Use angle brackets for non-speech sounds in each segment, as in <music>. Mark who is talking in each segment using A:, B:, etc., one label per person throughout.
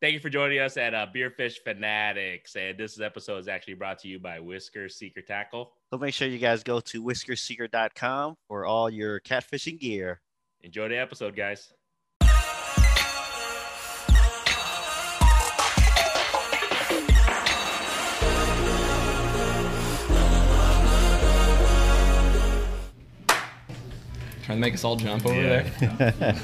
A: Thank you for joining us at uh, Beerfish Fanatics. And this episode is actually brought to you by Whisker Seeker Tackle.
B: So make sure you guys go to whiskerseeker.com for all your catfishing gear.
A: Enjoy the episode, guys.
C: Trying to make us all jump over
A: Yeah.
C: there.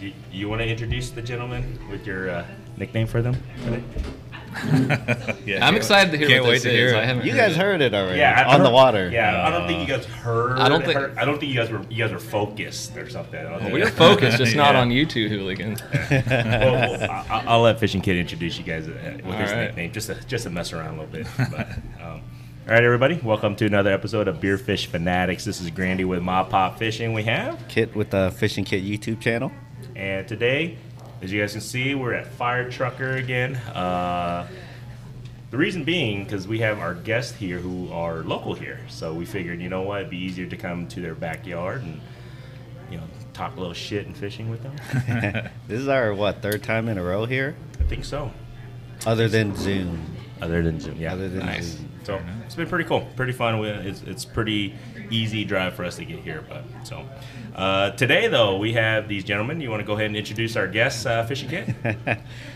A: You, you want to introduce the gentleman with your uh, nickname for them?
D: Yeah,
C: I'm
D: can't-
C: excited to hear
D: can't
C: what
D: wait
C: this
D: to
C: is.
D: hear it.
C: I haven't.
B: You guys
C: it.
B: heard it already.
A: Yeah, I
B: on the
A: don't-
B: water.
A: Yeah, I don't think you guys heard.
C: I don't think-
A: heard- I don't think you guys were. You guys were focused or something. Well,
C: We are focused, just not
D: Yeah.
C: on you two
D: <laughs>
C: hooligans.
A: <laughs> well,
C: <laughs>
A: I, I'll let Fishing Kid introduce you guys uh, with his
C: right.
A: nickname, just to, just to mess around a little bit. But, um, all right, everybody, welcome to another episode of Beer Fish Fanatics. This is Grandy with Ma Pop Fishing. We have,
B: Kit with the Fishing Kit YouTube channel.
A: and today, as you guys can see, we're at Fire Trucker again. Uh, the reason being, because we have our guests here who are local here, so we figured, you know what, it'd be easier to come to their backyard and you know talk a little shit and fishing with them.
B: This is our what third time in a row here,
A: I think so.
B: other than Zoom.
A: Other than Zoom, yeah.
B: Other than
C: Nice.
B: Zoom. <laughs>
A: So it's been pretty cool, pretty fun. We, it's, it's pretty easy drive for us to get here, but so uh, today though we have these gentlemen. You want to go ahead and introduce our guests, uh, Fishing Kid?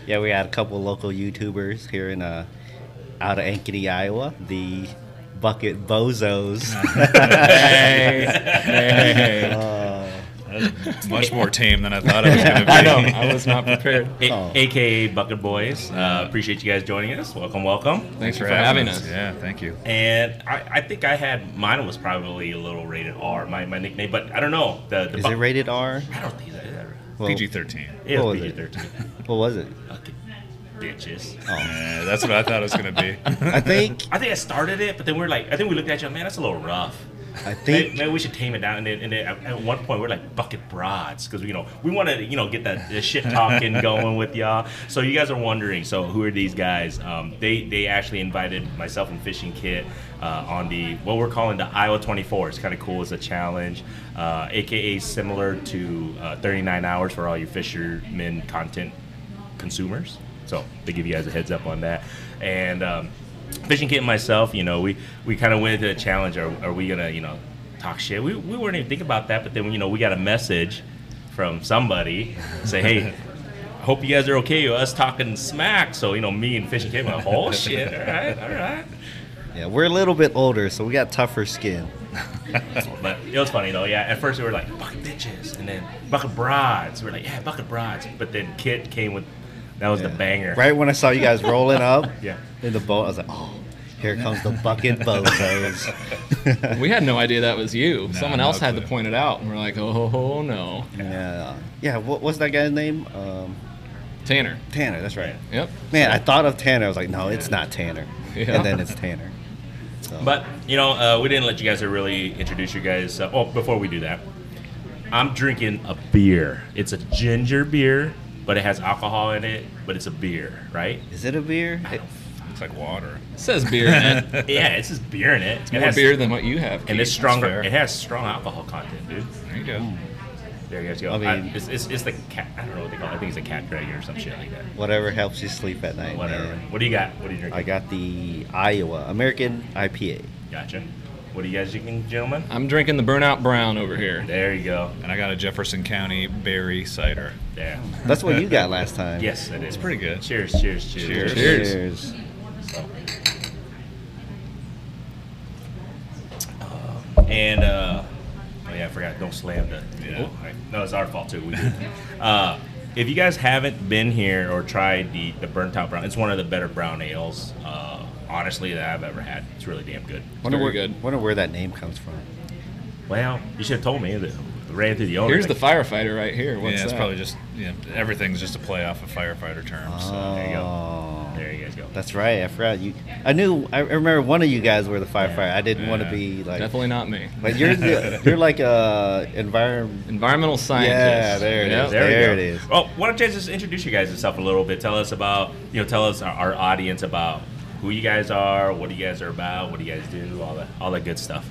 B: yeah, we had a couple local YouTubers here in uh, out of Ankeny, Iowa. The
A: <laughs>
B: Bucket Bozos. <laughs> Uh,
D: <laughs> Much more tame than I thought it was going to
C: <laughs>
D: be.
C: I know. I
D: <laughs>
C: was not prepared.
A: A-
B: Oh.
A: AKA Bucket Boys. Uh, appreciate you guys joining us. Welcome, welcome.
C: Thanks for having us.
D: Yeah, thank you.
A: And I, I think I had mine was probably a little rated R, my, my nickname, but I don't know the, the
B: is
A: bu-
B: it rated R?
A: I don't think that is that.
B: Well,
D: PG thirteen.
A: It
B: What
A: was
B: was
A: PG
B: it?
A: thirteen.
B: <laughs> What was it? Oh.
A: Fucking bitches.
D: Yeah, that's what I thought it was going
C: <laughs>
D: to be.
B: I think.
A: I think I started it, but then we're like, I think we looked at you, man, that's a little rough.
B: I
A: Maybe,
B: think.
A: maybe we should tame it down. And then, and then at at one point, we're like bucket broads because you know we want to you know get that the shit talking going with y'all. So you guys are wondering, so who are these guys? Um, they they actually invited myself and Fishing Kit uh, on the what we're calling the Iowa 24. It's kind of cool. It's a challenge, uh, aka similar to uh, 39 hours for all you fishermen content consumers. So they give you guys a heads up on that. And um, Fishing Kit and myself, you know, we, we kind of went into the challenge. Are, are we going to, you know, talk shit? We, we weren't even thinking about that. But then, you know, we got a message from somebody say,
B: <laughs>
A: hey, I hope you guys are okay with us talking smack. So, you know, me and Fishing Kit went,
B: <laughs>
A: oh, shit. All right, all right.
B: Yeah, we're a little bit older, so we got tougher skin.
A: But it was funny though, yeah. At first we were like bucket bitches, and then bucket broads. We were like, yeah, bucket broads. But then Kit came with that was the
B: Yeah.
A: banger.
B: Right when I saw you guys rolling up
A: <laughs> Yeah.
B: in the boat, I was like, oh, here comes the
A: <laughs>
B: bucket bozos.
C: We had no idea that was you. Someone
D: no
C: else had
D: clue.
C: to point it out, and we're like, oh no,
B: yeah. Yeah, what, what's that guy's name? Um,
C: Tanner.
B: Tanner, that's right.
C: Yep.
B: Man, I thought of Tanner. I was like, no, it's not Tanner.
C: Yeah.
B: And then it's Tanner. So,
A: But you know, uh, we didn't let you guys really introduce you guys. Uh, oh, before we do that, I'm drinking a beer. It's a ginger beer, but it has alcohol in it. But it's a beer, right?
B: is it
A: <laughs>
B: a beer?
D: It's like water. <laughs>
C: It says beer in it.
A: yeah, it's just beer in it. It's
C: More beer than what you have.
A: and it's
C: Keith.
A: stronger.
D: fair.
A: It has strong alcohol content, dude.
D: There you go.
A: There you guys go.
B: I
A: I
B: mean-
A: it's, it's, it's the cat. I don't know what they call it. I think it's a cat dragon or some shit like that.
B: Whatever helps you sleep at night.
A: Whatever.
B: man.
A: What do you got? What do you drink?
B: I got the Iowa American IPA.
A: Gotcha. What do you guys drinking, gentlemen?
C: I'm drinking the burnout brown over here.
A: There you go.
D: And I got a Jefferson County berry cider.
A: There.
B: That's
A: <laughs>
B: what you got last time.
A: Yes, it is.
D: It's pretty good.
A: Cheers! Cheers! Cheers!
D: Cheers.
C: Cheers.
B: Cheers.
A: And uh, oh yeah, I forgot. Don't slam the.
D: Yeah.
A: Oh, right. No, it's our fault too. We did. uh, if you guys haven't been here or tried the the burnt out brown, it's one of the better brown ales. Uh, honestly, that I've ever had. It's really damn good.
B: Wonder
C: very
B: where,
C: good.
B: Wonder where that name comes from.
A: Well, you should have told me. That ran through the owner.
C: Here's the
A: like,
C: firefighter right here. What's
D: yeah, it's
C: that?
D: probably just you know, everything's just a play off of firefighter terms. So.
A: there you go.
B: Oh.
A: There you guys go.
B: That's right. I forgot you. I knew. I remember one of you guys were the firefighter. I didn't want to
D: Yeah.
B: be like.
C: Definitely not me.
B: But you're
D: <laughs>
B: the, you're like a environment.
C: Environmental scientist.
B: Yeah, there it
C: Yep.
B: is.
A: There,
B: There
A: we
B: it
A: go.
B: is.
A: Well, why don't you just introduce you guys yourself a little bit? Tell us about, you know, tell us our, our audience about who you guys are, what you guys are about, what do you guys do, all that, all that good stuff.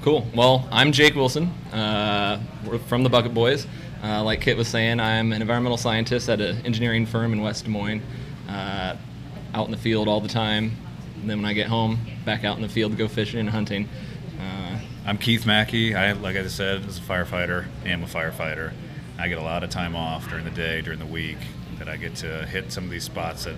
C: Cool. Well, I'm Jake Wilson. Uh, we're from the Bucket Boys. Uh, like Kit was saying, I'm an environmental scientist at an engineering firm in West Des Moines. Uh, out in the field all the time. And then when I get home, back out in the field to go fishing and hunting. Uh,
D: I'm Keith Mackey. I, like I said, was a firefighter. Am a firefighter. I get a lot of time off during the day, during the week, that I get to hit some of these spots that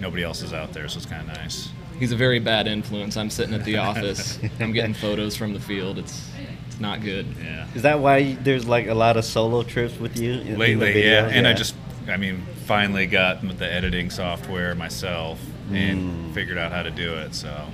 D: nobody else is out there. So it's kind of nice.
C: he's a very bad influence. I'm sitting at the office. I'm
D: <laughs>
C: getting photos from the field. It's it's not good.
D: Yeah.
B: Is that why you- there's like a lot of solo trips with you in- in the
D: Lately, yeah.
B: videos?
D: And I just, I mean, finally got m- the editing software myself
B: Hmm.
D: and figured out how to do it. So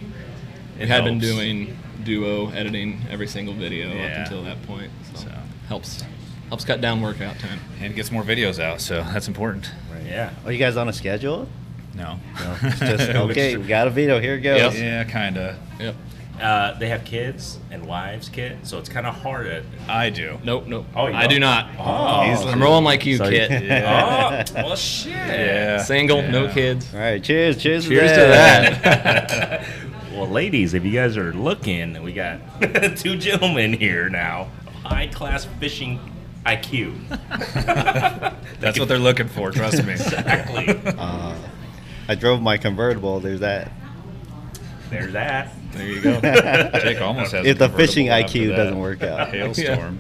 C: It had been
D: helps.
C: doing duo editing every single video
D: Yeah.
C: up until that point. So,
D: So.
C: helps helps cut down workout time.
D: And it gets more videos out, so that's important.
A: Yeah.
B: Are you guys on a schedule?
D: No. <laughs>
B: No, <laughs> it's just okay. we got a video. Here it goes.
D: Yeah, kind of.
C: Yep.
A: Uh, they have kids and wives, kid, so it's kind of hard. At,
D: I do.
C: Nope. Nope.
A: Oh, you
C: I do
A: don't?
C: not.
A: oh,
D: He's
C: I'm rolling like you,
B: So- <laughs>
C: Kit.
A: oh,
D: Yeah.
A: well, shit.
D: Yeah.
C: Single, no
D: Yeah.
C: kids.
B: All right. Cheers. Cheers.
C: Cheers to that.
A: <laughs> Well, ladies, if you guys are looking, we got <laughs> two gentlemen here now. High class fishing <laughs> IQ.
D: That's what they're looking for. Trust me.
A: <laughs> Exactly.
B: Uh, I drove my convertible. There's that.
A: There's that.
D: <laughs>
A: <laughs>
D: There you go. Jake
B: <laughs>
D: almost has. a
B: If the
D: convertible
B: fishing
D: after
B: IQ
D: that.
B: doesn't work out.
D: <laughs> Hailstorm.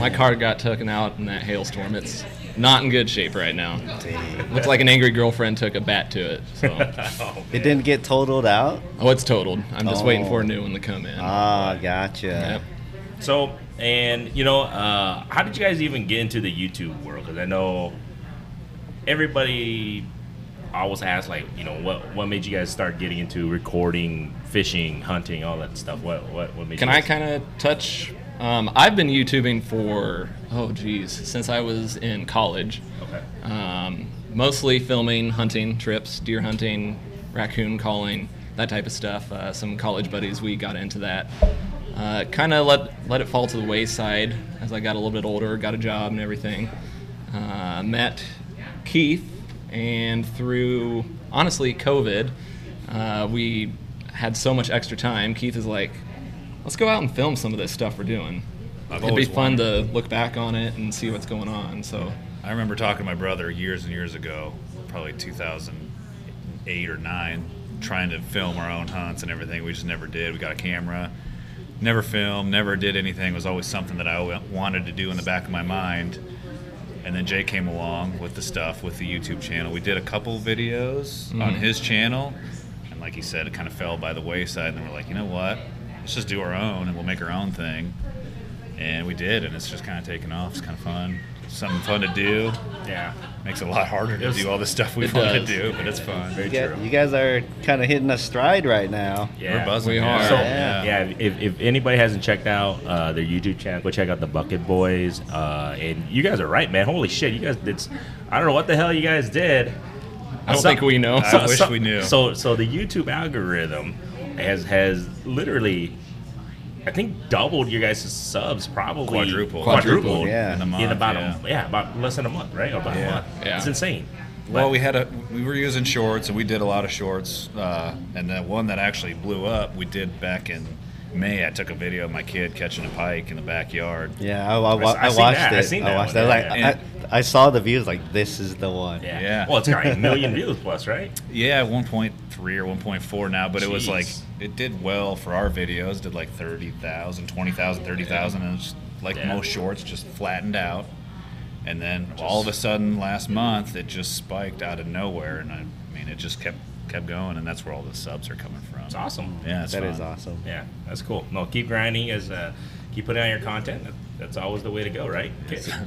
C: My car got taken out in that hailstorm. It's not in good shape right now.
B: Dang.
C: Looks like an angry girlfriend took a bat to it.
A: <laughs>
C: So.
A: Oh,
B: It didn't get totaled out.
C: oh, it's totaled. I'm just waiting
B: Oh.
C: for a new one to come in.
B: Ah, gotcha.
C: Yep.
A: So, and you know, uh, how did you guys even get into the YouTube world? Because I know everybody always asks, like, you know, what what made you guys start getting into recording, fishing, hunting, all that stuff? What what what made?
C: Can
A: you
C: I
A: guys-
C: kind of touch? Um, I've been YouTubing for oh geez since I was in college.
A: Okay.
C: Um, mostly filming hunting trips, deer hunting, raccoon calling, that type of stuff. Uh, some college buddies we got into that. Uh, kind of let let it fall to the wayside as I got a little bit older, got a job and everything. Uh, met Keith, and through honestly COVID, uh, we had so much extra time. Keith is like, let's go out and film some of this stuff we're doing. It'd
D: I've
C: be
D: always
C: fun to look back on it and see what's going on. So.
D: I remember talking to my brother years and years ago, probably 2008 or 9, trying to film our own hunts and everything. We just never did. We got a camera, never filmed, never did anything. It was always something that I wa- wanted to do in the back of my mind. And then Jay came along with the stuff with the YouTube channel. We did a couple videos on his channel, and like he said, it kind of fell by the wayside. And then we're like, you know what? Let's just do our own, and we'll make our own thing. And we did, and it's just kind of taken off. It's kind of fun, something fun to do.
A: Yeah.
D: Makes it a lot harder to
A: It's-
D: do all the stuff we
C: it
D: want
C: does.
D: to do, but it's fun.
A: Very
B: You guys,
A: true.
B: you guys are kind of hitting a stride right now.
A: Yeah.
D: We're buzzing.
C: We
D: yeah.
C: are.
A: So,
B: Yeah.
A: yeah, if, if anybody hasn't checked out uh, their YouTube channel, go check out the Bucket Boys. Uh, and you guys are right, man. Holy shit, you guys did. s- I don't know what the hell you guys did.
C: I don't
A: So-
C: think we know.
D: I wish we knew.
A: So, so the YouTube algorithm has has literally, I think, doubled your guys' subs, probably
D: Quadrupled.
A: quadrupled,
B: Yeah.
D: In
A: in,
D: a month,
A: about
D: yeah.
A: a yeah, about less than a month, right? About
D: Yeah.
A: a month.
C: Yeah.
A: It's insane.
D: Well, we had a we were using shorts, and we did a lot of shorts. Uh, and the one that actually blew up, we did back in May. I took a video of my kid catching a pike in the backyard.
B: Yeah, I, I, wa-
A: I
B: I
A: seen
B: watched
A: that. I
B: it.
A: seen
B: I,
A: that
B: watched
A: one,
B: that. Like,
A: yeah.
B: I, I saw the views. Like this is the one.
A: Yeah.
D: Yeah.
A: Well, it's got a <laughs> million views plus, right?
D: Yeah, 1.3 or 1.4 now, but it was
A: Jeez.
D: like it did well for our videos. Did like 30,000, 20,000, 30,000, and it's like
A: Yeah.
D: most shorts just flattened out. And then all of a sudden, last month, it just spiked out of nowhere, and I mean, it just kept kept going, and that's where all the subs are coming from.
A: It's awesome.
D: Yeah, it's
B: that is
D: fun.
B: awesome.
A: Yeah, that's cool. No, keep grinding as uh, keep putting out your content. That- That's always the way to go, right?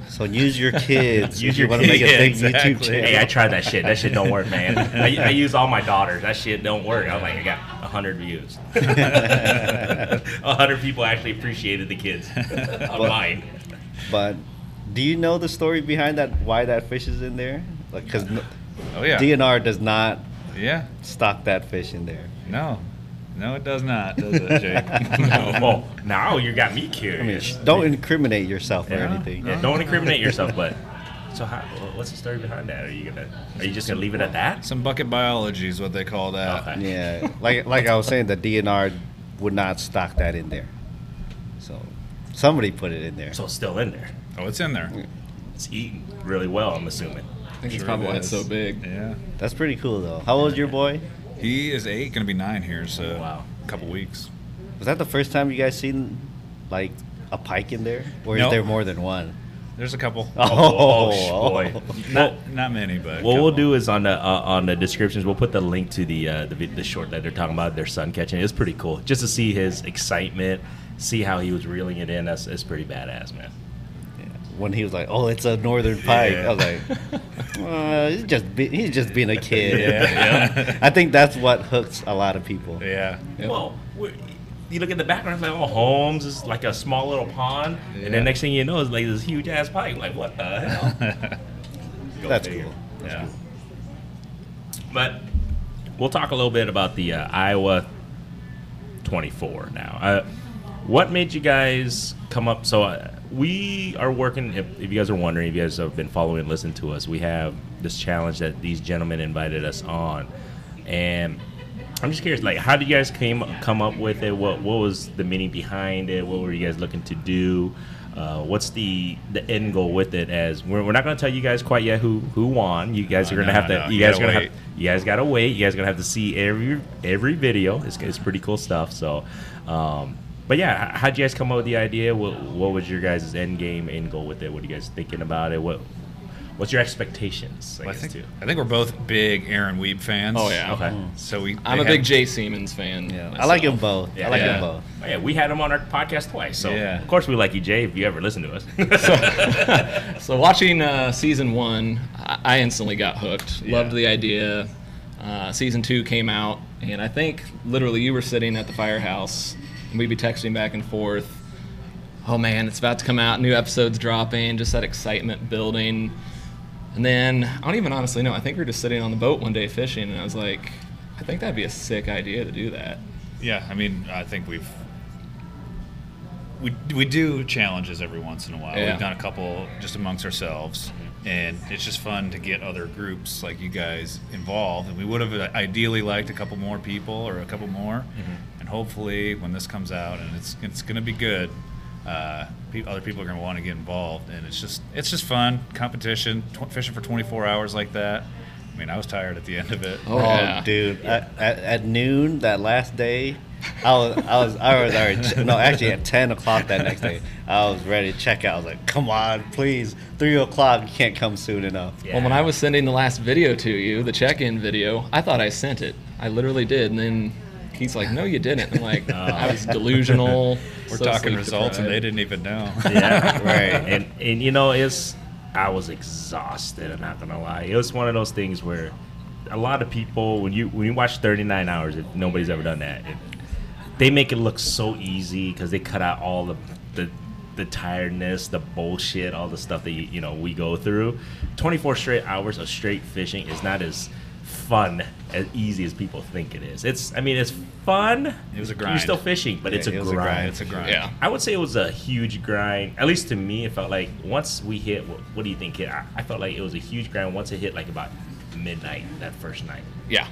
B: So use your kids.
A: Use
B: if you
A: your
B: want to make a
D: kids,
B: big
D: exactly.
A: <laughs>
B: YouTube
A: Hey, I
B: channel.
A: tried that shit. That shit don't work, <laughs> man. I, I use all my daughters. That shit don't work. I'm like, I got hundred views. <laughs>
B: <laughs>
A: hundred people actually appreciated the kids <laughs> on <laughs> mine.
B: but do you know the story behind that? Why that fish is in there? Like, because
D: Oh yeah,
B: DNR does not
D: yeah.
B: stock that fish in there.
D: No, no, it does not,
A: <laughs>
D: does it, Jake?
A: well, now you got me
B: I mean, sh-
A: curious.
B: don't incriminate yourself or
D: Yeah.
B: anything.
A: Yeah, don't incriminate yourself, but. So how, what's the story behind that? Are you gonna? Are you just gonna leave it at that?
D: Some bucket biology is what they call that.
A: Okay.
B: Yeah, like like I was saying, the DNR would not stock that in there. So somebody put it in there.
A: So it's still in there.
D: Oh, it's in there.
A: it's eating really well. I'm assuming.
C: I think
D: Sure
C: that's probably why it's
D: is.
C: so big.
D: Yeah.
B: That's pretty cool though. How old is your boy?
D: He is eight, going to be nine here, so
A: Wow.
D: a couple weeks.
B: Was that the first time you guys seen like a pike in there, or
D: No.
B: is there more than one?
D: There's a couple.
A: Oh, boy.
D: Not, not many, but. a
A: What we'll
D: couple.
A: do is on the uh, on the descriptions, we'll put the link to the uh, the, vid- the short that they're talking about their son catching. It's pretty cool just to see his excitement, see how he was reeling it in. That's it's pretty badass, man.
B: When he was like, "Oh, it's a northern pike," I was
D: Yeah.
B: like, uh, "He's just be- he's just being a kid." <laughs>
D: Yeah.
B: I think that's what hooks a lot of people.
D: Yeah.
C: Yep.
A: Well, we're- you look at the background, it's like, oh, Holmes is like a small little pond, and
D: Yeah.
A: then next thing you know, is like this huge ass pike. Like, what the hell? Go
B: That's
A: figure.
B: cool.
D: yeah.
A: But we'll talk a little bit about the uh, Iowa 24 now. Uh, what made you guys come up? So uh, we are working. If, if you guys are wondering, if you guys have been following, and listened to us. We have this challenge that these gentlemen invited us on, and I'm just curious. Like, how did you guys came come up with it? What what was the meaning behind it? What were you guys looking to do? Uh, what's the the end goal with it? As we're, we're not going to tell you guys quite yet who who won. You guys
D: Uh,
A: are going to
D: no,
A: have to.
D: no,
A: you
D: you
A: guys are
D: gotta
A: going to have.
D: wait.
A: You guys gotta wait. You guys gonna have to see every every video. It's, it's pretty cool stuff. So, um, but yeah, h- how'd you guys come up with the idea? What, what was your guys' end game, end goal with it? What are you guys thinking about it? What what's your expectations? I
D: Well, I,
A: guess
D: think,
A: too.
D: I think we're both big Aaron Weeb fans.
C: Oh, yeah.
A: Okay.
D: So we.
C: I'm
D: they
C: a big
D: had-
C: Jay Siemens fan.
B: Yeah, I
C: myself.
B: like them both.
A: Yeah.
B: I like
D: Yeah.
B: them both.
C: Mm-hmm.
A: Oh, yeah, we had him on our podcast twice. So
D: Yeah.
A: of course we like you, Jay. If you ever listen
C: <laughs>
A: to us, <laughs>
C: So watching uh, season one, I I instantly got hooked.
D: Yeah.
C: Loved the idea. Uh, season two came out, and I think literally you were sitting at the firehouse, and we'd be texting back and forth. Oh man, it's about to come out. New episodes dropping. Just that excitement building. And then I don't even honestly know. I think we were just sitting on the boat one day fishing, and I was like, I think that'd be a sick idea to do that.
D: Yeah, I mean, I think we've we we do challenges every once in a while.
C: Yeah.
D: We've done a couple just amongst ourselves, and it's just fun to get other groups like you guys involved. And we would have ideally liked a couple more people or a couple more, and hopefully when this comes out and it's it's going to be good. Uh, pe- other people are going to want to get involved, and it's just it's just fun competition. Tw- fishing for 24 hours like that. I mean, I was tired at the end of it.
B: Oh,
C: yeah.
B: dude! I, at, at noon that last day, I was I was I was already no actually at ten o'clock that next day. I was ready to check out. I was like, "Come on, please! Three o'clock, you can't come soon enough."
C: Well, when I was sending the last video to you, the check-in video, I thought I sent it. I literally did, and then he's like, "No, you didn't." I'm
D: <laughs>
C: like, "I was delusional."
D: We're
C: so
D: talking
C: sleep
D: results, and they
C: deprived.
D: didn't even know. <laughs>
A: yeah,
B: <laughs> Right.
A: <laughs> and and you know it's I was exhausted. I'm not gonna lie. It was one of those things where a lot of people when you when you watch 39 hours, if nobody's ever done that, it, they make it look so easy because they cut out all the the the tiredness, the bullshit, all the stuff that you, you know we go through. 24 straight hours of straight fishing is not as fun as easy as people think it is. It's I mean it's fun.
D: It was a
A: You're
D: grind.
A: still fishing, but
B: Yeah,
A: it's a
B: it was a
A: grind.
B: grind.
D: It's a grind.
C: Yeah.
A: I would say it was a huge grind. At least to me, it felt like once we hit. What, what do you think? Hit? I, I felt like it was a huge grind once it hit like about midnight that first night.
C: Yeah.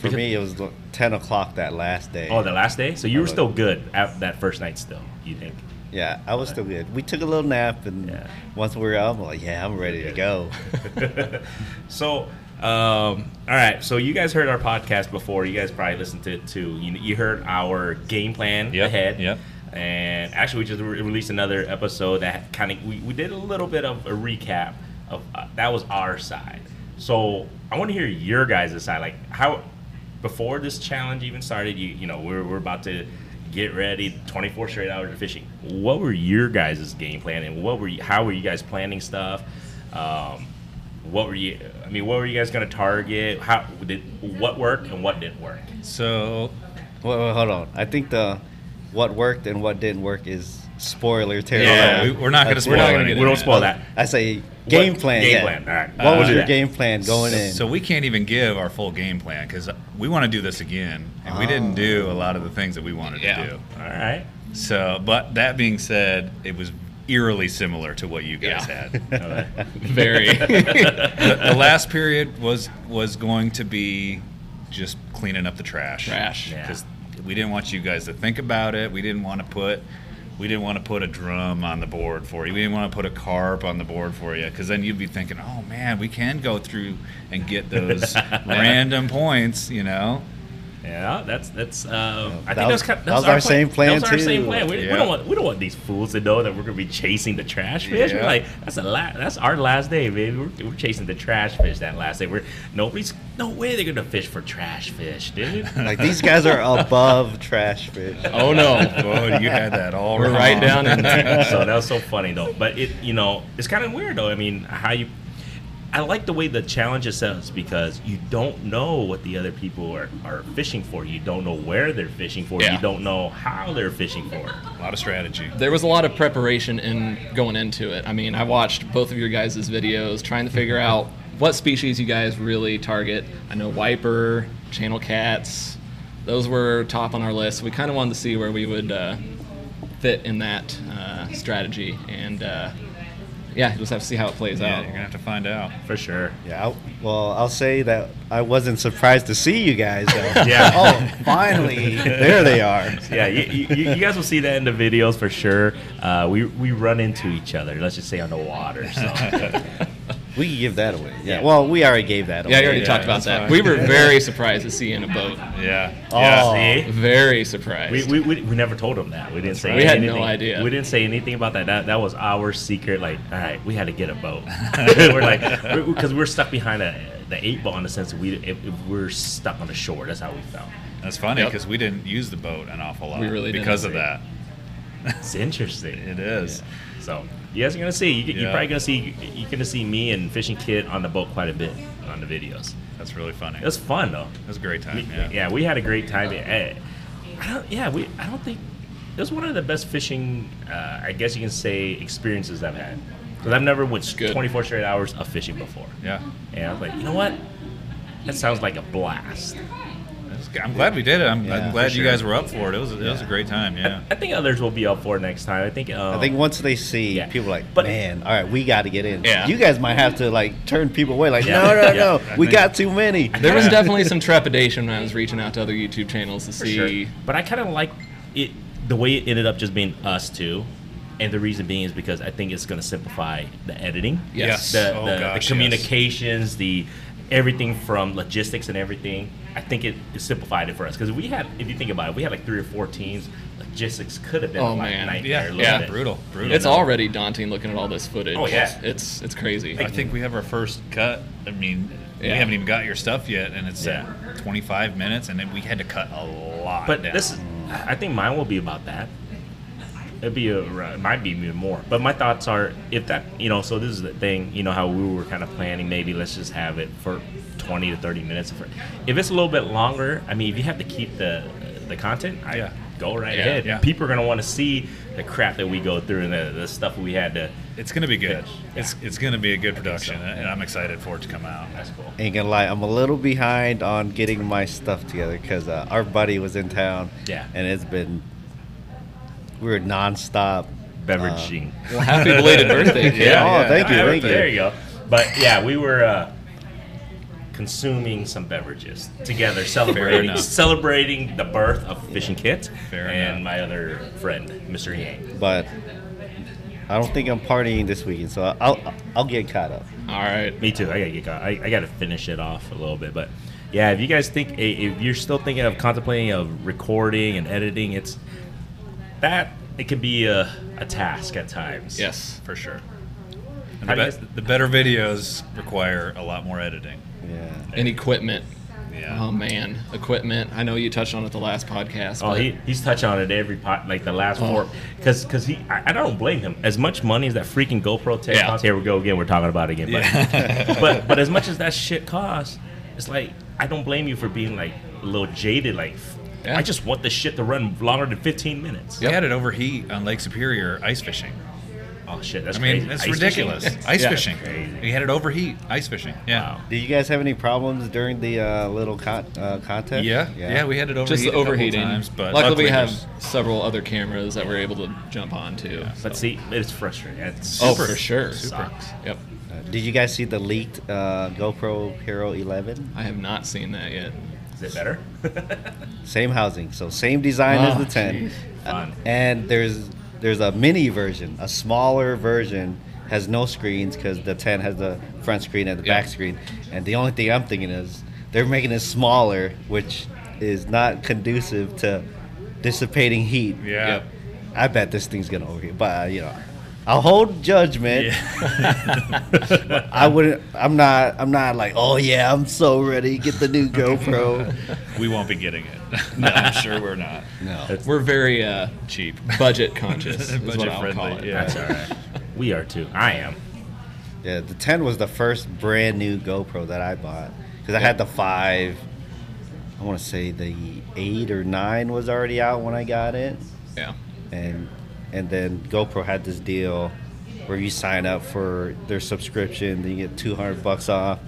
B: For me, it was ten o'clock that last day.
A: Oh, the last day. So you were still good at that first night. Still, you think?
B: yeah, I was still good. We took a little nap, and
A: Yeah.
B: once we were out, I'm like, "Yeah, I'm ready
A: <laughs>
B: to go."
A: So, um, all right. So you guys heard our podcast before. You guys probably listened to it too. You, you heard our game plan
D: Yep,
A: ahead.
D: yep.
A: And actually, we just re- released another episode that kind of we, we did a little bit of a recap of uh, that was our side. So I want to hear your guys' side. Like how before this challenge even started, you you know we're we're about to get ready 24 straight hours of fishing. What were your guys' game plan and what were you, how were you guys planning stuff? Um, what were you i mean what were you guys going to target how did what worked and what didn't work
D: So
B: Wait, wait, hold on. I think the what worked and what didn't work is spoiler territory.
D: yeah, we, we're not going to
B: That's-
D: spoil.
A: not gonna
D: anything.
A: get- we don't spoil that.
B: I say game
A: What-
B: plan.
A: game
B: yeah.
A: plan, all right.
B: What
D: Uh,
B: was your
A: yeah.
B: game plan going in?
D: So we can't even give our full game plan because we want to do this again, and we didn't do a lot of the things that we wanted
C: Yeah.
D: to
A: all right
D: do. So, but that being said, it was eerily similar to what you guys
C: Yeah.
D: had.
A: all right
C: Very.
D: <laughs> the, the last period was was going to be just cleaning up the trash.
C: Trash.
D: <laughs>
A: Yeah.
D: Because we didn't want you guys to think about it. We didn't want to put we didn't want to put a drum on the board for you. We didn't want to put a carp on the board for you because then you'd be thinking, oh man, we can go through and
C: <laughs>
D: get those random points, you know?
A: Yeah, that's that's. Uh, I
B: that
A: think
B: was-
A: that's kind of,
B: that was our same plan,
A: That was our
B: too.
A: same plan. We, we
D: Yeah.
A: don't want we don't want these fools to know that we're gonna be chasing the trash fish. We're
D: Yeah.
A: like that's a la- that's our last day, baby. We're, we're chasing the trash fish that last day. We're nobody's no way they're gonna fish for trash fish,
B: <laughs>
A: dude.
B: Like these guys are above <laughs> trash fish.
C: Oh no.
D: <laughs> Boy, you had that all
C: We're right
D: wrong.
C: down in there.
A: so that was so funny though. But it, you know, it's kind of weird though. I mean, how you? I like the way the challenge is set up because you don't know what the other people are, are fishing for. You don't know where they're fishing for.
D: Yeah.
A: You don't know how they're fishing for.
D: A <laughs> lot of strategy.
C: There was a lot of preparation in going into it. I mean, I watched both of your guys' videos trying to figure out what species you guys really target. I know wiper, channel cats, those were top on our list. We kind of wanted to see where we would uh, fit in that uh, strategy, and uh, yeah, just have to see how it plays
D: Yeah,
C: out. <laughs>
D: you're going to have to find out.
A: For sure.
B: Yeah, I, well, I'll say that I wasn't surprised to see you guys. Though.
A: <laughs> Yeah.
B: Oh, finally, there they are.
A: yeah, you, you, you guys will see that in the videos for sure. Uh, we we run into each other. Let's just say on the water. So.
D: <laughs>
B: We can give that away. Yeah.
A: Yeah.
B: Well, we already gave that away.
C: <laughs> Yeah, you already
D: Yeah,
C: talked about
D: that's
C: that.
D: fine.
C: We
D: <laughs>
C: were very surprised to see you in a boat.
D: Yeah.
B: Oh.
D: Yeah.
A: See?
C: Very surprised.
A: We, we, we, we never told them that. We didn't say
C: We had
A: anything.
C: no idea.
A: We didn't say anything about that. That that was our secret. Like, all right, we had to get a boat. <laughs> we're like, because we're stuck behind a, the eight ball in the sense that we if, if we're stuck on the shore. That's how we felt.
D: That's funny
C: Yep.
D: because we didn't use the boat an awful lot
C: We really didn't.
D: because of that.
A: It's interesting.
D: It is.
A: So you guys are gonna see. You, You're
D: Yeah.
A: probably gonna see. You're gonna see me and Fishing Kid on the boat quite a bit on the videos.
D: That's really funny.
A: It was fun though.
D: It was a great
A: We-
D: time.
A: yeah.
D: Yeah.
A: we had a great time. I, I don't, yeah, we. I don't think it was one of the best fishing. Uh, I guess you can say experiences I've had because I've never went
C: Good.
A: 24 straight hours of fishing before.
D: Yeah.
A: And I was like, you know what? That sounds like a blast.
D: That's g- I'm glad we did it. I'm,
B: Yeah,
D: I'm glad
B: for
D: you
B: sure.
D: guys were up for it. It was it was a great time. Yeah.
A: I think others will be up for it next time. I think. Um,
B: I think once they see
A: Yeah.
B: people like,
A: But-
B: man, all right, we got to get in.
C: Yeah.
B: You guys might have to like turn people away. Like,
A: Yeah.
B: no, no,
A: Yeah.
B: no,
D: I
B: we
D: think-
B: got too many.
C: There was
D: Yeah.
C: definitely
D: <laughs>
C: some trepidation when I was reaching out to other YouTube channels to
A: for
C: see.
A: sure. But I kind of like it the way it ended up just being us two. And the reason being is because I think it's going to simplify the editing.
C: Yes.
A: the,
D: Oh,
A: the, the
D: gosh,
A: communications, the everything from logistics and everything. I think it, it simplified it for us because we had, if you think about it, we had like three or four teams. Logistics could have been
C: Oh,
A: like
C: man.
A: a nightmare.
D: Yeah.
A: a little
D: yeah.
A: bit.
D: Brutal. Brutal.
C: It's already daunting looking at all this footage.
A: Oh, yeah.
C: It's it's crazy.
D: I think we have our first cut. I mean, we
C: Yeah.
D: haven't even got your stuff yet, and it's
A: Yeah.
D: at 25 minutes, and then we had to cut a lot.
A: But
D: down.
A: this, I think mine will be about that. It'd be a, it might be even more. But my thoughts are if that you know. So this is the thing. You know how we were kind of planning. Maybe let's just have it for twenty to thirty minutes. For- If it's a little bit longer, I mean, if you have to keep the the content, I
D: Yeah.
A: go right
C: Yeah,
A: ahead.
D: yeah.
A: People are gonna want to see the crap that we go through and the, the stuff we had to.
D: it's gonna be good.
A: Yeah.
D: It's it's gonna be a good production, uh,
A: so.
D: and I'm excited for it to come out.
A: That's
D: <laughs>
A: cool.
B: Ain't gonna lie, I'm a little behind on getting my stuff together because uh, our buddy was in town.
A: Yeah.
B: And it's been we were nonstop.
A: Beveraging.
D: Uh,
C: Well, happy belated birthday, kid.
B: Yeah. Oh, thank you,
A: I-
B: thank you.
A: There you go. But yeah, we were uh, consuming some beverages together, celebrating
D: enough.
A: celebrating the birth of Fishing Kit
D: Fair
A: and
D: enough.
A: my other friend, Mr. Yang.
B: But I don't think I'm partying this weekend, so I'll I'll get caught up.
C: All right.
A: Me too. I gotta get caught. I, I gotta finish it off a little bit, but yeah, if you guys think i- if you're still thinking of contemplating of recording and editing, it's that it can be a, a task at times.
C: Yes.
D: For sure. And
A: How
D: the,
A: do you
D: be-
A: guys-
D: the better videos require a lot more editing.
B: Yeah.
C: And equipment.
A: Um,
D: Yeah.
C: Oh man, equipment. I know you touched on it the last podcast.
A: Oh,
C: but
A: he, he's touched on it every pot, like the last
C: Oh.
A: four, because because he I, I don't blame him. As much money as that freaking GoPro tech
C: Yeah.
A: costs, here we go again. We're talking about it again, but but
C: <laughs>
A: but as much as that shit costs, it's like I don't blame you for being like a little jaded. Like
C: Yeah.
A: I just want this shit to run longer than fifteen minutes.
D: We had it overheat on Lake Superior ice fishing.
A: Oh shit, that's
D: I mean,
A: crazy.
D: it's
A: Ice <laughs>
D: ridiculous.
A: fishing?
D: Ice
C: Yeah.
D: fishing.
A: Crazy.
D: We had it overheat. Ice fishing. Yeah.
A: Wow.
B: Did you guys have any problems during the uh, little con- uh, contest?
D: Yeah, yeah, we had it overheat
C: just the
D: a couple
C: overheating.
D: times, but
C: luckily, we have
D: there's-
C: several other cameras that we're able to jump on too.
A: But see, it's frustrating. It's
C: Oh,
A: super
C: for sure.
A: sucks.
C: Yep.
B: Uh, did you guys see the leaked uh, GoPro Hero 11?
C: I have not seen that yet.
A: Is it better?
D: <laughs>
B: Same housing, so same design as
C: Oh,
B: the 10.
C: jeez.
B: Uh,
A: Fun.
B: and there's there's a mini version, a smaller version has no screens because the 10 has the front screen and the
C: Yeah.
B: back screen. And the only thing I'm thinking is they're making it smaller, which is not conducive to dissipating heat.
D: Yeah.
C: Yep.
B: I bet this thing's gonna overheat, but uh, you know, I'll hold judgment. <laughs> I wouldn't. I'm not. I'm not like, oh yeah, I'm so ready. Get the new GoPro.
D: <laughs> We won't be getting <laughs> it. no, I'm sure we're not.
B: no,
C: We're very uh,
D: Cheap.
C: budget
D: <laughs>
C: conscious. is what
D: Budget
C: I'll call it.
D: friendly,
A: That's all right. We are too. I am.
B: yeah, the 10 was the first brand new GoPro that I bought because I had the five. I want to say the eight or nine was already out when I got it,
C: Yeah.
B: and and then GoPro had this deal where you sign up for their subscription, then you get 200 bucks off,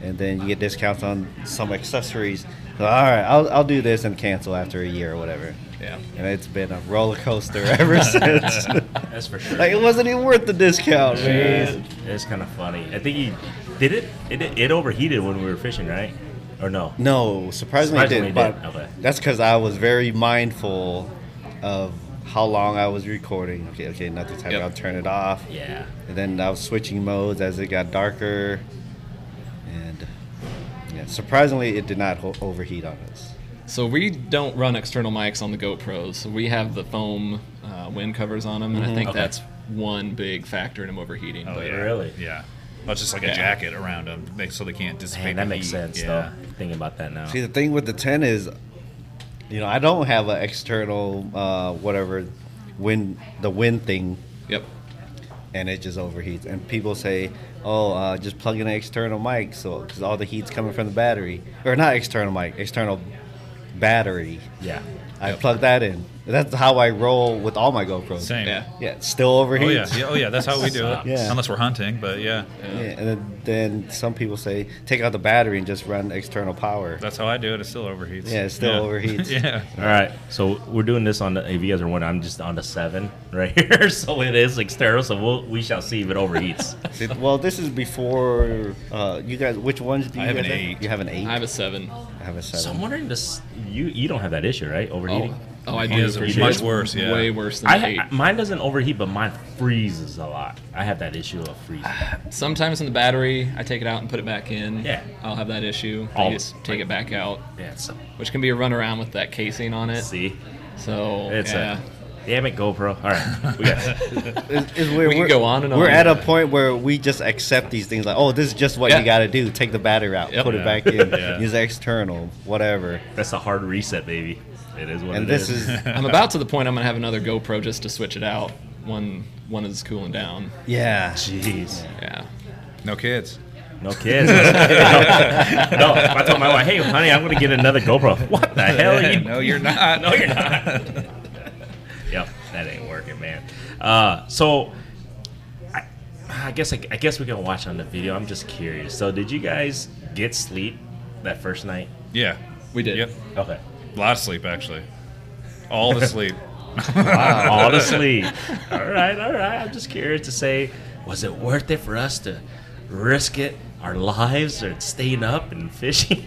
B: and then you get discounts on some accessories. So, all right, I'll, I'll do this and cancel after a year or whatever.
C: Yeah.
B: And it's been a roller coaster <laughs> ever since.
A: That's for sure.
B: like it wasn't even worth the discount, man.
A: It's kind of funny. I think he did it. It it overheated when we were fishing, right? Or no?
B: No, surprisingly,
A: Surprisingly
B: it didn't.
A: it
B: But
A: didn't, okay.
B: that's because I was very mindful of how long I was recording. Okay, okay, nothing's happening.
C: Yep.
B: I'll turn it off.
A: Yeah.
B: And then I was switching modes as it got darker. And yeah, surprisingly, it did not ho- overheat on us.
C: So we don't run external mics on the GoPros. We have the foam uh, wind covers on them, and I think
A: Okay.
C: that's one big factor in them overheating.
D: Oh,
C: but
D: yeah.
A: Really?
D: Yeah. Well, it's just like
C: Yeah.
D: a jacket around them make- so they can't
A: Man,
D: dissipate. the
A: that makes
D: heat.
A: sense
D: yeah.
A: though. Thinking about that now.
B: See, the thing with the 10 is, you know, I don't have an external, uh, whatever, wind, the wind thing
C: Yep.
B: and it just overheats. And people say, "Oh, uh, just plug in an external mic, so because all the heat's coming from the battery, or not external mic, external battery."
A: Yeah.
B: I plug that in. That's how I roll with all my GoPros.
D: Same.
C: Yeah.
B: Yeah, it still overheats.
D: Oh yeah. yeah. Oh yeah. That's how we
A: <laughs>
D: do it.
B: Yeah.
D: Unless we're hunting, but Oh, yeah,
B: Yeah, and then, then some people say, "Take out the battery and just run external power."
D: that's how I do it. It still overheats.
B: Yeah, it still overheats.
D: <laughs> yeah.
A: All right, so we're doing this on the. If you guys are wondering, I'm just on the seven right <laughs> here, so it is external. So we'll, we shall see if it overheats.
B: See, well, this is before uh, you guys. Which ones do you
D: I have
B: guys
D: an eight.
B: You have an eight.
C: I have a seven.
B: I have a seven.
A: so I'm wondering this. You you don't have that issue, right? Overheating.
C: Oh, oh, I
D: He
C: do.
D: is
C: for sure.
D: much
C: It's
D: worse, yeah.
C: Way worse than the
A: I,
C: eight.
A: I mine doesn't overheat, but mine freezes a lot. I have that issue of freezing.
C: <sighs> Sometimes in the battery, I take it out and put it back in.
A: Yeah.
C: I'll have that issue.
A: All-
C: I just take it back out,
A: Yeah, it's a,
C: which can be a runaround with that casing on it.
A: see,
C: So
A: it's
C: yeah.
A: a damn it, GoPro. All right, we got
B: It's, it's weird.
C: We could
B: We're-
C: go on and
B: We're
C: on.
B: at a point where we just accept these things like, oh, this is just what
C: Yeah.
B: you got to do. Take the battery out,
C: Yep.
B: put
D: Yeah.
B: it back in,
D: Yeah.
B: use external, whatever.
A: <laughs> that's a hard reset, baby. It is what
B: And
A: it
B: this is,
C: I'm about to the point I'm gonna have another GoPro just to switch it out when one is cooling down.
A: <laughs>
B: yeah.
A: Jeez.
C: Yeah.
D: No kids.
A: No kids. <laughs> no, no, I told my wife, "Hey, honey, I'm gonna get another GoPro." What
C: <laughs>
A: the hell are you?
D: <laughs> no, you're not.
A: No, you're not. <laughs> yep, that ain't working, man. Uh, so, I, I guess I, I guess we can watch on the video. I'm just curious. So, did you guys get sleep that first night?
D: Yeah.
C: We did.
D: Yep.
A: Okay,
D: A lot of sleep actually. All
C: <laughs>
D: the sleep.
A: all the sleep. All right, all right. I'm just curious to say, was it worth it for us to risk it, our lives, or staying up and fishing?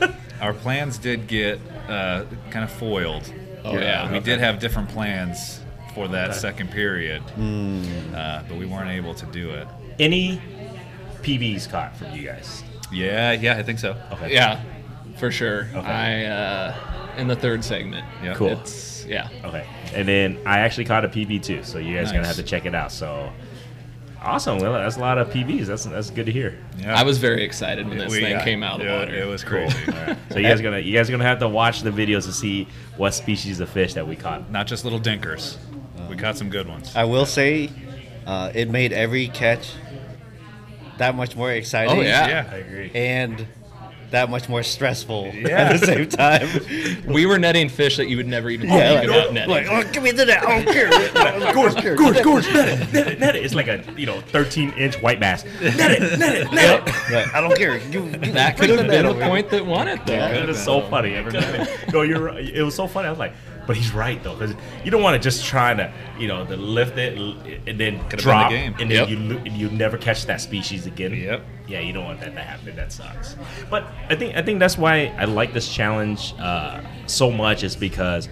A: <laughs>
D: Our plans did get uh, kind of foiled. Uh,
C: Oh, yeah.
D: we
C: Okay.
D: did have different plans for that second period,
C: Hmm.
D: uh, but we weren't able to do it.
A: Any PBs caught from you guys?
D: Yeah, yeah, I think so.
A: Okay.
C: Yeah, for sure.
A: Okay.
C: I uh, in the third segment.
D: Yeah.
A: Cool.
C: It's yeah.
A: Okay, and then I actually caught a PB too, so you guys are gonna
D: Nice.
A: have to check it out. So awesome, Will. That's a lot of PBs. That's that's good to hear.
D: Yeah.
C: I was very excited when this
D: We-
C: thing
D: yeah,
C: came out of
D: it,
C: the water.
D: It was crazy.
A: So you guys gonna you guys gonna have to watch the videos to see what species of fish that we caught.
D: Not just little dinkers.
C: Um,
D: we caught some good ones.
B: I will say, uh, it made every catch that much more exciting.
C: Oh, yeah.
A: agree.
B: And that much more stressful <laughs>
D: Yeah.
B: at the same time.
C: we were netting fish that you would never even think
B: like,
C: about
B: oh,
C: netting.
B: like, oh, give me the net. I don't care.
A: Gorge, gorge, gorge, net it, net it, net it. It's like a you know 13 inch white bass. Net it, net it,
B: <laughs>
A: net it.
B: Right, I don't care. You, you
C: that could
B: bring
C: have
B: net
C: been the
B: over here.
C: point that won it though.
A: It is so funny. It could've been- no, you're. Right. It was so funny. I was like, but he's right though, because you don't want to just try to, you know, to lift it l- and then
D: the
A: drop,
D: game.
A: and then
C: Yep.
A: you lo- and you never catch that species again.
D: Yep.
A: Yeah, you don't want that to happen. That sucks. But I think I think that's why I like this challenge uh, so much is because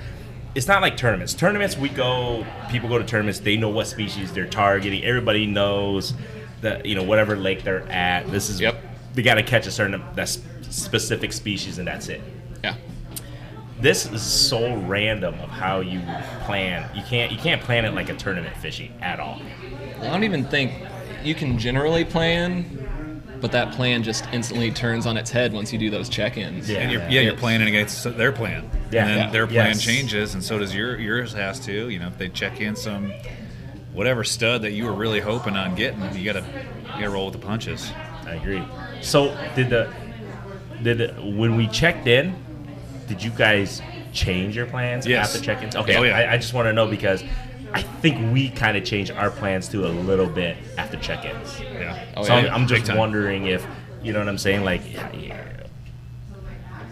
A: it's not like tournaments. Tournaments, we go, people go to tournaments. They know what species they're targeting. Everybody knows that you know whatever lake they're at. This is
C: Yep.
A: they got to catch a certain that's specific species, and that's it
C: Yeah.
A: this is so random of how you plan. You can't you can't plan it like a tournament fishing at all.
C: I don't even think you can generally plan, but that plan just instantly turns on its head once you do those check-ins.
A: Yeah.
D: And you're, yeah, you're playing against their plan.
A: Yeah.
D: And then
A: Yeah.
D: their plan
A: Yes.
D: changes, and so does your yours has to. You know, if they check in some whatever stud that you were really hoping on getting, you gotta you gotta roll with the punches.
A: I agree. So did the did the, when we checked in, did you guys change your plans
D: Yes.
A: after check-ins? Okay,
D: Oh, yeah.
A: I, I just want to know because I think we kind of changed our plans too a little bit after check-ins.
D: Yeah.
C: Oh,
A: so
C: yeah,
A: I'm,
C: yeah.
A: I'm
D: Big
A: just
D: time.
A: wondering if you know what I'm saying, like yeah, yeah.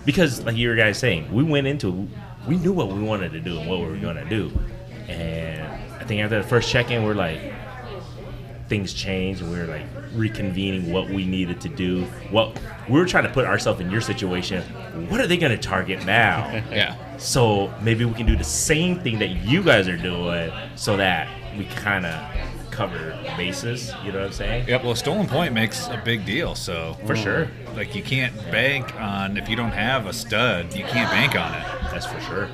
A: because like you were guys saying, we went into we knew what we wanted to do and what we were gonna do, and I think after the first check in, we're like things changed and we were like reconvening what we needed to do. What we were trying to put ourselves in your situation. What are they gonna target now?
C: Yeah.
A: So maybe we can do the same thing that you guys are doing so that we kind of cover bases. You know what I'm saying?
D: Yep. Well, stolen point makes a big deal. So
A: For sure.
D: like you can't bank on if you don't have a stud, you can't bank on it.
A: That's for sure.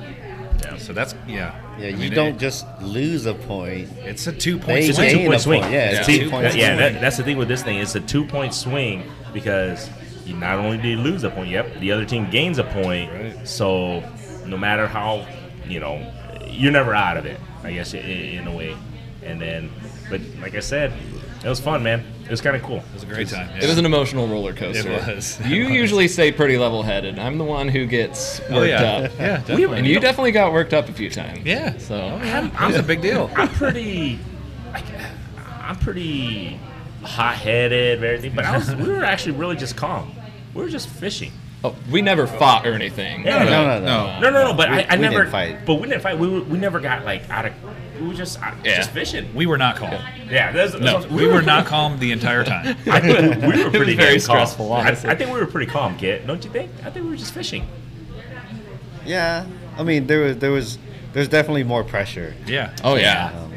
A: Yeah.
D: So that's yeah.
B: Yeah,
D: I
B: you
D: mean,
B: don't
D: it-
B: just lose a point.
D: it's a two point
B: They
A: It's a
B: gain
A: two
B: a
A: point swing.
B: point. Yeah,
A: It's
B: it's a
A: two-
B: two-point
A: that- yeah,
B: swing.
A: that- that's the thing with this thing. It's a two point swing because you not only do you lose a point, yep, the other team gains a point.
D: Right.
A: So no matter how, you know, you're never out of it, I guess, i- i- in a way. And then, but like I said, it was fun, man. It was kind of cool.
D: It was a great time.
C: It was an emotional roller coaster.
D: It was. <laughs>
C: You
D: It was.
C: usually stay pretty level-headed. I'm the one who gets worked
D: Oh, yeah.
C: up.
D: Yeah, definitely.
C: And you definitely got worked up a few times.
D: Yeah.
C: So
A: I'm,
D: It was a big deal.
A: I'm pretty, I, I'm pretty hot-headed, and everything. But I was, we were actually really just calm. We were just fishing.
C: oh, we never fought or anything.
A: Yeah.
B: No, no, no.
D: No.
A: No, no, no. But
B: We-
A: I, I
B: we
A: never
B: didn't fight.
A: But we didn't fight. We, were, we never got like out of. We were just out,
C: Yeah.
A: just fishing.
D: We were not calm.
A: Yeah, that's,
D: No,
A: that's-
D: we were not calm the entire time.
A: <laughs> I think we, we were
C: was
A: pretty
C: very
A: damn calm.
C: stressful,
A: I, I
C: honestly.
A: think we were pretty calm, kid. Don't you think? I think we were just fishing.
B: Yeah, I mean there was there was there's definitely more pressure.
D: Yeah.
C: Oh yeah.
B: Um,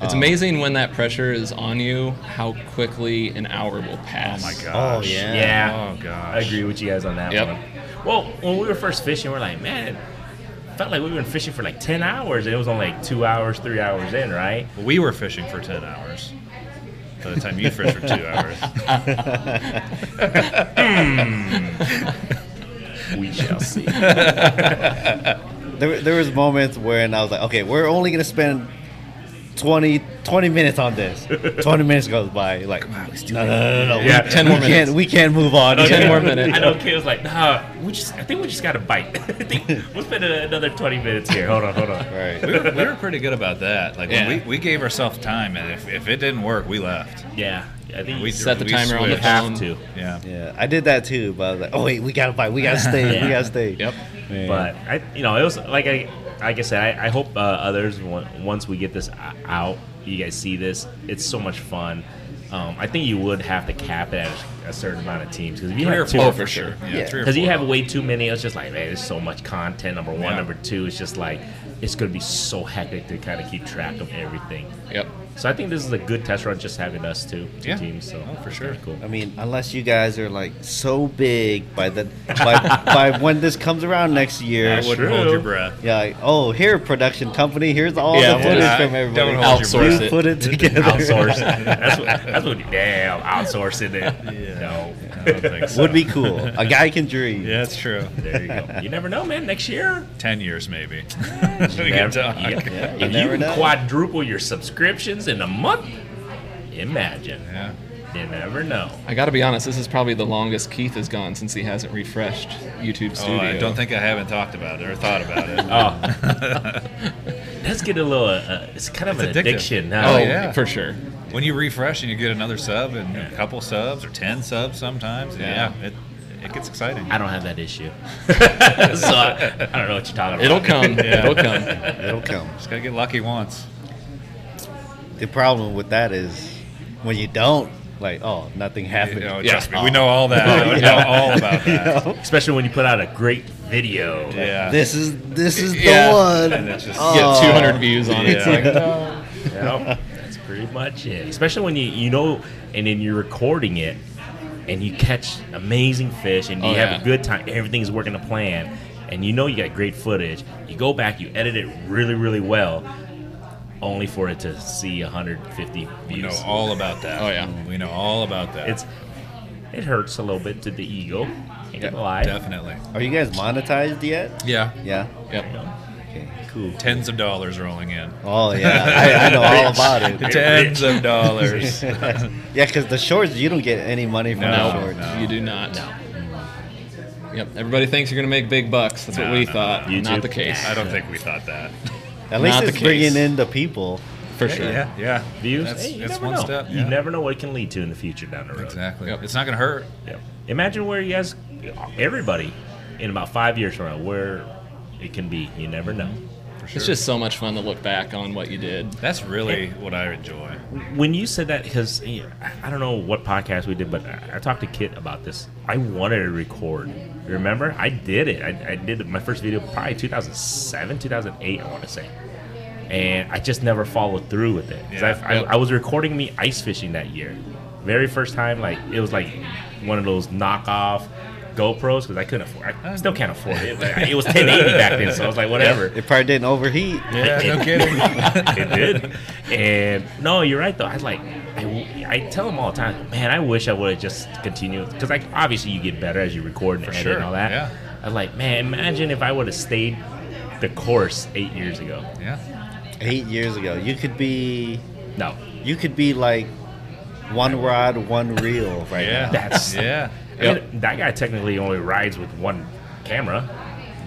C: It's amazing when that pressure is on you, how quickly an hour will
D: Oh
C: pass.
D: my
B: oh
D: gosh.
B: yeah.
A: Yeah.
D: Oh gosh.
A: I agree with you guys on that
C: Yep.
A: one. Well, when we were first fishing, we're like, man, felt like we were fishing for like ten hours, and it was only like two hours, three hours in, right?
D: We were fishing for ten hours. By the time you fished for two hours,
A: We shall see.
B: There, there was moments when I was like, okay, we're only gonna spend 20, 20 minutes on <laughs> this. Twenty minutes goes by, like no, no, no, no, no.
A: Yeah,
B: we,
A: 10
B: we
C: more minutes.
B: Can't, we can't move on.
C: Ten
B: yet.
C: more minutes.
A: I know Kid was like, nah, we just, I think we just got a bite. <laughs> I think we'll spend a, another 20 minutes here. Hold on, hold on.
D: <laughs> we
B: Right.
D: were, we were pretty good about that. Like when
C: Yeah.
D: we, we gave ourselves time, and if, if it didn't work, we left.
A: Yeah, I think
D: We
A: you
C: Set the
D: We
C: timer on the
D: switched.
C: phone.
A: have to.
D: Yeah.
B: Yeah, I did that too, but I was like, oh wait, we gotta fight. We <laughs> gotta stay.
A: Yeah.
B: We gotta stay.
C: Yep.
B: Man.
A: But I, you know, it was like I, like I said, I, I hope uh, others on- once we get this o- out, you guys see this. It's so much fun. Um, I think you would have to cap it at a certain amount of teams because if you
D: Three or
A: have two,
D: four
C: for sure.
D: Yeah.
B: Yeah.
D: Three or
A: because you
D: four.
A: have way too many, it's just like man, there's so much content. Number one,
D: Yeah.
A: number two, it's just like it's gonna be so hectic to kind of keep track of everything.
C: Yep.
A: So I think this is a good test run, just having us two, two
D: Yeah.
A: teams. So
D: Oh, for sure.
A: Cool.
B: I mean, unless you guys are like so big by the by, by when this comes around next year,
D: I
A: That's
D: wouldn't
A: true.
D: hold your breath.
B: Yeah, like, oh, here, production company, here's all
C: Yeah,
B: the footage
D: yeah.
B: from everybody.
D: Don't
C: your
D: hold
C: Outsource breath.
B: You
C: it.
B: put it together.
A: Outsource. <laughs> that's what. That's what. Damn, outsourcing it.
D: Yeah.
A: No. <laughs>
D: I don't think so.
B: <laughs> Would be cool. A guy can dream.
D: Yeah, that's true.
A: There you go. You never know, man. Next year,
D: <laughs> Ten years maybe. <laughs> we
A: never-
D: can talk.
A: yeah.
B: Yeah, you
A: if you
B: never
A: can
B: know.
A: quadruple your subscriptions in a month, imagine.
D: Yeah.
A: You never know.
C: I got to be honest. This is probably the longest Keith has gone since he hasn't refreshed YouTube Studio.
D: Oh, I don't think I haven't talked about it or thought about it.
A: Oh, let's get a little. Uh, it's kind of
D: It's
A: an
D: addictive.
A: addiction now.
C: Oh,
D: Oh, yeah.
C: for sure.
D: When you refresh and you get another sub and a couple subs or ten subs sometimes, yeah, it, it gets exciting.
A: I don't have that issue, <laughs> so I, I don't know what you're talking about.
C: It'll come.
D: <laughs> Yeah.
C: It'll come.
B: It'll come.
D: Just gotta get lucky once.
B: The problem with that is when you don't like oh nothing
D: You
B: happened.
D: know,
C: Yeah.
D: trust me, we know all that.
B: <laughs>
D: We know all about
B: You
D: that.
B: know?
A: <laughs> Especially when you put out a great video.
D: Yeah.
B: This is this is the
C: Yeah.
B: one.
D: And it's just-
C: Get
B: Oh.
C: 200 views on it. It's
D: <laughs> Yeah.
C: like, no.
A: Yeah, <laughs> that's pretty much it. Especially when you you know, and then you're recording it, and you catch amazing fish, and you
C: Oh,
A: have
C: yeah.
A: a good time. Everything's working to plan, and you know you got great footage. You go back, you edit it really, really well, only for it to see 150
D: We know
A: views.
D: all about that.
C: Oh, yeah.
D: We know all about that.
A: It's it hurts a little bit to the ego. Ain't
C: Yeah,
A: gonna lie.
D: definitely.
B: Are you guys monetized yet?
D: Yeah.
B: Yeah.
A: You
C: Yep.
A: know,
B: Okay.
A: Cool.
D: Tens of dollars rolling in.
B: Oh
D: <laughs>
B: yeah, I, I know all about it.
D: Tens of dollars.
B: yeah, because the shorts you don't get any money from
D: No,
B: the
C: No,
B: shorts.
D: no.
C: you do not. Yep. Everybody thinks you're going to make big bucks. That's
D: No,
C: what we
D: no,
C: thought.
A: no.
C: Not
A: YouTube?
C: the case.
D: I don't think we thought that.
B: At least
C: Not the
B: it's bringing
C: case.
B: in the people.
C: For sure.
D: yeah.
A: Views.
D: That's,
A: Hey, you
D: that's
A: never
D: one
A: know.
D: step.
A: You
D: yeah.
A: never know what it can lead to in the future down the road.
D: Exactly.
C: Yep.
D: It's not gonna hurt.
A: Yeah. Imagine where you guys, everybody, in about five years from now, where it can be. You never know.
D: For sure.
C: It's just so much fun to look back on what you did.
D: that's really what I enjoy.
A: When you said that, because I don't know what podcast we did, but I I talked to Kit about this. I wanted to record. Remember, I did it. I, I did my first video probably 2007, 2008, I want to say. And I just never followed through with it. 'Cause
D: Yeah.
A: I, I, I was recording me ice fishing that year. Very first time, like, it was like one of those knockoff GoPros because I couldn't afford I still can't afford it.
D: <laughs>
A: Like, it was 1080 back then, so I was like, whatever.
B: It probably didn't overheat.
D: Yeah, <laughs> no kidding.
A: <laughs> it did. And no, you're right though. I like, I, I tell them all the time, man. I wish I would have just continued because like obviously you get better as you record and edit
D: sure,
A: and all that.
D: yeah.
A: I'm like, man, imagine if I would have stayed the course eight years ago.
D: yeah.
B: Eight years ago, you could be,
A: No,
B: you could be like one rod, one reel right
D: Yeah.
B: now.
A: That's-
D: yeah.
A: I mean, that guy technically only rides with one camera.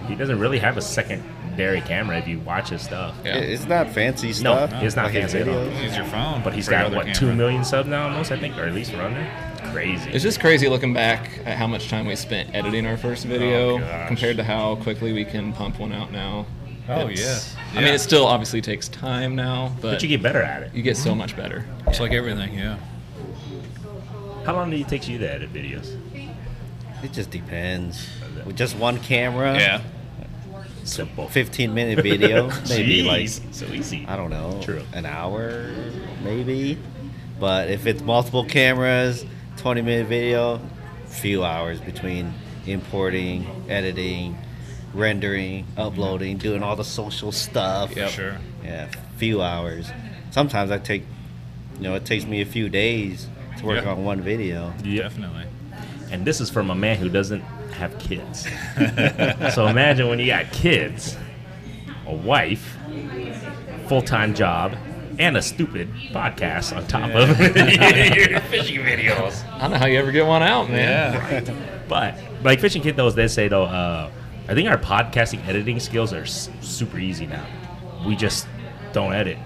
A: He doesn't really have a secondary camera if you watch his stuff.
C: Yeah.
B: It- It's not fancy
A: No,
B: stuff.
A: it's not
B: like his
A: fancy at all.
B: videos.
D: Use your phone.
A: But he's
D: for your
A: got
D: other
A: what
D: camera.
A: two million subs now, almost I think, or at least around there. Crazy.
C: It's just crazy looking back at how much time we spent editing our first video
D: Oh, gosh.
C: compared to how quickly we can pump one out now.
D: Oh yeah.
C: It's-
D: yeah.
C: I mean, it still obviously takes time now, but,
A: but you get better at it.
C: you get so much better.
D: it's like everything. Yeah.
A: How long did it take you to edit videos?
B: It just depends. With just one camera,
D: Yeah.
A: Simple.
B: 15
A: <laughs>
B: minute video, maybe like
A: Jeez, so easy.
B: I don't know,
A: True.
B: an hour maybe. But if it's multiple cameras, 20 minute video, few hours between importing, editing, rendering, uploading, doing all the social stuff.
D: Yep. Sure.
B: Yeah, few hours. Sometimes I take, you know, it takes me a few days to work
D: Yeah.
B: on one video.
D: Definitely.
A: And this is from a man who doesn't have kids. <laughs> so imagine when you got kids, a wife, full time job, and a stupid podcast on top of <laughs>
B: <laughs>
A: your fishing videos.
C: I don't know how you ever get one out, man.
D: Yeah.
A: But like fishing kid those they say though, uh, I think our podcasting editing skills are s- super easy now. We just don't edit.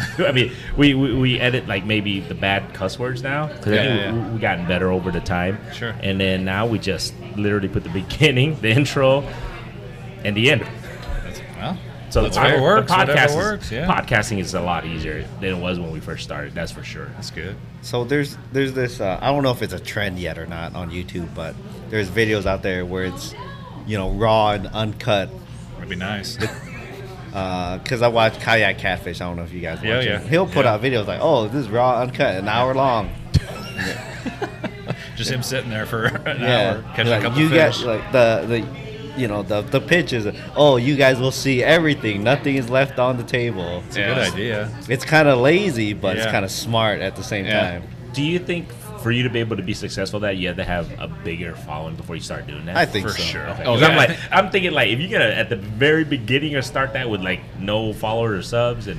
A: <laughs> I mean, we, we, we edit like maybe the bad cuss words now because
C: Yeah,
D: yeah.
A: we, we gotten better over the time.
D: Sure.
A: And then now we just literally put the beginning, <laughs> the intro, and the end.
B: <laughs>
D: That's, well.
A: So
D: that's
A: the,
D: whatever
A: the
D: works.
A: podcast is-
D: whatever works. Yeah.
A: podcasting is a lot easier than it was when we first started. That's for sure.
D: that's good.
B: So there's there's this uh, I don't know if it's a trend yet or not on YouTube, but there's videos out there where it's you know raw and uncut.
D: That'd be nice.
B: Because I watch Kayak Catfish. I don't know if you guys watch
D: Yeah,
B: him.
D: yeah.
B: He'll put out videos like, oh, this is raw, uncut, an hour long.
D: <laughs> Just him sitting there for <laughs> an hour,
B: yeah,
D: catching
B: like,
D: a couple
B: you
D: fish.
B: guys like the the you know the the pitches. Oh, you guys will see everything. Nothing is left on the table.
D: it's a good idea.
B: It's kind of lazy, but it's
D: Yeah.
B: kind of smart at the same
D: Yeah.
B: time.
A: Do you think for you to be able to be successful at that you had to have a bigger following before you start doing that?
B: I think
D: For
B: so.
D: sure.
A: Okay.
C: Oh,
A: 'Cause
C: yeah.
A: I'm like, I'm thinking like, if you gotta at the very beginning or start that with like no followers or subs, and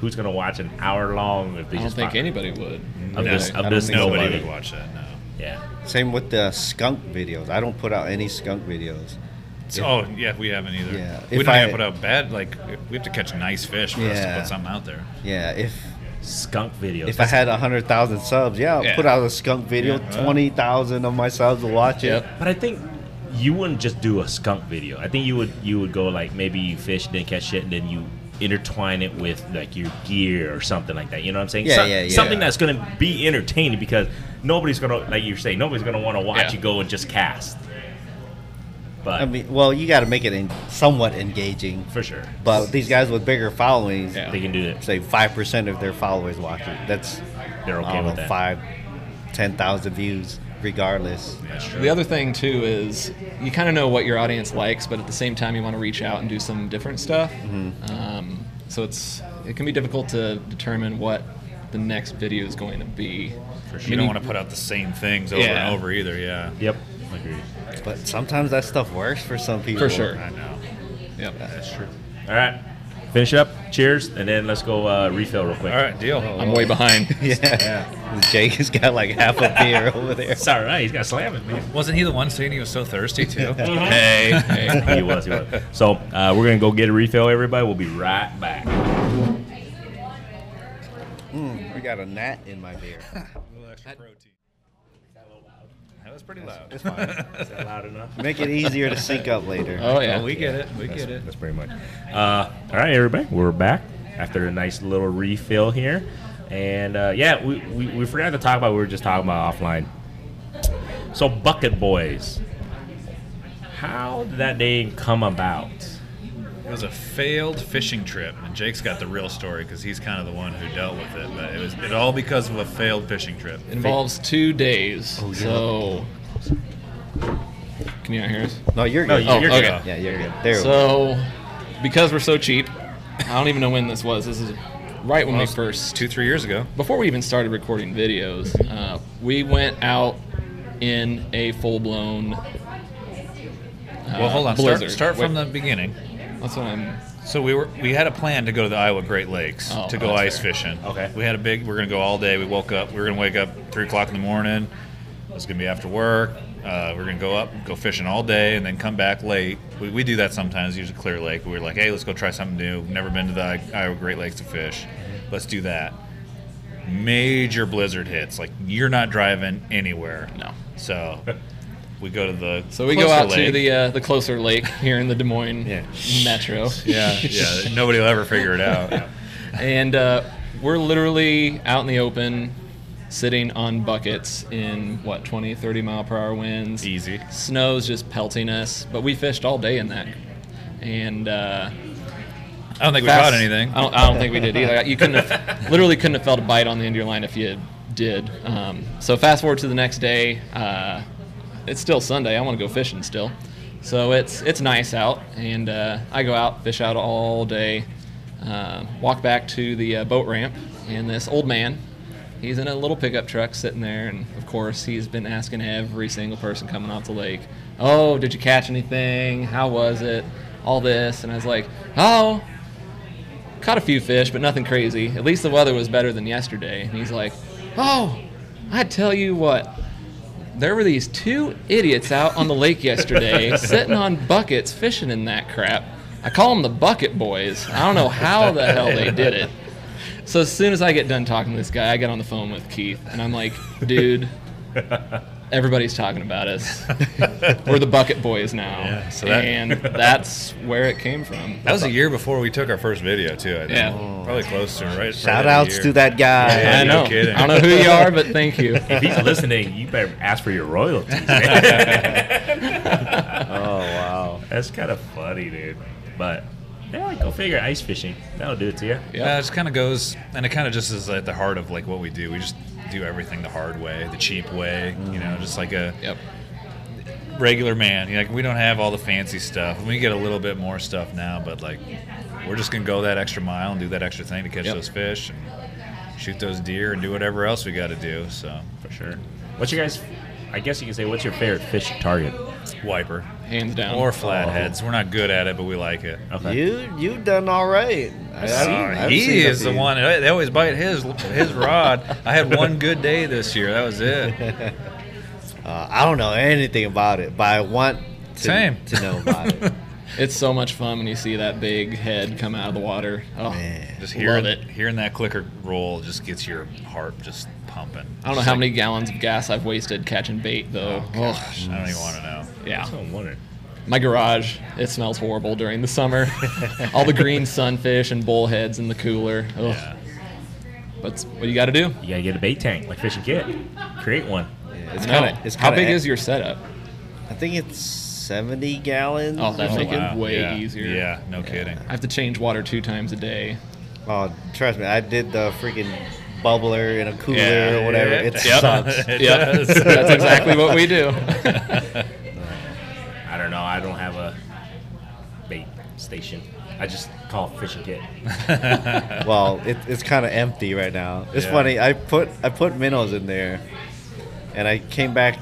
A: who's gonna watch an hour long if they
C: I don't
A: just
C: think
A: pop-
C: anybody would.
A: of
C: really.
A: this
B: I
A: of
B: don't
A: this
B: think so.
D: Nobody
A: nobody.
D: would watch that now.
A: Yeah,
B: Same with the skunk videos. I don't put out any skunk videos.
D: So, oh yeah, we haven't either.
B: Yeah.
D: We
B: If
D: don't
B: I-
D: have to put out bad. Like we have to catch nice fish for us to
B: Yeah.
D: put something out there.
B: Yeah, if
A: skunk videos.
B: if I had hundred thousand subs, yeah, I'll
D: Yeah.
B: put out a skunk video.
D: Yeah, right.
B: Twenty thousand of my subs will watch it.
C: Yep.
A: but I think you wouldn't just do a skunk video. I think you would you would go like maybe you fish, didn't catch shit, and then you intertwine it with like your gear or something like that. You know what I'm saying?
B: Yeah,
A: So-
B: yeah, yeah.
A: Something that's going to be entertaining because nobody's going to, like you're saying, nobody's going to want to watch
C: Yeah.
A: you go and just cast. But
B: I mean, well, you got to make it in somewhat engaging.
A: for sure,
B: But these guys with bigger followings,
C: Yeah.
A: they can do that.
B: say five percent of their followers watch it. That's
A: They're
B: I
A: okay
B: don't
A: with
B: know,
A: that.
B: five, ten thousand views, regardless.
A: That's true.
C: The other thing too is you kind of know what your audience likes, but at the same time you want to reach out and do some different stuff. Um, so it's it can be difficult to determine what the next video is going to be.
A: For
D: You don't want to put out the same things over
C: Yeah.
D: and over either. Yeah.
A: Yep. Agreed.
B: But sometimes that stuff works for some people.
C: <laughs> For
B: <laughs>
C: sure.
D: I know.
C: Yep.
A: That's true. All right. Finish up. Cheers, and then let's go uh, refill real quick.
D: All right, deal.
C: I'm way behind.
B: Yeah. Jake has got like half a <laughs> beer over there.
A: It's all right. He's got slamming, man.
D: Wasn't he the one saying he was so thirsty <laughs> too?
A: <laughs>
C: hey, hey.
A: he was. He was. So uh, we're gonna go get a refill, everybody. We'll be right back.
B: We got a gnat in my beer.
D: That was pretty loud.
B: It's fine.
A: Is that loud enough?
B: Make it easier to sync up later.
C: <laughs> Oh yeah.
D: Well, we get it. We get it.
A: That's pretty much. Uh, all right, everybody, we're back after a nice little refill here, and uh, yeah, we, we we forgot to talk about. what We were just talking about offline. So bucket boys, how did that name come about?
D: It was a failed fishing trip, and Jake's got the real story because he's kind of the one who dealt with it. But it was it all because of a failed fishing trip.
C: Involves two days. so can you not hear us?
B: No, you're
A: No,
B: good. Oh.
A: you- you're
C: Oh, okay.
A: good.
B: Yeah, you're good. There. we go.
C: So because we're so cheap, I don't even know when this was. This is right when we first
D: Two three years ago.
C: before we even started recording videos, uh, we went out in a full blown.
D: well, hold on. Start,
C: Uh, Blizzard.
D: start from
C: Wait.
D: the beginning.
C: That's what I'm.
D: So we were we had a plan to go to the Iowa Great Lakes
C: Oh,
D: to go
C: that's
D: ice
C: fair.
D: fishing.
A: Okay.
D: We had a big. We are gonna go all day. We woke up. We were gonna wake up three o'clock in the morning. It was gonna be after work. Uh, we are gonna go up, go fishing all day, and then come back late. We, we do that sometimes. Usually Clear Lake. We were like, hey, let's go try something new. We've never been to the I- Iowa Great Lakes to fish. Let's do that. Major blizzard hits. Like you're not driving anywhere.
C: No.
D: So. We go to the
C: So we go
D: closer
C: out to
D: lake.
C: the uh, the closer lake here in the Des Moines
B: Yeah.
C: metro,
D: <laughs> yeah
C: <laughs>
D: yeah nobody will ever figure it out
C: and uh, we're literally out in the open, sitting on buckets in what 20, 30 mile per hour winds.
D: easy
C: Snow's just pelting us, but we fished all day in that, and. Uh,
D: I don't think we
C: Fast-
D: caught anything
C: I don't, I don't think we did either. You couldn't have, <laughs> literally couldn't have felt a bite on the end of your line if you did. Um, so fast forward to the next day. Uh, it's still Sunday. I want to go fishing still. So it's it's nice out, and uh, I go out fish out all day. Uh, walk back to the uh, boat ramp, and this old man, he's in a little pickup truck sitting there, and of course he's been asking every single person coming off the lake, "Oh, did you catch anything? How was it?" All this, and I was like, "Oh, caught a few fish, but nothing crazy. At least the weather was better than yesterday. And he's like, Oh, I tell you what, there were these two idiots out on the lake
D: <laughs>
C: yesterday, sitting on buckets fishing in that crap. I call them the bucket boys. I don't know how the hell they did it. So as soon as I get done talking to this guy, I get on the phone with Keith, and I'm like, dude. Everybody's talking about us. We're the Bucket Boys now,
D: Yeah, so that-
C: and that's where it came from.
D: That was a year before we took our first video too. I think.
C: Yeah.
D: probably close to right.
B: Shout outs to that guy.
D: Yeah,
C: I
D: no
C: know.
D: kidding.
C: I don't know who you are, but thank you.
A: If he's listening, you better ask for your royalties. man.
B: <laughs> Oh wow.
A: That's kind of funny, dude. But yeah, go figure. Ice fishing. That'll do it to you.
D: Yeah, Uh, it just kind of goes, and it kind of just is at the heart of like what we do. We just do everything the hard way, the cheap way. You know, just like a
C: Yep.
D: regular man. You know, like we don't have all the fancy stuff. We get a little bit more stuff now, but like we're just gonna go that extra mile and do that extra thing to catch
C: Yep.
D: those fish and shoot those deer and do whatever else we got to do. So
A: For sure. What's your guys? I guess you can say, what's your favorite fish target?
D: wiper
C: Hands down.
D: or flatheads. We're not good at it, but we like it.
B: You you done all right. I- I don't-
D: Oh,
B: I've
D: he
B: seen a
D: is the
B: few.
D: one. They always bite his his rod. I had one good day this year. That
C: <laughs>
D: was it.
B: Uh, I don't know anything about it, but I want to,
D: Same.
B: to know about it.
C: Oh, it's so much fun when you see that big head come out of the water. Oh,
B: Man.
D: Just hearing
C: Love it.
D: hearing that clicker roll just gets your heart just pumping.
C: I don't know how many gallons of gas I've wasted catching bait though. Oh,
D: I don't even want to know.
C: yeah.
A: That's what I'm wondering.
C: My garage, it smells horrible during the summer. All the green sunfish and bullheads in the cooler. Ugh.
D: Yeah.
C: That's what you got to do.
A: You gotta get a bait tank like Fish and Kid. Create one.
B: Yeah, it's
C: No.
B: kind of. It's
C: How
B: kinda e-
C: big
B: ac-
C: is your setup?
B: I think it's seventy gallons.
C: Oh, that's
B: or
C: a
B: something.
C: Make it way
D: yeah.
C: easier.
D: Yeah, no kidding.
C: I have to change water two times a day.
B: Oh, trust me, I did the freaking bubbler in a cooler
D: Yeah,
B: or whatever.
D: yeah.
B: It
D: Yep.
B: sucks.
D: It
C: Yep,
D: does.
C: that's exactly what we do.
A: I don't know. I don't have a bait station. I just call Fish and
B: <laughs>
A: Kid.
B: well, it, it's kind of empty right now. It's
D: Yeah.
B: funny. I put I put minnows in there, and I came back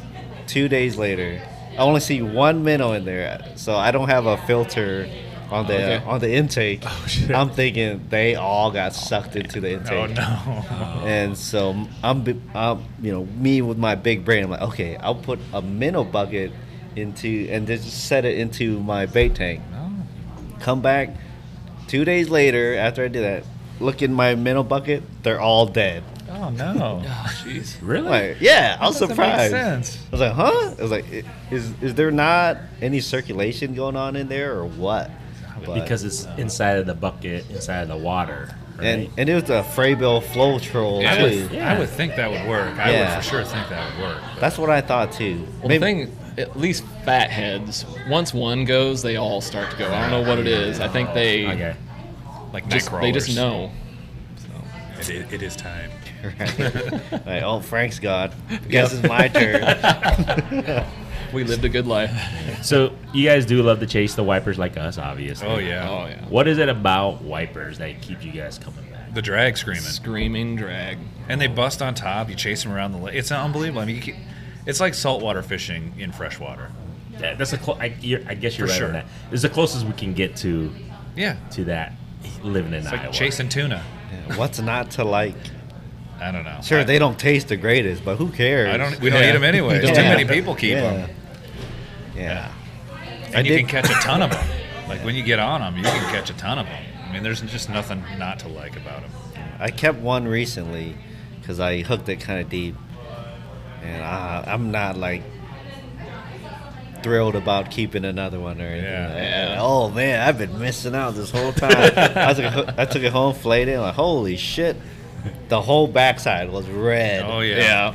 B: two days later. I only see one minnow in there, so I don't have a filter on the
C: Okay.
B: on the intake.
D: Oh, shit.
B: I'm thinking they all got sucked into the intake.
C: <laughs>
D: Oh no.
B: And so I'm, bi- I'm, you know, me with my big brain, I'm like, okay, I'll put a minnow bucket into and just set it into my bait tank.
D: No.
B: Come back two days later after I did that, look in my minnow bucket, they're all dead.
D: Oh no.
C: Oh, jeez.
A: Really?
B: Like, yeah, I was
D: Doesn't make
B: surprised.
D: sense.
B: I was like, huh? I was like, "I- is is there not any circulation going on in there or what? But-
A: because it's inside of the bucket, inside of the water. Right?
B: and and it was a Freybill flow troll
D: I
B: too.
D: would, I would think that would work. I
B: Yeah.
D: would for sure think that would work. but-
B: That's what I thought too.
C: Well, the thing, at least fatheads, once one goes, they all start to go. I don't know what it is. I think they
A: okay.
D: like
C: just
D: night
C: they just
D: crawlers.
C: know.
D: It, it- it is time.
B: Right. Like, oh, Frank's gone. <laughs> Guess it's my <laughs> turn.
C: We lived a good life.
A: So you guys do love to chase the wipers like us, obviously.
D: Oh yeah.
C: Oh yeah.
A: What is it about wipers that keep you guys coming back?
D: The drag screaming.
C: Screaming drag.
D: And they bust on top. You chase them around the lake. It's unbelievable. I mean, you keep, it's like saltwater fishing in freshwater.
A: That, that's a clo- I, you're, I guess you're
D: For
A: right
D: sure.
A: on that. It's the closest we can get to
D: Yeah.
A: to that living in
D: It's
A: Iowa.
D: like chasing tuna.
B: What's not to like?
D: I don't know.
B: Sure,
D: I,
B: they don't taste the greatest, but who cares?
D: I don't. We don't eat
C: Yeah.
D: 'em eat them anyway. Too
C: Don't.
D: many people keep
B: yeah.
D: them,
B: Yeah.
D: and
B: I
D: you
B: did-
D: can catch a ton of them. Like when you get on them, you can catch a ton of them. I mean, there's just nothing not to like about them.
B: I kept one recently because I hooked it kind of deep, and I, I'm not like thrilled about keeping another one or anything.
D: Yeah.
B: like
C: Yeah.
B: that. Oh man, I've been missing out this whole time. I took it, ho- I took it home, flayed it, like holy shit. The whole backside was red.
D: Oh yeah.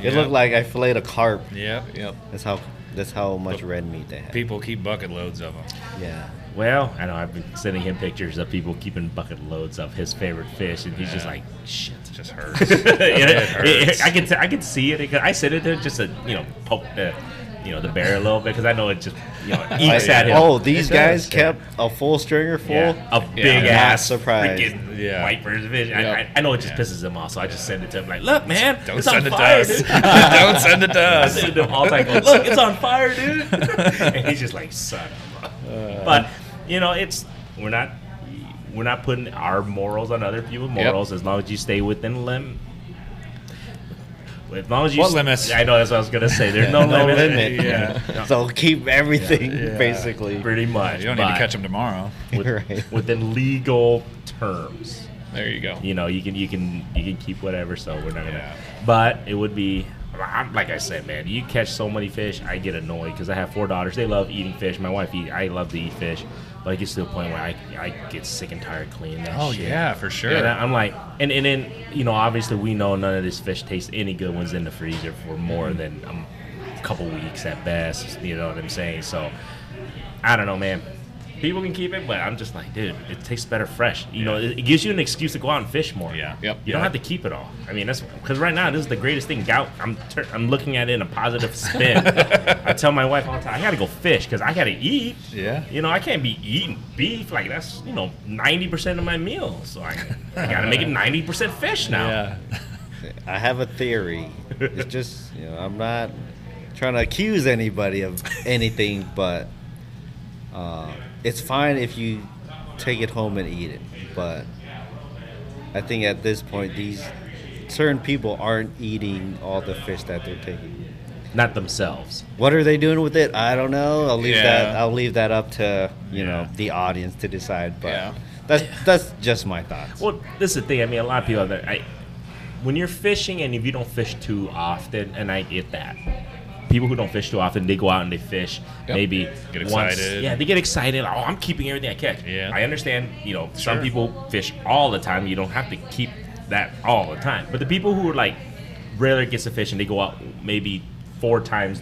C: Yeah.
B: It looked like I filleted a carp.
D: Yep.
C: Yep.
B: That's how that's how much red meat they have.
D: People keep bucket loads of them.
B: Yeah.
A: Well, I know I've been sending him pictures of people keeping bucket loads of his favorite fish, and he's just like,
D: <laughs>
A: shit.
D: It just hurts.
A: <laughs> Yeah,
D: it hurts.
A: I can t- I can see it. it- I said it there just to you know poke the you know the bear a little bit because I know it just you
D: <laughs>
A: know eats
B: Like,
A: at him.
B: Oh, these
D: It
B: guys
D: does,
B: kept a full stringer full.
A: Yeah, a big
C: Yeah.
A: ass
B: Not surprised.
A: freaking
D: Yeah.
A: wipers fish. I,
C: Yeah.
A: I, I know it just pisses him off, so I just send it to him like, look, man,
D: Don't
A: it's on
D: send it to
A: fire,
D: us.
A: dude.
D: <laughs>
A: <laughs>
D: Don't send it to
A: I
D: us.
A: send it to him all the time. Going, look, it's on fire, dude.
D: <laughs>
A: and he's just like, son of a. <laughs>
D: Uh.
A: but you know, it's we're not we're not putting our morals on other people's
C: Yep.
A: morals as long as you stay within lim. As long as you
D: What
A: s-
D: limits?
A: I know that's what I was gonna say. There's
D: <laughs>
A: no,
B: Oh, No
A: limit.
B: limit.
D: Yeah.
B: So keep everything
D: Yeah.
B: basically.
A: <laughs> Pretty much.
D: You don't need to
A: but
D: catch them tomorrow.
A: with-
D: <laughs>
B: Right.
A: within legal terms.
C: There you go.
A: you know you can you can you can keep whatever so we're not gonna
D: Yeah.
A: but it would be I'm, like i said man you catch so many fish i get annoyed because i have four daughters they love eating fish my wife eat i love to eat fish but it gets to the point where i, I get sick and tired cleaning that
D: Oh
A: shit.
D: yeah, for sure.
A: And I- I'm like, and, and then, you know, obviously we know none of this fish tastes any good ones in the freezer for more than um, a couple weeks at best. You know what I'm saying? So, I don't know, man. People can keep it, but I'm just like, dude, it tastes better fresh. You know, it, it gives you an excuse to go out and fish more.
D: Yeah.
C: Yep.
A: You don't have to keep it all. I mean, that's because right now this is the greatest thing. Gout. I'm tur I'm looking at it in a positive
D: <laughs>
A: spin. I tell my wife all the time, I gotta go fish because I gotta eat.
D: Yeah.
A: You know, I can't be eating beef like that's you know ninety percent of my meal. So I, I gotta make it ninety percent fish now.
D: Yeah.
B: I have a theory. It's just you know I'm not trying to accuse anybody of anything, but uh, it's fine if you take it home and eat it. But I think at this point these certain people aren't eating all the fish that they're taking.
A: Not themselves.
B: What are they doing with it? I don't know. I'll leave that.
D: Yeah.
B: I'll leave that up to you know
D: Yeah.
B: the audience to decide. But
C: Yeah.
B: that's that's just my thoughts.
A: Well, this is the thing. I mean, a lot of people out there. I, when you're fishing and if you don't fish too often, and I get that, people who don't fish too often, they go out and they fish.
C: Yep.
A: Maybe
D: Get
A: once-
D: excited.
A: yeah, they get excited. Oh, I'm keeping everything I catch.
D: Yeah.
A: I understand. You know, some
D: Sure.
A: people fish all the time. You don't have to keep that all the time. But the people who are like rarely gets to fish and they go out maybe four times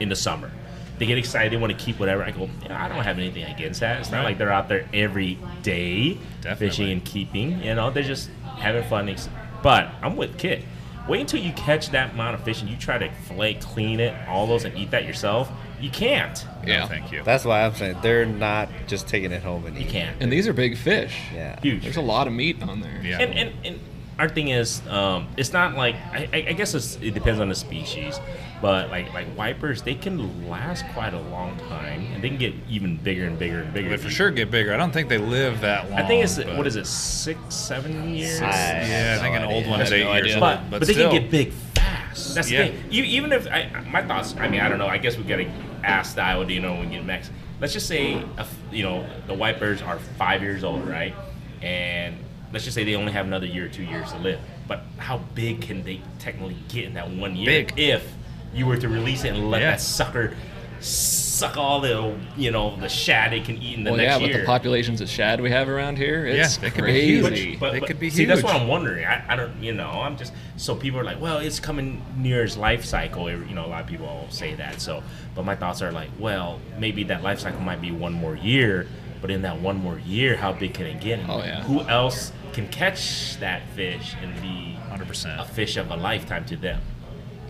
A: in the summer. They get excited. They want to keep whatever. I go. You know, I don't have anything against that. It's not
D: Right.
A: like they're out there every day
D: Definitely.
A: fishing and keeping. You know, they're just having fun. ex- But I'm with Kit. Wait until you catch that amount of fish and you try to fillet, clean it, all those, and eat that yourself. You can't.
D: No,
C: Yeah.
D: thank you.
B: That's why I'm saying they're not just taking it home and
A: You
B: eating.
A: can't.
C: And these are big fish.
B: Yeah.
A: Huge.
C: There's a lot of meat on there.
D: yeah.
A: And, and, and our thing is, um, it's not like I, I I guess it's, it depends on the species, but like like wipers, they can last quite a long time, and they can get even bigger and bigger and bigger.
D: they for sure get bigger. I don't think they live that long.
A: I think it's
D: but-
A: what is it, six, seven years?
B: Six. I
D: Yeah,
B: have
D: I think
B: no
D: an old
B: idea.
D: one
C: I
D: is
C: have
D: eight
C: no
D: years
C: idea.
D: old.
A: but, but, they
D: still,
A: can get big fast. That's
D: Yeah.
A: the thing. You, even if I, my thoughts, I mean, I don't know. I guess we gotta ask the Iodino when we get next. Let's just say, a f you know, the white birds are five years old, right? And let's just say they only have another year or two years to live. But how big can they technically get in that one year?
D: Big.
A: If you were to release it and let
D: Yeah.
A: that sucker suck all the, you know, the shad it can eat in the
C: Well, yeah,
A: next
C: with
A: year.
C: the populations of shad we have around here,
D: Yeah,
C: it's
D: they could be huge.
C: crazy.
D: They could be
A: see, that's what
D: huge.
A: I'm wondering. I, I don't, you know, I'm just so people are like, well, it's coming near its life cycle. You know, a lot of people all say that. So, but my thoughts are like, well, maybe that life cycle might be one more year, but in that one more year, how big can it get? And
C: Oh, yeah.
A: Who else can catch that fish and be
D: 100%.
A: a fish of a lifetime to them?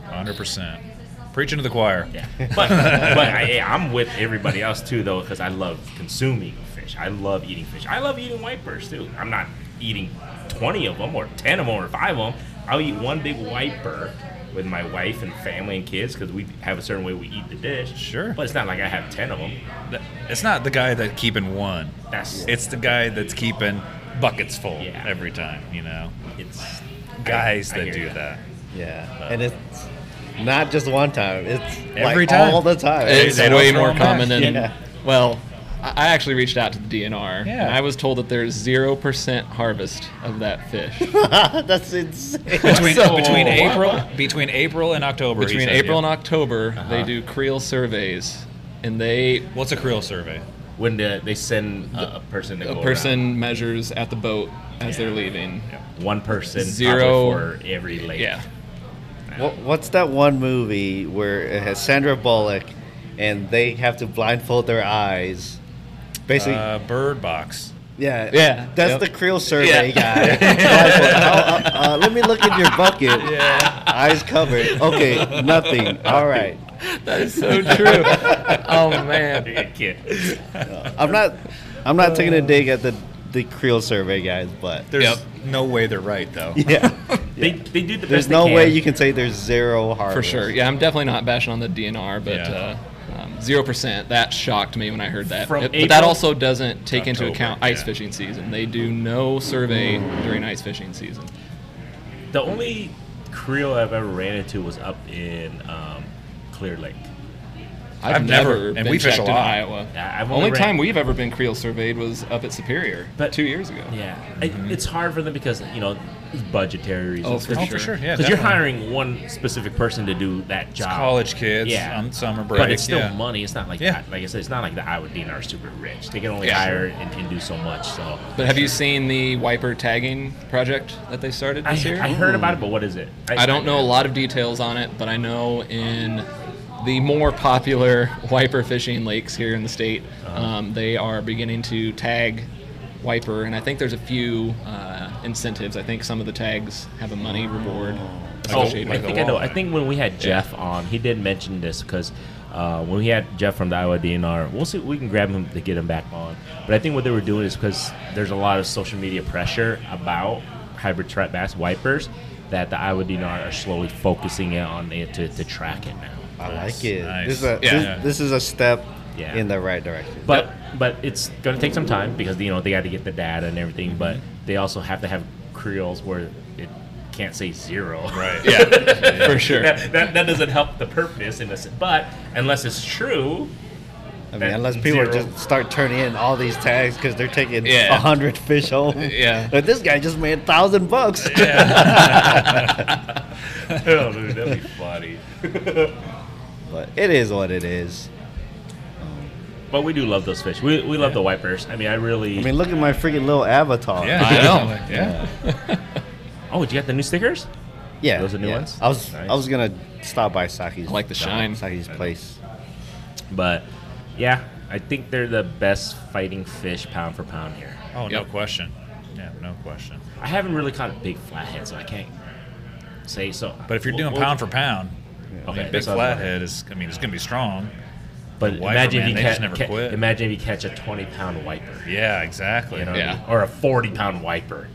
D: 100%. Preaching to the choir.
A: Yeah. But but I, I'm with everybody else too though because I love consuming fish. I love eating fish. I love eating white birds too. I'm not eating 20 of them or 10 of them or five of them. I'll eat one big white bird with my wife and family and kids because we have a certain way we eat the dish.
D: Sure.
A: But it's not like I have 10 of them.
D: Th- It's not the guy that keeping one.
A: That's it's
D: It's the guy that's keeping buckets full
A: Yeah.
D: every time, you know?
A: it's
D: Guys
A: I
D: that
A: hear
D: do
A: ya. <laughs>
D: that.
B: Yeah. and it's not just one time. It's
D: Every
B: like
D: time.
B: all the time.
C: It's
D: They don't
C: way
D: throw
C: more
D: 'em back.
C: common than.
B: Yeah.
C: Well, I I actually reached out to the DNR,
D: Yeah.
C: and I was told that there's zero percent harvest of that fish
B: <laughs> That's insane.
D: <laughs> Between,
C: So-
A: <laughs>
D: between
C: Whoa.
D: April between April and October. he
C: between
D: said,
C: April
D: yeah.
C: and October. They do creel surveys, and they
D: What's a Creole survey?
A: when the, they send a, a person to
C: a
A: go
C: person measures at the boat as they're leaving.
A: around. one person
C: Zero-
A: probably for every lake. <laughs>
C: Yeah.
B: What, what's that one movie where it has Sandra Bullock and they have to blindfold their eyes? Basically,
D: Uh, bird box.
B: yeah,
C: yeah,
B: That's
C: yep.
B: the Creel survey
C: Yeah.
B: guy. Blindfold. Oh, uh, uh, let me look in your bucket. Eyes covered. Okay, nothing. All right.
C: That is so true. <laughs> oh man.
A: Kid.
B: I'm not. I'm not taking a dig at the the Creel survey guys, but
D: There's
C: Yep.
D: no way they're right though.
B: <laughs> yeah,
A: They, they do the
B: there's
A: best they
B: no
A: can.
B: way you can say there's zero harvest.
C: For sure. Yeah, I'm definitely not bashing on the DNR,
D: Yeah.
C: but uh, um, zero percent. That shocked me when I heard that.
A: From
C: It- but that
A: April
C: also doesn't take into
D: October,
C: account ice
D: yeah.
C: fishing season. They do no survey during ice fishing season.
A: The only Creole I've ever ran into was up in um, Clear Lake.
C: I've,
D: I've
C: never,
D: never-
C: been
D: and we fish a
C: checked in
D: lot.
C: Iowa.
A: Yeah, I've only
C: only
A: ran-
C: time we've ever been creel surveyed was up at Superior
A: But-
C: two years ago.
A: Yeah, I- it's hard for them because you know it's budgetary
C: Oh,
A: reasons.
C: for
D: Oh,
C: sure.
D: for sure. Yeah,
A: Because you're
D: definitely.
A: hiring one specific person to do that
D: It's
A: job.
D: college kids
A: Yeah.
D: on summer break.
A: But it's still
D: yeah.
A: money. It's not like
D: Yeah.
A: like I said. It's not like the Iowa Dean are super rich. They can only
C: Yeah.
A: hire and, and do so much. So
C: But have you seen the wiper tagging project that they started
A: I,
C: this year?
A: I heard about it, but what is it?
C: I don't know a lot of details on it, but I know in the more popular <laughs> wiper fishing lakes here in the state,
D: Uh-huh.
C: um, they are beginning to tag wiper, and I think there's a few uh, incentives. I think some of the tags have a money reward
A: Oh, I
C: associated
A: think
D: like
C: with
D: a
A: I know.
D: walleye.
A: I think when we had Jeff on, he did mention this because uh, when we had Jeff from the Iowa DNR, we'll see. We can grab him to get him back on. But I think what they were doing is because there's a lot of social media pressure about hybrid trap bass wipers that the Iowa DNR are slowly focusing it on it to, to track it now.
B: I like it.
D: Nice.
B: This is a
C: Yeah.
B: this, this is a step
A: Yeah.
B: in the right direction.
A: But but it's gonna take some time because you know they got to get the data and everything. But they also have to have creoles where it can't say zero.
D: Right. Yeah.
C: it. <laughs> For sure.
A: that, that, that doesn't help the purpose in this. But unless it's true, <laughs>
B: I mean,
A: That
B: unless people
A: zero.
B: just start turning in all these tags because they're taking a
C: Yeah.
B: hundred fish home.
C: Yeah.
B: <laughs> But this guy just made a thousand bucks.
A: oh, dude, that'd be funny.
B: <laughs> But it is what it is. Um,
A: But we do love those fish. We, we love the white bears. I mean, I really.
B: I mean, look at my freaking little avatar.
D: Yeah,
C: I know.
D: definitely. Yeah.
A: oh, did you got the new stickers?
B: yeah.
A: Those are new
B: yeah.
A: ones?
B: I was
A: Nice.
B: I was gonna stop by Saki's.
C: I like the shine.
B: Saki's place. <laughs>
A: But yeah, I think they're the best fighting fish pound for pound here.
D: Oh, no
C: Yep.
D: question. Yeah, no question.
A: I haven't really caught a big flathead, so I can't say so.
D: But if you're
A: What-
D: doing
A: what-
D: pound for pound, I mean,
A: Okay,
D: big
A: that's what I was
D: flathead is. I mean, it's gonna be strong.
A: But
D: The wiper,
A: imagine
D: man,
A: if
D: they
A: you catch,
D: just never
A: ca-
D: quit.
A: imagine if you catch a 20 pound wiper,
D: Yeah, exactly.
A: you know,
C: Yeah.
A: or a 40 pound wiper.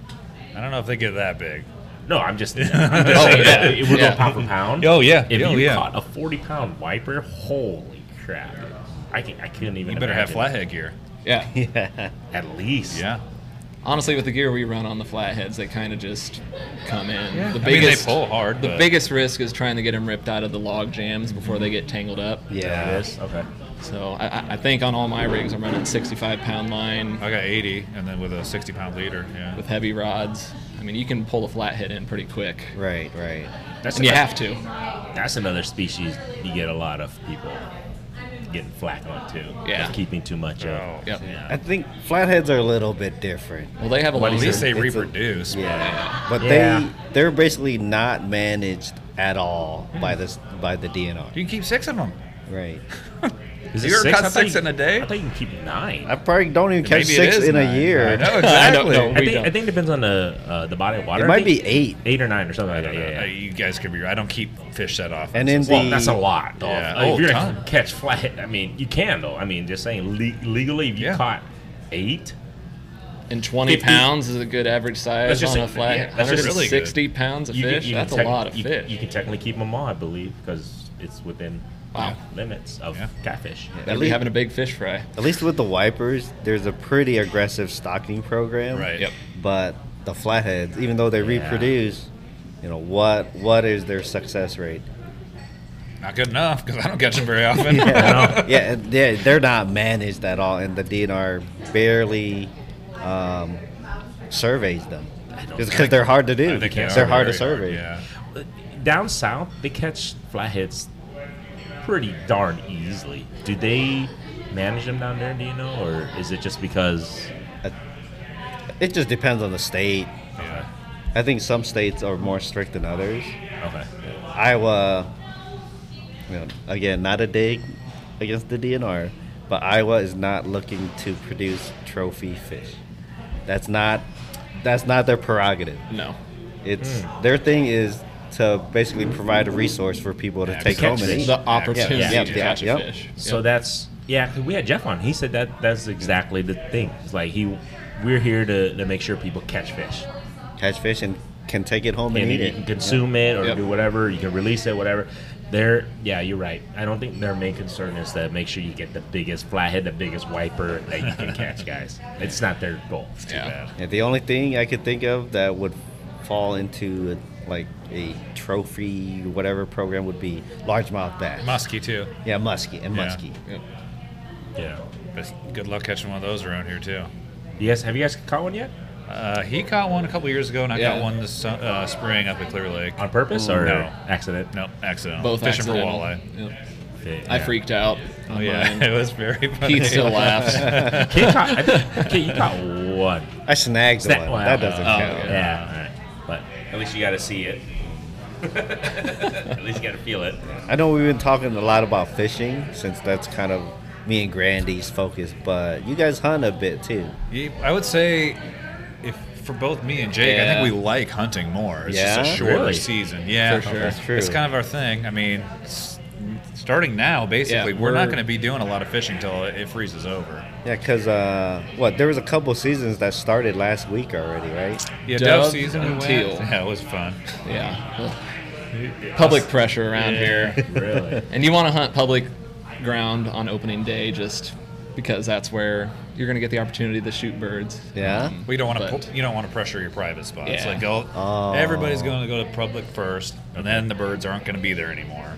D: I don't know if they get that big.
A: No, I'm
D: <laughs>
A: just. I'm just saying
C: yeah.
A: that if we're
C: Yeah.
A: going pound for pound.
D: Oh, yeah.
A: If
D: Oh,
A: you
D: yeah.
A: caught a 40 pound wiper, holy crap! I can I couldn't even.
D: You better have
A: imagine.
D: flathead gear.
C: Yeah.
B: Yeah.
A: At least.
D: Yeah.
C: Honestly, with the gear we run on the flathead, they kind of just come in. The
D: Yeah. I mean, they
C: biggest
D: pull hard,
C: The
D: but-
C: biggest risk is trying to get them ripped out of the log jams before they
D: Mm-hmm.
C: get tangled up.
A: Yeah.
B: Yeah.
A: It is. Okay.
C: So I- I, I think on all my rigs, I'm running 65 pound line
D: I got 80, and then with a 60 pound leader. Yeah.
C: with heavy rods. I mean, you can pull the flathead in pretty quick,
B: Right. Right.
A: That's
C: and you
A: another-
C: have to.
A: That's another species you get a lot of people getting flack on too.
C: Yeah.
A: Of keeping too much
D: Oh,
A: of.
C: Yep.
B: I
A: Yeah.
B: think flatheads are a little bit different.
C: Well, they have a
A: What
C: lot
D: At
A: is
D: least
A: it?
C: of
D: they
B: It's a-
D: reproduce.
B: Yeah, but
A: Yeah.
B: they they're basically not managed at all by this by the DNR.
D: You can keep six of them.
B: Right.
A: Is
D: You ever
A: six?
D: caught
A: I thought
D: six
A: you-
D: in a day?
A: I thought you can keep nine.
B: I probably don't even catch
D: Maybe it
B: six
D: is
B: in
D: nine.
B: a year. <laughs>
D: I know,
C: I don't
D: exactly.
C: know.
A: I
C: We
A: think,
C: don't.
A: I think it depends on the uh, the body of water.
B: It
A: I
B: might be
A: think
B: eight.
A: eight or nine or something
D: I
A: like
D: don't
A: that.
D: know.
A: Yeah, yeah.
D: Uh, You guys could be right. I don't keep fish that often.
B: And in
D: so-
A: Well,
B: the-
A: that's a lot, though.
D: Yeah.
A: Like,
D: Oh,
A: if you're
D: ton.
A: gonna catch flat, I mean, you can though. I mean, just saying le- legally, if you
D: Yeah.
A: caught eight,
C: and 20
A: 50
C: pounds is a good average
A: Let's
C: size
A: just
C: on
A: say-
C: a flat.
A: yeah, that's just
D: really good.
C: 160 pounds of
A: you
C: fish.
A: you
C: That's a
A: tec-
C: lot of
A: you,
C: fish.
A: You can technically keep them all, I believe, because it's within
C: Wow.
A: limits of
D: Yeah.
A: catfish.
C: That'd be
B: least-
C: having a big fish fry.
B: At least with the wipers, there's a pretty aggressive stocking program.
D: Right.
C: Yep.
B: But the flatheads, even though they
A: Yeah.
B: reproduce, you know what what is their success rate?
D: Not good enough because I don't catch them very often.
B: Yeah, yeah, they're, they're not managed at all, and the DNR barely um, surveys them
A: I don't
B: because
A: think-
B: they're hard to do.
D: I think
B: They're
D: are
B: hard to
D: very hard,
B: survey.
D: Yeah.
A: Down south, they catch flatheads pretty darn easily. Do they manage them down there? Do you know, or is it just because?
B: It just depends on the state.
D: Yeah.
B: I think some states are more strict than others.
A: Okay.
B: Iowa, you know, again, not a dig against the DNR, but Iowa is not looking to produce trophy fish. That's not that's not their prerogative.
C: No.
B: It's their thing is to basically provide a resource for people to
D: Yeah,
B: take
A: to catch
B: home and
A: fish.
B: eat.
C: The opportunity
B: yeah,
C: to
B: yeah,
C: catch a
B: yep.
C: fish.
A: So
C: Yep.
A: that's yeah. 'cause we had Jeff on. He said that that's exactly the thing. It's like he, we're here to, to make sure people catch fish
B: catch fish and can take it home and,
A: and
B: eat
A: you
B: it.
A: can consume it or
C: Yep.
A: do whatever. You can release it, whatever. They're yeah, you're right. I don't think their main concern is to make sure you get the biggest flathead, the biggest wiper that you can catch, guys. It's not their goal.
C: yeah.
B: Yeah, the only thing I could think of that would fall into like a trophy whatever program would be largemouth bass.
D: Muskie, too.
B: Yeah, muskie and
D: Yeah.
B: muskie.
C: Yep.
A: Yeah.
D: But good luck catching one of those around here, too.
A: You guys, have you guys caught one yet?
D: Uh, he caught one a couple years ago, and I
C: Yeah.
D: got one this su- uh, spring up at Clear Lake.
A: On purpose or
D: Mm, No.
A: accident?
D: Nope, accidental.
C: Both
D: Fishing
C: accidental.
D: for walleye.
C: Yep.
A: Yeah.
C: I freaked out.
D: Oh, yeah. <laughs> It was very funny.
C: Pete still laughs.
A: Kid caught. I think, Kid, you caught one.
B: I snagged
A: Snag-
B: one.
A: wow.
B: That doesn't
A: Oh,
B: count.
C: okay.
A: Yeah, all right. but at least you got to see it. <laughs> at least you got to feel it.
B: I know we've been talking a lot about fishing since that's kind of me and Grandy's focus, but you guys hunt a bit too.
D: Ye- I would say, if for both me and Jake, I
C: Yeah.
D: think we like hunting more. It's just
B: Yeah?
D: a shorter
A: Really?
D: season. Yeah,
C: For sure. That's
B: true.
D: It's kind of our thing. I mean, s- starting now, basically,
C: Yeah,
D: we're, not
C: we're-
D: going to be doing a lot of fishing till it, it freezes over.
B: Yeah, because uh, what there was a couple seasons that started last week already, right?
D: Yeah,
C: Dove
D: dove, season we
C: and
D: went.
C: teal.
D: Yeah, it was fun.
C: yeah. Public pressure around here.
A: Really?
C: And you want to hunt public ground on opening day just because that's where you're going to get the opportunity to shoot birds. Um,
B: Yeah?
D: We don't want to.
C: But-
D: Pu- you don't want to pressure your private spots.
C: Yeah.
D: Like, go.
B: Oh.
D: Everybody's going to go to public first, and then the birds aren't going to be there anymore,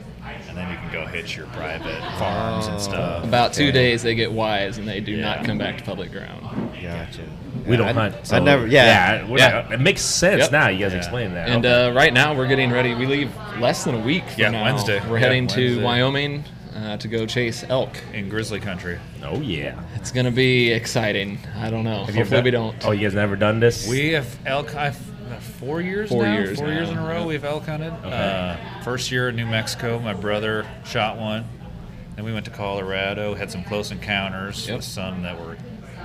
D: and then you can go hit
C: Oh.
D: your private farms and stuff.
C: About two days, they get wise and they do not come back to public ground.
B: <laughs> Gotcha.
A: We
B: Yeah,
A: don't
B: I,
A: hunt. So
B: I never. Yeah.
A: we're
C: Yeah.
A: not- it makes sense
C: Yep.
A: now. You guys
D: Yeah.
A: explain that.
C: And
A: Okay.
C: uh, right now, we're getting ready. We leave less than a week from
D: Yeah,
C: now.
D: Wednesday.
C: We're
D: Yeah,
C: heading to
D: Wednesday.
C: Wyoming uh, to go chase elk.
D: in grizzly country.
A: oh yeah.
C: It's gonna be exciting. I don't know.
A: Have you ever
C: Hopefully,
A: done-
C: we don't.
A: Oh, you guys never done this?
D: We have elk. I've, uh, four years.
C: Four
D: now?
C: years
D: Four
C: now,
D: years in a row.
C: yeah.
D: We've elk hunted. Uh, first year in New Mexico, my brother shot one. Then we went to Colorado. Had some close encounters
C: Yep.
D: with some that were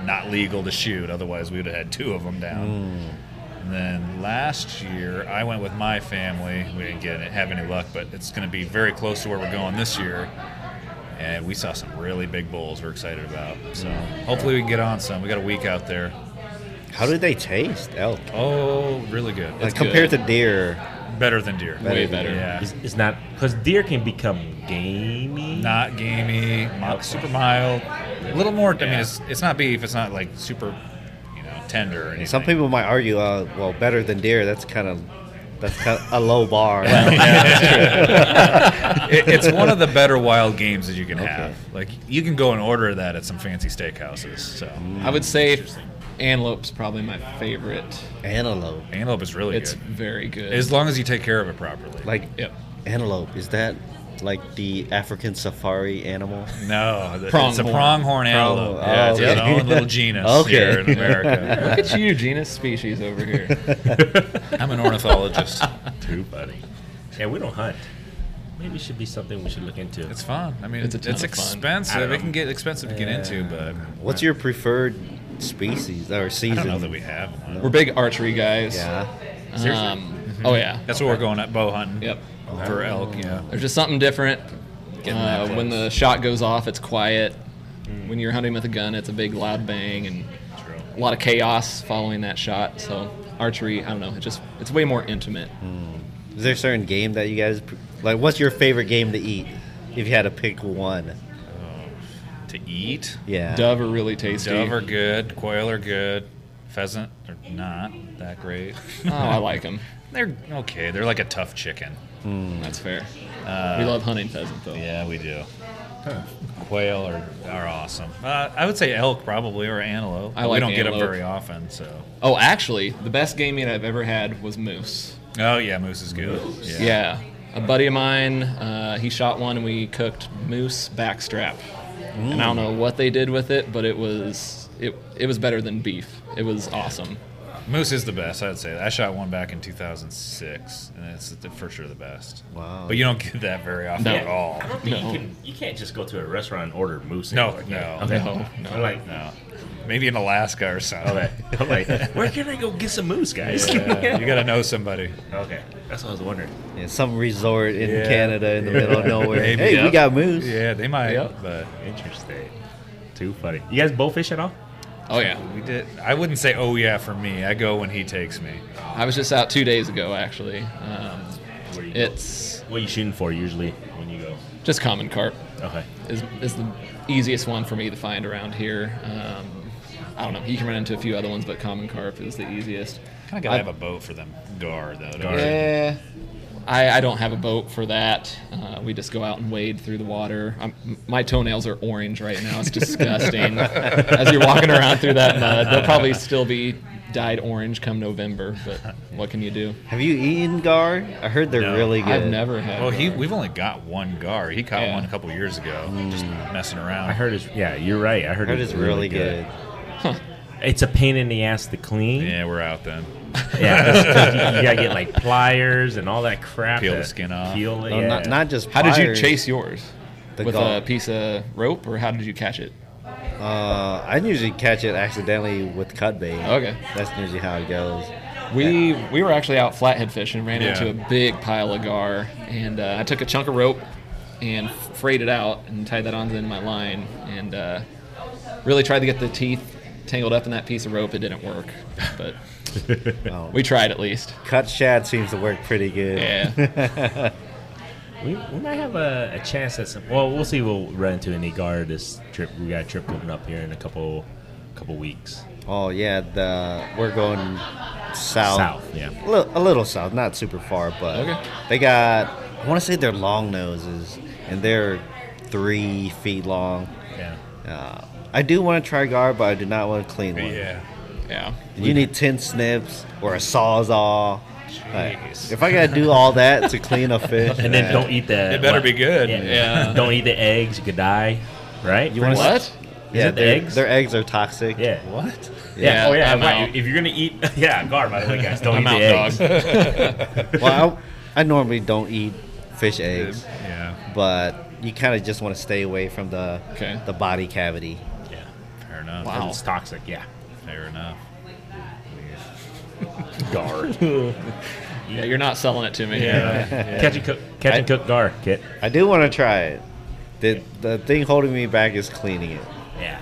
D: not legal to shoot. Otherwise, we would have had two of them down.
C: Hmm.
D: And then last year, I went with my family. We didn't get it, have any luck, but it's going to be very close to where we're going this year. And we saw some really big bulls. We're excited about. So
C: Hmm.
D: hopefully we can get on some. We got a week out there.
B: How do they taste elk?
D: Oh, really good.
B: Like
D: It's
B: compared to deer.
D: better than deer.
C: Way
B: better.
C: better.
D: Yeah.
A: It's, it's not because deer can become gamey.
D: Not gamey, mi- super mild, a little more. I mean, it's, it's not beef. It's not like super, you know, tender. Or anything.
B: Some people might argue, uh, well, better than deer. That's kind of that's kind of a low bar.
D: It- it's one of the better wild games that you can have.
B: Okay.
D: Like you can go and order that at some fancy steakhouses. So
C: I would say antelope's probably my favorite.
B: <laughs> antelope,
D: antelope is really
C: It's
D: good
C: very good.
D: as long as you take care of it properly.
B: like
C: yep.
B: antelope, is that like the African safari animal?
D: no, th- it's a
C: Pronghorn.
D: pronghorn antelope.
B: oh,
D: yeah, it's its
B: okay.
D: own little genus
B: Okay.
D: here
C: <laughs>
D: in America.
C: Look at you, genus species over here.
D: I'm an ornithologist.
A: too funny. Yeah, we don't hunt. Maybe it should be something we should look into.
D: It's fun. I mean,
C: It's
D: it's,
C: a ton of fun.
A: I
D: expensive.
A: don't
D: It can get expensive to get
B: Yeah.
D: into, but
B: What's your preferred species or
D: I
B: season?
D: don't know that we have one.
C: We're big archery guys.
B: yeah.
D: Seriously?
C: Um, Oh yeah.
D: That's what we're going at bow hunting.
C: Yep.
D: For elk, yeah.
C: There's just something different.
D: Getting that
C: Uh,
D: close. Mm.
C: when the shot goes off, it's quiet. When you're hunting with a gun, it's a big loud bang and
D: True.
C: a lot of chaos following that shot. So archery, I don't know, it just it's way more intimate.
B: Is there a certain game that you guys pre- like? What's your favorite game to eat? If you had to pick one,
D: To eat,
B: yeah.
C: Dove are really tasty.
D: dove are good, quail are good, pheasant are not that great.
C: oh, I like them.
D: <laughs> They're okay. They're like a tough chicken.
C: That's fair. we love hunting pheasant though.
D: Mm. Uh, Yeah, we do. Quail are, are awesome. Uh, I would say elk probably or antelope.
C: I
D: but
C: like
D: we don't get them
C: antelope.
D: very often, so.
C: Oh, actually, the best game meat I've ever had was moose.
D: Oh yeah, moose is good.
C: Yeah. A buddy of mine, uh, he shot one and we cooked moose backstrap. And I don't
D: Mm.
C: know what they did with it, but it was it it was better than beef. It was awesome.
D: Moose is the best, I'd say. I shot one back in 2006, and it's the, for sure the best.
B: Wow.
D: But you don't get that very often
C: No.
D: at all.
A: I don't think
C: No.
A: you can. You can't just go to a restaurant and order moose.
D: No,
A: anymore, can
D: no.
A: you? Okay.
C: No, Oh, no.
A: I'm like,
D: No. Maybe in Alaska or something.
A: okay. I'm like, where can <laughs> I go get some moose, guys?
D: <laughs> Yeah, you gotta know somebody.
A: okay, that's what I was wondering.
B: Yeah, some resort in
D: Yeah.
B: Canada in the middle of nowhere.
D: Maybe,
B: hey, we
D: yep.
B: got moose.
D: Yeah, they might.
C: Yep.
D: But
A: Interesting. Too funny. You guys bow fish at all?
C: Oh yeah.
D: we did. I wouldn't say, oh yeah, for me. I go when he takes me.
C: I was just out two days ago actually. Um,
A: Where you go?
C: it's
A: What are you shooting for usually when you go?
C: just common carp
A: Okay.
C: is is the easiest one for me to find around here. Um, I don't know. You can run into a few other ones, but common carp is the easiest.
D: Kind of gotta have a boat for them. Gar though. don't you?
C: Yeah. I, I don't have a boat for that. Uh, we just go out and wade through the water. i my toenails are orange right now. It's
D: <laughs>
C: disgusting. As you're walking around through that mud, they'll probably still be dyed orange come November, but what can you do?
B: Have you eaten gar? I heard they're
D: No,
B: really good.
C: I've never had.
D: Well, he
C: gar.
D: we've only got one gar. He caught
C: Yeah.
D: one a couple years ago, just messing around.
A: I heard it's yeah. You're right. I heard,
B: Heard it's really good.
A: It's a pain in the ass to clean.
D: Yeah, we're out then.
A: Yeah, 'cause- 'cause you, you gotta get like pliers and all that crap.
D: Peel the
A: that-
D: skin off.
A: Peel it.
B: No,
A: yeah.
B: not, not just.
C: How did you
B: pliers.
C: chase yours?
B: The
C: With uh,
B: gar.
C: a piece of rope, or how did you catch it?
B: Uh, I usually catch it accidentally with cut bait.
C: Okay.
B: That's usually how it goes.
C: We we were actually out flathead fishing, ran
D: Yeah.
C: into a big pile of gar, and uh, I took a chunk of rope and frayed it out and tied that onto the end of my line, and uh, really tried to get the teeth tangled up in that piece of rope. It didn't work, but
B: Well,
C: we tried at least.
B: cut shad seems to work pretty good.
C: Yeah,
A: We, we might have a, a chance at some. Well, we'll see. We'll run into any guard this trip. We got a trip coming up here in a couple couple weeks.
B: <laughs> Oh yeah, the we're going south.
A: South, yeah.
B: A little, a little south, not super far, but
C: Okay.
B: they got. I want to say they're long noses, and they're three feet long.
A: Yeah.
B: Uh, I do want to try guard, but I do not want to clean one.
D: Yeah.
C: Yeah.
B: You need ten snips or a sawzall. Like,
D: Jeez.
B: if I gotta do all that to clean a fish,
A: <laughs> And then
B: man,
A: don't eat the.
D: It better be good.
C: Yeah.
A: Don't eat the eggs. You could die. Right.
B: You wanna-
C: What?
A: Is
B: Yeah,
A: it the
B: their-
A: eggs?
B: Their eggs are toxic.
A: Yeah.
D: What?
A: Yeah.
C: Yeah,
A: Oh yeah.
C: I'm
A: right.
C: out.
A: If you're gonna eat, <laughs> yeah, guard. By the way, guys, don't
C: I'm
A: eat
C: out,
A: the eggs.
C: dog.
B: Well, I, I normally don't eat fish eggs,
D: Yeah.
B: but you kind of just want to stay away from the
C: Okay.
B: the body cavity.
A: Yeah.
D: Fair enough.
A: Wow. It's toxic. Yeah.
D: Fair enough.
A: <laughs> Guard.
C: <laughs> Yeah, you're not selling it to me.
A: Catch and cook. Catch and
B: I-
A: cook guard. Kit.
B: I do want to try it. The the thing holding me back is cleaning it.
A: Yeah.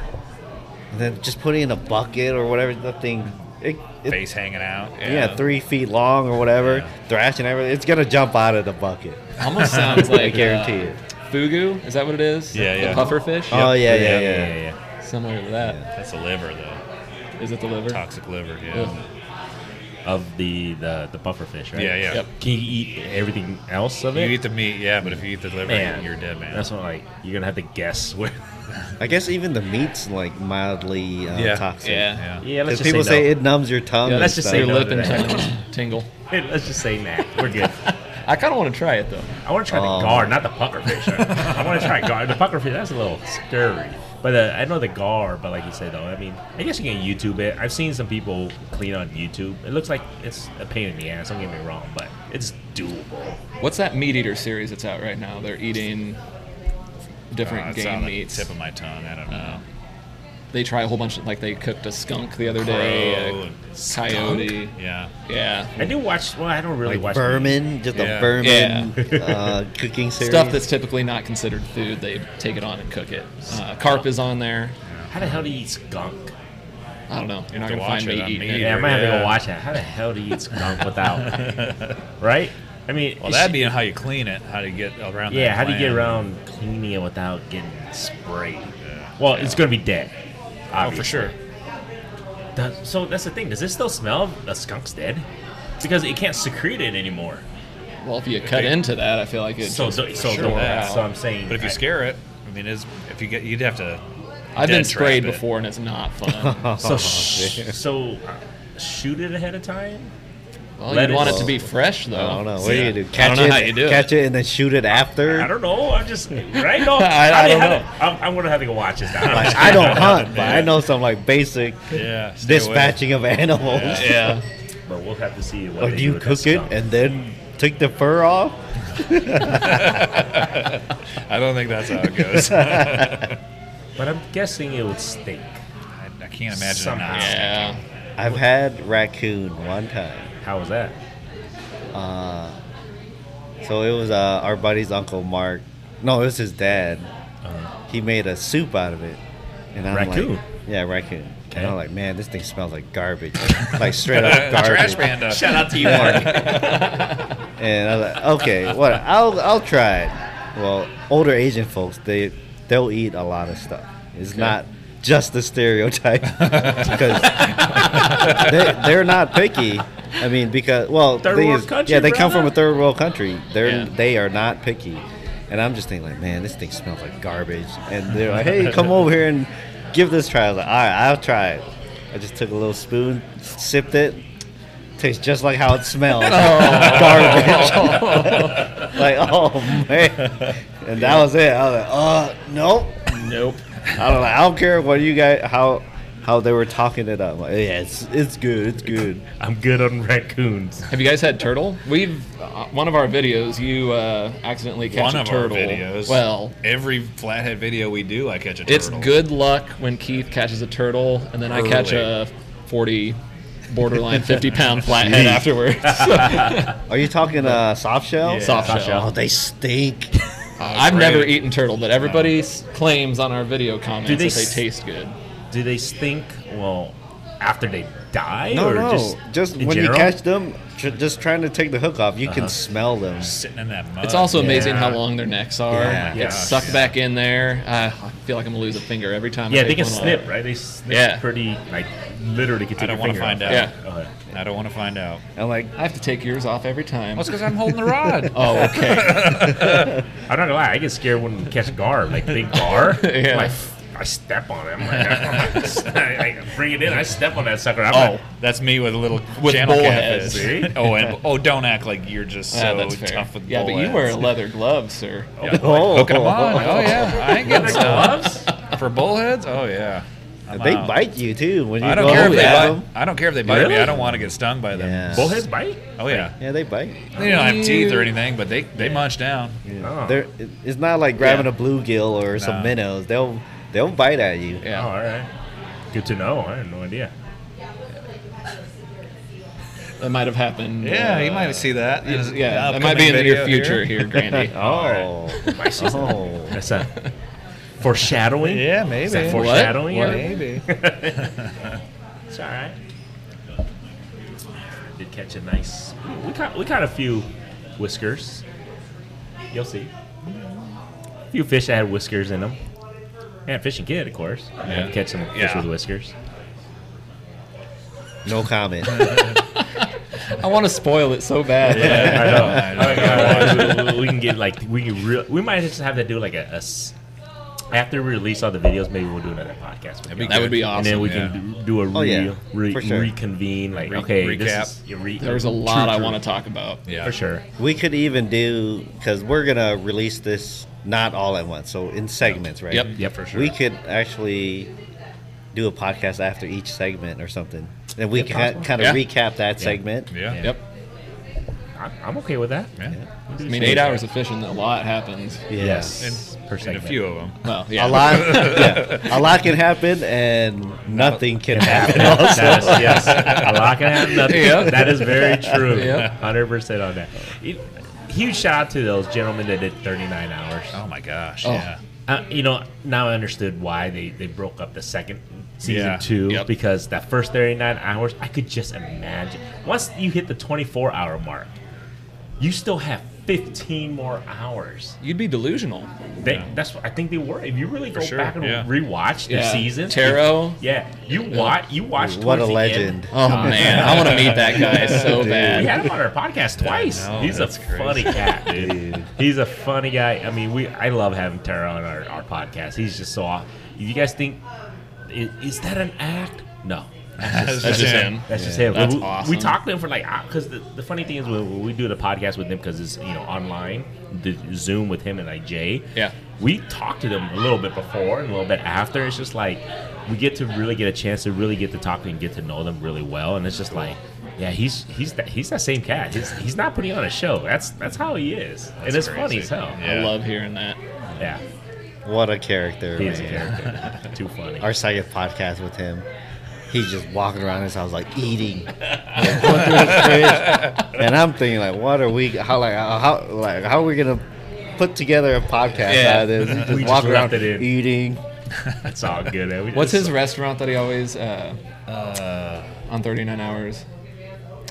B: And then just putting it in a bucket or whatever the thing. It, it,
D: Face hanging out.
B: yeah. three feet long or whatever, thrashing everything. It's gonna jump out of the bucket.
C: Almost sounds like
B: I guarantee
C: uh,
B: it.
C: Fugu, is that what it is?
D: Yeah, yeah.
C: The puffer fish?
B: Oh
A: Yeah.
B: yeah, yeah, yeah.
A: Yeah. yeah.
C: Similar to that.
D: That's a liver though.
C: Is it the liver?
D: Toxic liver. Yeah.
C: Ugh.
A: Of the the the puffer fish, right?
D: Yeah, yeah.
C: Yep.
A: Can you eat everything else of
D: You
A: it?
D: eat the meat, yeah, but if you eat the liver,
A: man,
D: you're dead, man.
A: That's what like you're gonna have to guess where.
B: I guess even the meat's like mildly uh,
D: Yeah.
B: toxic.
C: Yeah.
D: yeah.
A: Yeah. <laughs>
B: Because
A: Let's just
B: people
A: say,
B: say,
A: no.
B: it numbs your tongue.
A: Yeah,
B: and
A: let's just
B: stuff.
A: say
C: Your lip and
A: no to
C: tongue tingle.
A: Hey, let's just say nah. We're good.
C: I kind of want to try it though.
A: I want to try
B: Oh.
A: the gar, not the pucker fish. I want to try gar. The pucker fish that's a little scary. But uh, I know the gar, but like you said though, I mean, I guess you can YouTube it. I've seen some people clean on YouTube. It looks like it's a pain in the ass. Don't get me wrong, but it's doable.
C: What's that meat eater series that's out right now? They're eating different
D: Uh, it's on
C: game
D: the
C: meats.
D: tip of my tongue. I don't know.
C: they try a whole bunch of like they cooked a skunk the other day,
D: Crow
C: a
D: and
C: coyote.
D: Yeah.
C: Yeah.
A: I do watch. Well, I don't really
B: like
A: watch
B: vermin, just
D: Yeah.
B: a vermin uh, cooking series.
C: Stuff
B: <laughs>
C: that's typily not considered food, they take it on and cook it. Uh, carp is on there.
A: How the hell do you eat skunk?
C: I don't know. You're not
D: To
C: gonna
D: watch
C: find
D: it
C: me
D: on
C: eating
D: meat.
C: it.
A: Yeah, I might have to
D: Yeah.
A: go watch that. How the hell do you eat skunk without?
D: <laughs>
A: right? I mean,
D: Well, that'd be how you clean it. How do you get around?
A: Yeah,
D: that
A: how do you get
D: gland.
A: around cleaning it without getting sprayed?
D: Yeah.
A: Well, it's gonna be dead.
D: Oh, for sure.
A: Does- so that's the thing. Does it still smell? of A skunk's dead because it can't secrete it anymore.
C: Well, if you cut into that, I feel like it.
A: So,
C: just,
A: so, so,
D: sure
A: don't-
D: that.
A: so I'm saying.
D: But if you
A: I-
D: scare it, I mean, is if you get, you'd have to.
C: I've been
D: dead trap
C: sprayed
D: it.
C: before, and it's not
D: <laughs>
C: fun.
B: Oh,
A: so sh- so uh, shoot it ahead of time.
C: well,
A: Let
C: you'd
A: it
C: want it to
A: soak.
C: be fresh, though.
B: I don't know. What
C: See,
B: do you do? Catch
C: I don't know
B: it,
C: how you do it.
B: catch it. and then shoot it after.
A: I don't know. I'm just right. No,
C: I-
A: how
C: I
A: do you-
C: don't
A: how
C: know.
A: do- I'm, I'm gonna have to go watch this now.
B: Like,
A: <laughs>
B: I don't hunt, but I know some like basic
D: Yeah. stay away.
B: dispatching of animals.
C: Yeah.
A: but we'll have to see. What
B: Or
A: they
B: Oh, do you
A: with
B: cook
A: that
B: it
A: skunk.
B: and then take the fur off?
D: I don't think that's how it goes. I,
A: But I'm guessing it would stink.
D: I can't imagine it
A: Somehow.
D: not.
C: Yeah.
B: I've had raccoon one time.
A: How was that?
B: Uh, so it was uh, our buddy's uncle Mark. No, it was his dad. He made a soup out of it. And I'm
A: Raccoon?
B: Like, yeah, raccoon.
A: Okay.
B: And I'm like, man, this thing smells like garbage, like straight up garbage.
D: <laughs> Uh, Trash panda.
A: Shout out
C: <laughs>
A: to you, Mark.
B: <laughs> And I was like, okay, what? I'll I'll try it. Well, older Asian folks, they they'll eat a lot of stuff. It's not just the stereotype because they, they're not picky. I mean, because well,
A: Third
B: thing
A: world
B: is,
A: country,
B: yeah, they come from
A: brother.
B: a third world country. They're
C: Yeah.
B: they are not picky, and I'm just thinking like, man, this thing smells like garbage. And they're like, hey, come over here and give this try. I was like, all right, I'll try it. I just took a little spoon, sipped it. Tastes just like how it
D: <laughs>
B: smells.
D: Oh.
B: Garbage. <laughs> like, oh man. And that was it. I was like, uh, nope.
C: Nope.
B: I don't know. I don't care what you guys how how they were talking it up. Like, yeah, it's it's good. It's good.
A: I'm good on raccoons.
C: Have you guys had turtle? We've uh, one of our videos. You uh, accidentally catch
D: One
C: a
D: of
C: turtle.
D: our videos.
C: Well,
D: every flathead video we do, I catch a turtle.
C: it's good luck when Keith catches a turtle, and then I catch a
D: Early.
C: forty, borderline fifty pound flathead afterwards. <laughs>
B: Are you talking uh soft shell?
D: Yeah.
C: Soft
A: Soft
C: shell.
B: Oh, they stink.
D: Uh,
C: I've
D: great.
C: never eaten turtle, but everybody s claims on our video comments
A: they
C: that they
A: s-
C: taste good.
A: Do they stink? Well, after they die,
B: No,
A: or
B: no.
A: just
B: Just,
A: in
B: when
A: general?
B: you catch them, tr- just trying to take the hook off, you
D: Uh-huh.
B: can smell them.
D: Sitting in that mud.
C: It's also amazing
A: Yeah.
C: how long their necks are.
B: Yeah.
C: It's
A: Yeah.
C: sucked back in there. Uh, I feel like I'm gonna lose a finger every time. I
A: Yeah, they can
C: take one off.
A: snip, right? They snip
C: Yeah.
A: pretty, like literally. Can take
D: I don't
A: want
D: wanna
A: to
D: find out.
C: Yeah.
A: Okay.
D: I don't want to find out.
B: I'm like,
C: I have to take yours off every time.
D: That's because I'm holding the rod.
C: Oh, okay.
A: I'm not gonna lie. I get scared when we catch gar, like big gar.
C: Yeah.
A: Like, f- I step on it. I'm <laughs> like, I, I bring it in. I step on that sucker. I'm
D: Oh,
A: like,
D: that's me with a little
C: With
D: channel
C: bull
D: cap
C: heads.
D: is.
A: See?
D: <laughs> Oh, and oh, don't act like you're just
C: Ah,
D: so
C: that's fair.
D: tough with
C: yeah,
D: bull
C: but you
D: heads.
C: wear leather gloves, sir.
D: Yeah,
B: Oh.
D: like, hooking 'em on. Oh yeah, I <laughs> ain't getting
A: Leather
D: gloves for bullheads. Oh yeah, I'm
B: they
D: out.
B: bite you too when you
D: I don't
B: go
D: care if
B: over
D: they
B: at
D: bite.
B: them.
D: I don't care if they bite me.
A: Really?
D: I don't want to get stung by them.
B: Yeah.
A: bullheads bite.
D: Oh yeah,
B: Yeah, they bite.
D: they don't have teeth or anything, but they they munch down.
A: Yeah.
B: They're, it- it's not like grabbing
C: Yeah.
B: a bluegill or
D: Nah.
B: some minnows. They'll they'll bite at you.
C: Yeah.
A: Oh, all right. Good to know. I had no idea.
C: That might have happened.
D: Yeah,
C: uh,
D: you might see that. There's an
C: Yeah, that might
D: upcoming
C: be in the near
D: video
C: future
D: here.
C: here, Grandy.
B: Oh, oh.
A: That's a foreshadowing.
D: <laughs> Yeah, maybe.
A: Is that
D: What?
A: foreshadowing?
C: What?
A: Yeah.
D: Maybe.
A: It's all right. Did catch a nice. We caught we caught a few whiskers. You'll see. A few fish that had whiskers in them. And fishing kid, of course. I had to catch some fish
D: Yeah.
A: with
D: <laughs>
A: whiskers.
B: no comment.
C: I want to spoil it so bad.
A: I know.
D: I know.
A: I know. we, we can get like we can real. We might just have to do like a, a s- after we release all the videos. Maybe we'll do another podcast. With
D: That'd be
A: y'all.
C: <laughs> That would be
A: and
C: awesome.
A: then we
D: awesome,
A: can do a real
B: Oh, yeah.
A: re,
B: For sure.
A: reconvene. Like
D: Re-
A: okay,
D: recap.
A: this is, you re-
C: There was a
A: true,
C: lot I
A: true.
C: want to talk about.
D: Yeah,
A: for sure.
B: we could even do because we're gonna release this not all at once, so in segments, right?
C: Yep.
A: Yep, for sure.
B: We could actually do a podcast after each segment or something, and we can kind of
C: Yeah.
B: recap that segment.
D: Yeah.
A: Yeah.
D: yeah.
C: Yep.
A: I'm, I'm okay with that.
D: yeah.
C: I mean, eight hours of fishing, a lot happens.
A: Yes,
D: And,
A: per
D: and a
A: segment.
D: few of them.
C: Well, yeah.
B: A
C: <laughs>
B: lot, yeah, a lot can happen, and nothing
A: <laughs>
B: can happen. Also,
A: That is, yes, a lot can have
C: <laughs>
A: nothing.
C: Yep.
A: That is very true.
C: Yep.
A: Hundred percent on that. It- huge shout out to those gentlemen that did 39 hours.
D: Oh my gosh.
C: Oh.
D: Yeah.
A: Uh, you know, now I understood why they, they broke up the second season
D: Yeah.
A: two
C: Yep.
A: because that first 39 hours, I could just imagine. Once you hit the 24 hour mark, you still have 15 more hours.
C: You'd be delusional.
A: They, That's what I think they were. If you really go
D: sure,
A: back and
D: yeah.
A: rewatch the
C: Yeah.
A: season,
C: Tarot.
A: yeah, you watch you watch. towards
B: what a
A: the end.
B: legend!
C: Oh man, I want to meet that
D: <laughs>
C: guy so bad.
A: We had him on our podcast twice.
D: know,
A: He's a
D: that's crazy.
A: funny cat, dude. He's a funny guy. I mean, we I love having Tara on our, our podcast. He's just so off. If you guys think, is, is that an act? No.
D: <laughs>
C: That's just him.
A: That's just him.
C: That's
A: we,
C: awesome.
A: We talk to him for like because the, the funny thing is when we do the podcast with him because it's you know online the Zoom with him and like Jay.
C: Yeah.
A: we talk to them a little bit before and a little bit after. It's just like we get to really get a chance to really get to talk and get to know them really well, and it's just like. Yeah, he's he's that he's that same cat. He's, he's not putting on a show. That's that's how he is, and it's funny
D: crazy.
A: as hell.
D: Yeah.
C: I love hearing that.
A: Yeah,
B: What a character!
A: he is a
B: man.
A: character. Too funny.
B: our second podcast with him. He's just walking around his house like eating, Like, going through his fridge. and I'm thinking like, what are we? How like how like how are we gonna put together a podcast out of this? He's
A: We
B: Just
A: just
B: walking
A: left
B: around
A: it in.
B: eating.
A: It's all good. man. We
C: What's
A: just-
C: his restaurant that he always uh,
D: Uh,
C: on 39 hours?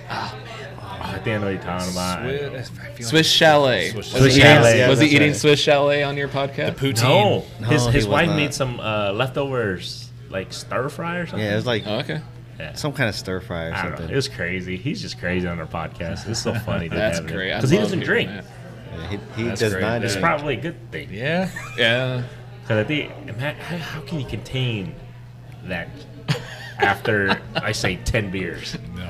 A: I think I know what you're talking about.
D: Swiss, I feel
C: Swiss Chalet.
D: Swiss
C: was he,
A: Chalet.
C: eating-
A: Yeah,
C: was he
B: that's
C: eating
B: right.
C: Swiss Chalet on your podcast?
D: poutine.
A: No,
B: No,
A: his
B: he
A: his
B: was
A: wife
B: not.
A: made some uh, leftovers like stir fry or something.
B: Yeah, it was like
C: Oh, okay.
A: Yeah.
B: Uh, some kind of stir fry or
A: I don't know. It
B: something.
A: was crazy. He's just crazy on our podcast. It's so
B: <laughs>
A: funny. to
C: That's
A: have
C: great. I
A: Because he
C: love
A: doesn't
C: hearing
A: drink.
C: that.
B: Yeah, He, he
D: That's
B: does
D: great.
B: not.
D: It's
A: It's
B: drink.
A: probably a good thing.
D: Yeah.
C: Yeah.
A: Because I think, man, how how can you contain that
B: <laughs>
A: after I say ten beers?
D: No,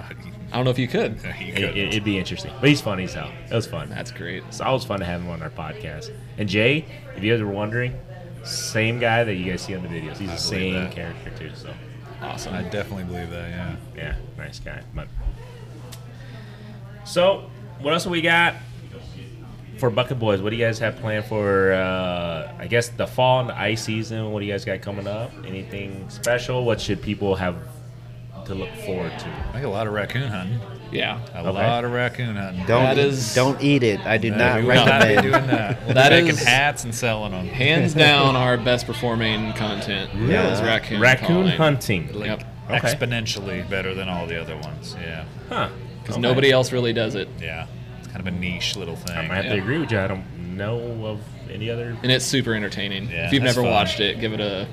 C: I don't know if you could.
D: he, he
A: It,
D: could.
A: it, would be interesting. But he's funny as hell. It was fun.
C: That's great.
A: It's always fun to have him on our podcast. And Jay, if you guys were wondering, same guy that you guys see on the videos. He's the same
D: believe that.
A: character too. So
C: Awesome.
D: I definitely believe that. Yeah.
A: yeah, nice guy. But so, what else we got for Bucket Boys? What do you guys have planned for? Uh, I guess the fall and the ice season. What do you guys got coming up? Anything special? What should people have to look forward to?
D: I think a lot of raccoon hunting.
C: yeah.
D: A lot of raccoon hunting.
B: Don't
C: That is-
B: don't eat it. I do not
D: we will not be
B: recommend.
D: doing that. We'll
C: That
D: be making
C: is-
D: hats and selling
A: <laughs>
D: them.
C: Hands down, our best performing content
B: Yeah.
C: is raccoon.
A: Raccoon Oh,
C: calling.
A: hunting.
D: Like
C: Yep.
A: Okay.
D: exponentially better than all the other ones. Yeah.
A: Huh.
C: Because
A: Okay.
C: nobody else really does it.
D: Yeah. It's kind of a niche little thing.
A: I might have to
C: Yeah.
A: agree with you. I don't know of any other.
C: And it's super entertaining.
D: Yeah,
C: if you've
D: that's
C: never
D: fun.
C: watched it, give it a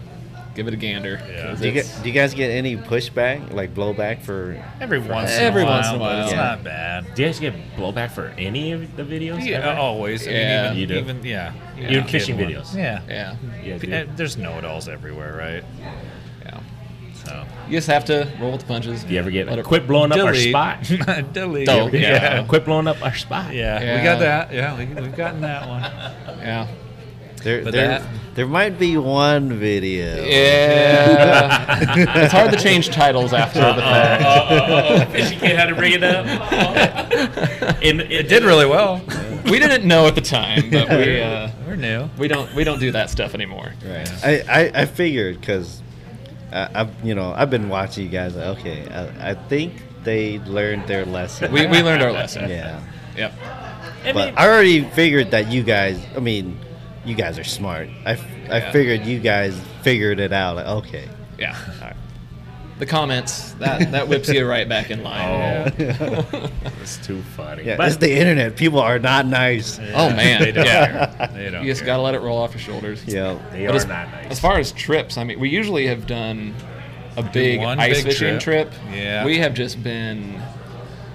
C: Give it a gander.
D: Yeah.
C: 'cause
B: Do you,
C: it's-
B: get, do you guys get any pushback, like blowback for?
D: Every once
C: Every
D: in a while,
C: once in a
D: but
C: while.
D: it's
B: Yeah.
D: not bad.
A: Do you guys get blowback for any of the videos?
D: Yeah,
A: ever?
C: oh.
D: always. I mean,
C: Yeah.
D: even,
A: You do.
D: even yeah,
C: Even
D: Even
A: fishing
D: kid
A: videos.
D: Yeah,
C: yeah,
A: Yeah,
D: P-
A: dude.
C: eh,
D: uh, There's know-it-alls everywhere, right?
C: yeah.
D: So <laughs>
C: You just have to roll with the punches.
A: Do you ever get
C: Let
A: like,
C: it-
A: quit blowing up our
C: Delete.
A: spot? <laughs>
D: delete.
C: Oh,
D: yeah.
C: <laughs> yeah.
A: quit blowing up our spot.
D: we
C: Yeah.
D: got that. Yeah, we, we've gotten that one.
A: <laughs>
C: Yeah.
B: There,
D: But
B: there,
D: that-
B: there might be one video. <laughs>
C: Yeah. it's hard to change titles after the
A: Oh,
C: fact.
A: Fishing kid had to bring it up. And it,
D: It did really well.
C: We didn't know at the time, but we uh,
D: We're new.
C: we don't we don't do that stuff anymore.
B: Right. I, I, I figured because I've you know I've been watching you guys. Like, okay, I, I think they learned their lesson.
C: We, we learned our
B: <laughs>
C: lesson.
B: yeah.
C: Yep.
A: I
B: But
A: mean,
B: I already figured that you guys. I mean, you guys are smart. I, f- I
C: Yeah.
B: figured you guys figured it out. Like, okay.
C: Yeah. The comments that that whips you right back in
A: Oh,
C: line.
A: it's too funny.
B: Yeah,
A: But-
B: it's the internet. People are not nice.
C: Oh man.
D: They don't
C: Yeah.
D: care. They don't
C: You just
D: care.
C: gotta let it roll off your shoulders.
B: Yeah.
A: They
C: But
A: are
C: as,
A: not nice.
C: as far as trips, I mean, we usually have done a big
D: one
C: ice
D: big
C: fishing
D: trip.
C: trip.
D: Yeah.
C: We have just been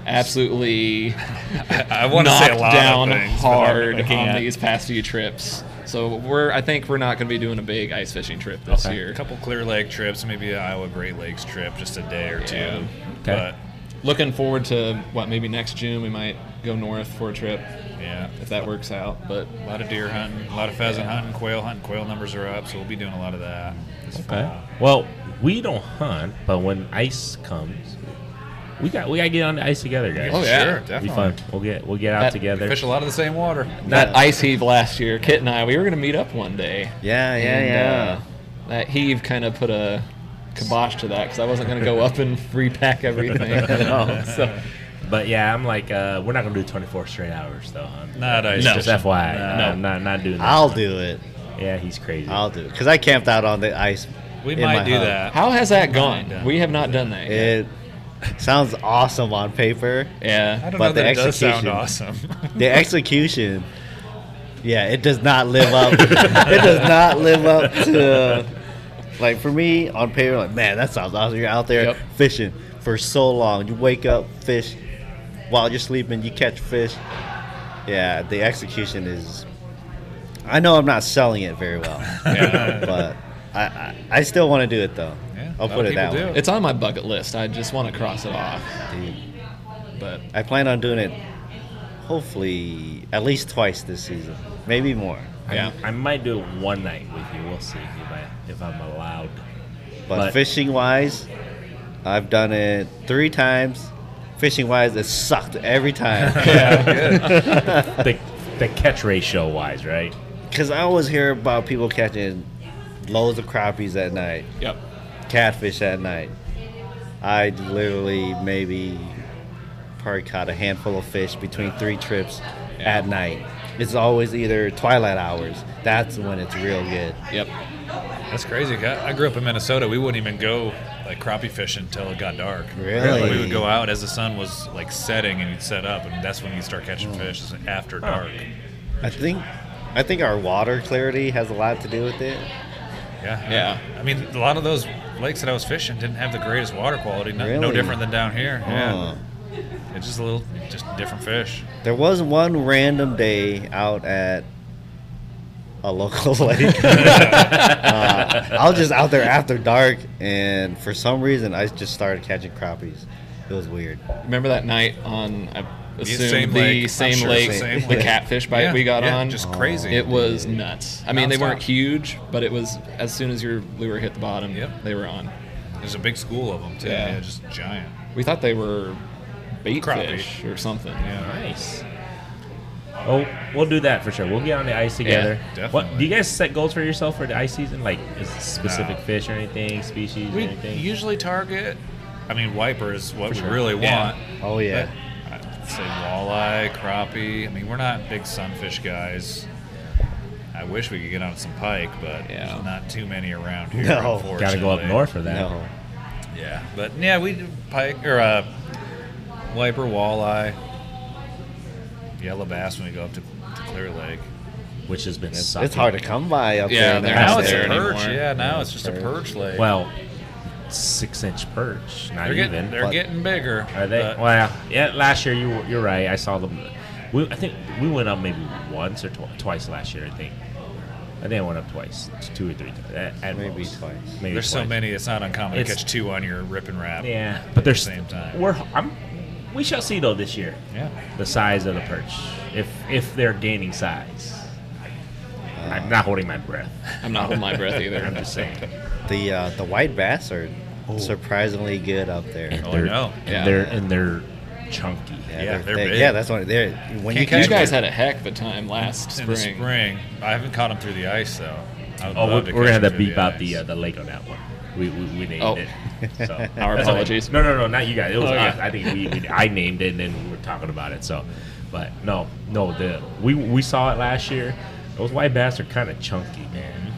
C: absolutely
D: I want to say a
C: knocked
D: lot
C: down
D: of things, but I- I
C: hard on
D: can't.
C: these past few trips. So we're, I think we're not going to be doing a big ice fishing trip this
A: Okay.
C: year.
D: A couple Clear Lake trips, maybe an Iowa Great Lakes trip, just a day or two.
C: Yeah.
A: Okay.
C: Looking forward to what maybe next June we might go north for a trip
D: But yeah,
C: if that works out. But
D: a lot of deer hunting, a lot of pheasant hunting, quail hunting. Quail numbers are up, so we'll be doing a lot of that. this
A: Okay.
D: fall.
A: Well, we don't hunt, but when ice comes, we got we gotta get on the ice together, guys.
C: Oh, yeah.
D: sure,
A: It'll
D: definitely.
A: be fun. We'll get we'll get out
C: That-
A: together.
D: Fish a lot of the same water.
C: that ice heave last year, Kit and I, we were going to meet up one day.
B: Yeah. Yeah. yeah.
C: And, uh, that heave kind of put a kibosh to that because I wasn't going to go up and <laughs> repack everything.
D: <laughs>
C: so,
A: But yeah, I'm like, uh, we're not gonna do 24 straight hours though. Huh?
D: Not ice.
A: Just
D: fishing.
A: FYI,
D: Nah.
A: no, I'm not not doing that.
B: I'll do it.
A: Yeah, he's crazy.
B: I'll do it because I camped out on the ice.
D: We
B: in my
D: might do
B: hut.
D: that.
C: how has that gone? We have not done that yet.
B: It sounds awesome on paper.
D: I
C: Yeah.
D: don't
B: But
D: know
B: the
D: that it does sound
B: execution-
D: awesome. <laughs>
B: The execution, yeah, it does not live up. it does not live up to uh, like for me on paper. Like man, that sounds awesome. You're out there
C: Yep.
B: fishing for so long. You wake up, fish while you're sleeping. You catch fish. Yeah, the execution is. I know I'm not selling it very well,
C: Yeah.
B: but I I, I still want to do it though.
D: Yeah, a
B: I'll
D: lot
B: put
D: of
B: it that
D: people
B: way.
D: do.
C: It's on my bucket list. I just want to cross it off. But
B: I plan on doing it hopefully at least twice this season, maybe more.
A: I-
C: yeah.
A: I, might do it one night with you. We'll see if I if I'm allowed.
B: But,
A: But-
B: fishing wise, I've done it three times. Fishing wise, it sucked every time.
A: the the catch ratio wise, right?
B: Because I always hear about people catching loads of crappies at night,
C: Yep.
B: catfish at night. I literally maybe probably caught a handful of fish between three trips at night. It's always either twilight hours. That's when it's real good.
C: Yep.
D: That's crazy. I I grew up in Minnesota. We wouldn't even go like crappie fishing until it got dark.
B: Really?
D: We would go out as the sun was like setting and you'd set up, and that's when you start catching fish is after dark.
B: I think I think our water clarity has a lot to do with it.
D: Yeah.
C: Yeah.
D: I mean, a lot of those lakes that I was fishing didn't have the greatest water quality. No, no
B: Really?
D: different than down here.
B: Huh.
D: Yeah. It's just a little, just different fish.
B: There was one random day out at a local <laughs> lake. uh, I was just out there after dark, and for some reason, I just started catching crappies. It was weird.
C: Remember that night on, I assume,
D: same
C: the
D: lake. I'm
C: same
D: sure
C: lake,
D: it's the same
C: the
D: lake.
C: catfish bite
D: Yeah,
C: we got
D: yeah,
C: on?
D: Just crazy.
C: It was nuts. I mean, they
D: Nonstop.
C: weren't huge, but it was as soon as your lure hit the bottom,
D: Yep.
C: they were on.
D: There's a big school of them, too.
C: Yeah.
D: Yeah, just giant.
C: We thought they were bait
D: Crappie.
C: fish or something.
D: Yeah.
A: Nice. Oh, we'll do that for sure. We'll get on the ice together.
D: definitely.
A: What do you guys set goals for yourself for the ice season? Like is it specific fish or anything, species, or
D: We
A: anything?
D: usually target, I mean, wiper is what we
A: sure.
D: really
A: Yeah.
D: want.
B: Oh yeah,
D: But I'd say walleye, crappie. I mean, we're not big sunfish guys. I wish we could get on some pike, but
C: Yeah.
D: there's not too many around here.
B: No.
D: unfortunately.
A: Gotta go up north for that.
B: no.
D: Yeah, but yeah, we do pike or uh, wiper, walleye, yellow bass when we go up to, to Clear Lake.
A: which has been
B: It's,
A: sucking.
B: it's hard to come by up
C: Yeah,
B: there.
C: they're
D: Now
C: not
D: it's a
C: there
D: perch.
C: anymore.
D: Yeah, now it's just a perch lake.
A: Well, six inch perch, not
D: they're
A: even.
D: getting they're
B: but-
D: getting bigger.
A: Are they?
D: but-
A: Well, yeah. Last year, you you're right. I saw them. We, I think we went up maybe once or tw- twice last year. I think. I think I went up twice, two or three times. At, at
B: Maybe
A: most.
B: twice.
A: Maybe
D: There's so
A: twice.
D: many. It's not uncommon to
A: It's-
D: catch two on your rip and wrap.
A: Yeah,
D: at
A: but there's
D: the same time.
A: We're I'm, we shall see though this year.
D: yeah.
A: The size of the perch, if if they're gaining size.
B: Uh,
A: I'm not holding my breath.
C: I'm not holding my breath
A: I'm
C: either.
A: just saying.
B: The uh, the white bass are
A: Oh.
B: surprisingly good up there.
A: And
D: <laughs> Oh, I
A: they're
D: know.
A: and
C: Yeah.
A: they're and they're chunky.
D: yeah, they're
B: thick.
D: big.
B: Yeah, that's what they're when
D: Can't
B: you
D: catch
B: catch
C: You guys
B: them.
C: had a heck of a time last
D: In the
C: spring.
D: spring, I haven't caught them through the ice though. I would
A: Oh,
D: love
A: we're,
D: to
A: we're gonna
D: catch
A: have
D: 'em
A: to
D: through
A: beep out the
D: ice.
A: uh, the lake on that one. We we, we named
C: Oh. <laughs>
A: it. So.
C: Our
A: That's all right.
C: apologies.
A: No, no, no, not you guys. It was
C: Oh, yeah.
A: us. I think we, we I named it and then we were talking about it. So, but no, no, the we we saw it last year. Those white bass are kind of chunky, man.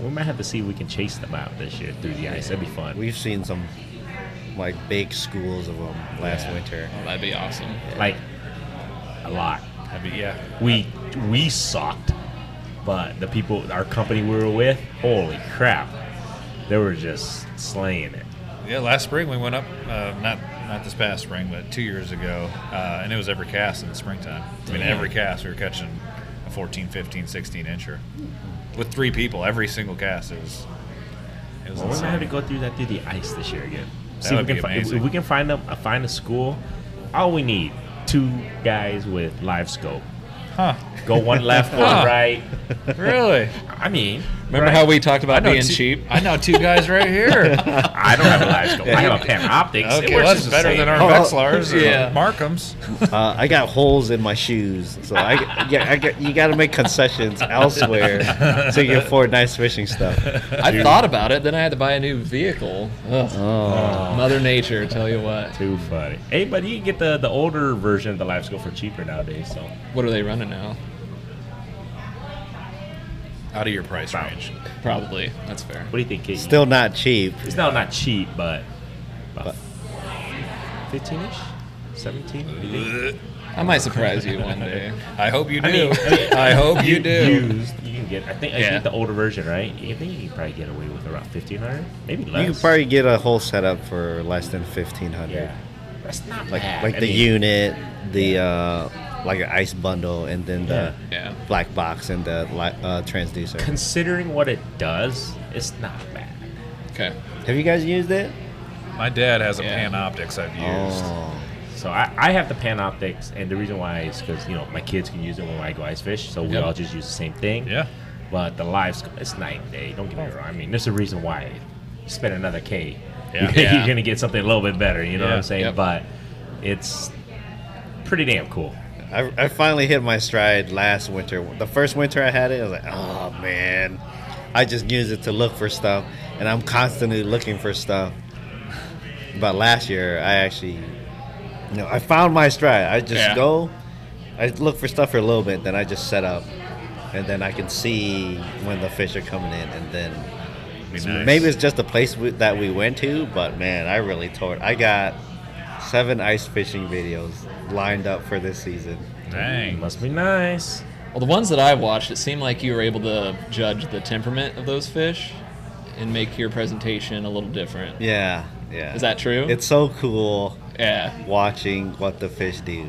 A: We might have to see if we can chase them out this year through the ice. That'd be fun.
B: We've seen some like big schools of them last winter.
C: Oh, that'd be awesome.
A: like a lot.
D: That'd be- yeah.
A: We we sucked, but the people, our company we were with, holy crap, they were just slaying it.
D: Yeah, last spring we went up, uh, not not this past spring, but two years ago, uh, and it was every cast in the springtime. I mean,
A: Damn.
D: every cast we were catching a 14, 15, 16 incher with three people. Every single cast it was. It was
A: Well, we're gonna have to
D: insane.
A: go through that through the ice this year again.
D: That
A: See if we
D: would
A: can
D: be
A: fi- if
D: amazing.
A: we can find them, uh, find a school. All we need two guys with live scope. <laughs>
D: Huh?
A: Go one left,
D: <laughs>
A: one
D: Huh.
A: right.
D: Really?
A: I mean,
C: Remember how we talked
D: I
C: about
D: know
C: being
D: two-
C: cheap?
D: I know two guys right
C: <laughs>
D: here.
A: I don't have a
D: <laughs>
A: live scope. I have a panoptics. It works
D: Okay, well, that's
A: the
D: better
A: same.
D: than
A: <laughs>
D: our
B: Oh,
D: Vexlars or
C: yeah.
D: Markhams.
B: Uh, I got holes in my shoes, so I yeah, I got, you got to make concessions elsewhere
A: <laughs>
B: to get afford nice fishing stuff.
C: I thought about it, then I had to buy a new vehicle. Ugh.
B: Oh.
C: Mother Nature, tell you what.
A: Too funny. Hey, but you can get the, the older version of the live scope for cheaper nowadays. So
C: What are they running now?
D: Out of your price range.
C: Probably. That's fair.
A: what do you think, Keaton?
B: Still not cheap.
A: it's now not cheap, but about
B: But-
A: fifteen ish, seventeen.
C: I might surprise you one day.
D: I hope you do.
A: I
D: <laughs> I,
A: mean,
D: hope you
A: u-
D: do.
A: Used, you can get. I think. I
C: Yeah.
A: think the older version, right? I think you can probably get away with around fifteen hundred, maybe less.
B: You could probably get a whole setup for less than fifteen hundred.
A: Yeah, that's not
B: Like
A: bad.
B: like
A: I
B: the
A: mean,
B: unit, the uh, like an ice bundle, and then the
C: Yeah. Yeah.
B: black box and the li- uh, transducer.
A: Considering what it does, it's not bad.
C: Okay.
B: Have you guys used it?
D: My dad has a
C: Yeah.
D: Panoptics I've used.
B: Oh,
A: So I, I have the Panoptics, and the reason why is because you know my kids can use it when I go ice fish, so we
C: Yep.
A: all just use the same thing.
D: Yeah.
A: But the live scope, it's night and day. Don't get me wrong. I mean, there's a reason why you spend another K. <laughs>
D: Yeah.
A: You're, gonna-
C: Yeah.
A: you're gonna get something a little bit better. You know what
D: Yeah.
A: I'm saying?
C: Yep.
A: But it's pretty damn cool.
B: I, I finally hit my stride last winter. The first winter I had it, I was like, oh man, I just use it to look for stuff, and I'm constantly looking for stuff. But last year, I actually, you know, I found my stride. I just
C: Yeah.
B: go, I look for stuff for a little bit, then I just set up, and then I can see when the fish are coming in, and then
D: Be nice.
B: Maybe it's just the place we, that we went to, but man, I really tore it. I got seven ice fishing videos lined up for this season.
A: It
D: Dang.
A: must be nice.
C: Well, the ones that I watched, it seemed like you were able to judge the temperament of those fish and make your presentation a little different.
B: Yeah, yeah.
C: Is that true?
B: It's so cool
C: yeah.
B: watching what the fish do.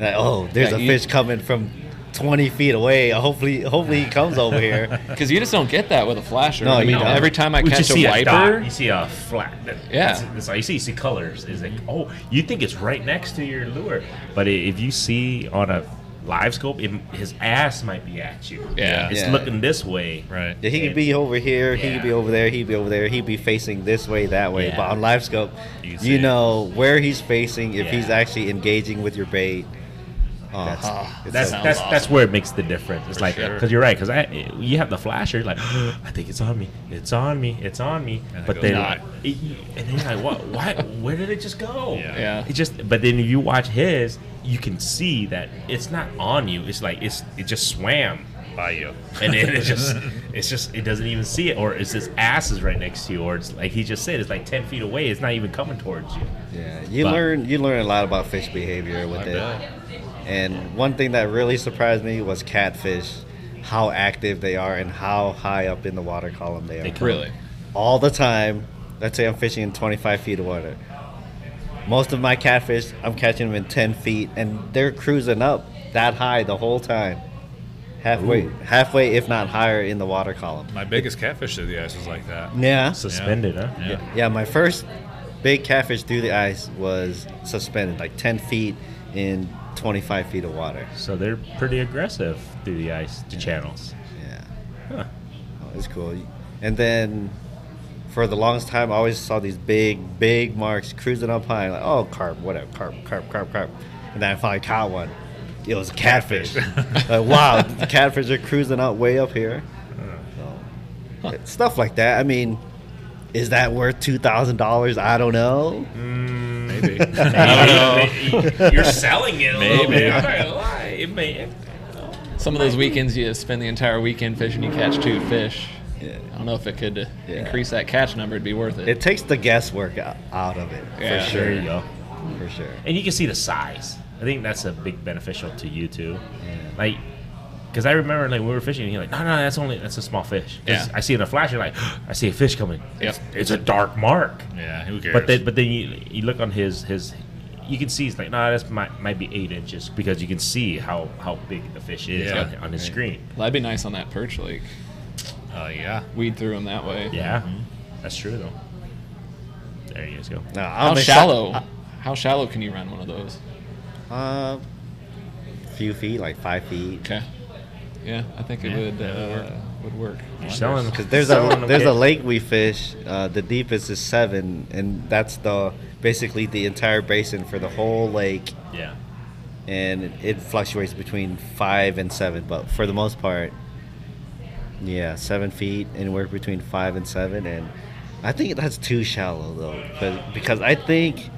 B: Like, oh, there's
C: Yeah,
B: a
C: you-
B: fish coming from 20 feet away. Hopefully, hopefully he comes over here.
C: Because you just don't get that with a flasher.
B: No,
C: I
B: you
C: mean,
B: don't.
C: every time I
A: We
C: catch
A: just
C: a
A: see
C: wiper,
A: dot, you see a flat. that-
C: Yeah.
A: That's, that's all you see. You see colors. Is like, oh, you think it's right next to your lure, but i- if you see on a live scope, it, his ass might be at you.
C: Yeah.
A: it's
B: Yeah.
A: looking this way.
D: Right.
B: Yeah, he could be over here. He could be
A: Yeah.
B: over there. He'd be over there. He'd be facing this way, that way.
A: Yeah.
B: But on live scope,
D: You
B: you,
D: can see it.
B: know where he's facing. If
A: Yeah.
B: he's actually engaging with your bait. Oh,
A: That's-
B: it's
A: That's
B: so-
C: sounds
A: that's that's
C: awesome.
A: where it makes the difference. It's like
D: sure.
A: because you're right. Because I you have the flasher. You're like, <gasps> I think it's on me. It's on me. It's on me.
D: And it
A: but
D: goes
A: then
D: away.
A: it- and then you're like, what? Why? Where did it just go?
D: Yeah.
C: yeah.
A: It just, but then if you watch his, you can see that it's not on you. It's like it's it just swam by you, and then it <laughs>
D: <laughs>
A: just, it's just, it doesn't even see it, or it's his ass is right next to you, or it's like he just said, it's like ten feet away. It's not even coming towards you.
B: Yeah, you
A: But-
B: learn you learn a lot about fish behavior with
D: I
B: it.
D: bet.
B: And one thing that really surprised me was catfish. how active they are and how high up in the water column they are.
A: They come.
C: Really?
B: All the time. Let's say I'm fishing in 25 feet of water. Most of my catfish, I'm catching them in 10 feet, and they're cruising up that high the whole time. Halfway, halfway, if not higher, in the water column.
D: My biggest catfish through the ice was like that.
B: Yeah.
A: Suspended, huh?
D: Yeah.
B: Yeah, my first big catfish through the ice was suspended, like 10 feet in 25 feet of water.
A: So they're pretty aggressive through the ice to channels.
B: Yeah.
A: Huh.
B: Oh, it's cool. And then for the longest time, I always saw these big, big marks cruising up high. Like, oh, carp, whatever, carp, carp, carp, carp. And then I finally caught one. It was a catfish. like, wow, the catfish are cruising up way up here. So, it's Stuff like that. I mean, is that worth $2,000? I don't know.
A: <laughs>
D: Maybe.
A: I don't know. <laughs> You're selling it a little
D: Maybe.
A: bit. I'm not gonna lie. It may.
C: Some of those weekends you spend the entire weekend fishing, you catch two fish.
B: Yeah.
C: I don't know if it could uh
B: Yeah.
C: increase that catch number. It'd be worth it.
B: It takes the guesswork o- out of it, for
C: Yeah.
A: There
B: sure.
A: you go.
B: For sure.
A: And you can see the size. I think that's a big beneficial to you too. Like, because I remember like when we were fishing, and you're like, no, no, that's only that's a small fish. 'Cause
C: Yeah.
A: I see it in a flash, you're like, I see a fish coming.
C: Yep.
A: It's a dark mark.
D: yeah, who cares?
A: But then, but then you you look on his his, you can see it's like nah, that's might might be eight inches because you can see how how big the fish is
D: Yeah.
A: on, on his screen.
C: That'd be nice on that perch lake.
D: Oh, yeah.
C: Weed through them that way.
A: Yeah, that's true though. There you guys go.
B: No, I'll
C: How
B: make-
C: shallow? how shallow can you run one of those?
B: Uh, few feet, like five feet.
C: Okay. Yeah, I think it
D: Yeah,
C: would
D: yeah,
C: uh,
D: that'd work.
C: would work.
A: You're selling
B: Because there's
A: selling
B: a
A: them
B: there's a
A: kids.
B: lake we fish. Uh, the deepest is seven, and that's the basically the entire basin for the whole lake,
A: Yeah,
B: and it fluctuates between five and seven. But for the most part, yeah, seven feet, anywhere between five and seven, and I think that's too shallow though, because because I think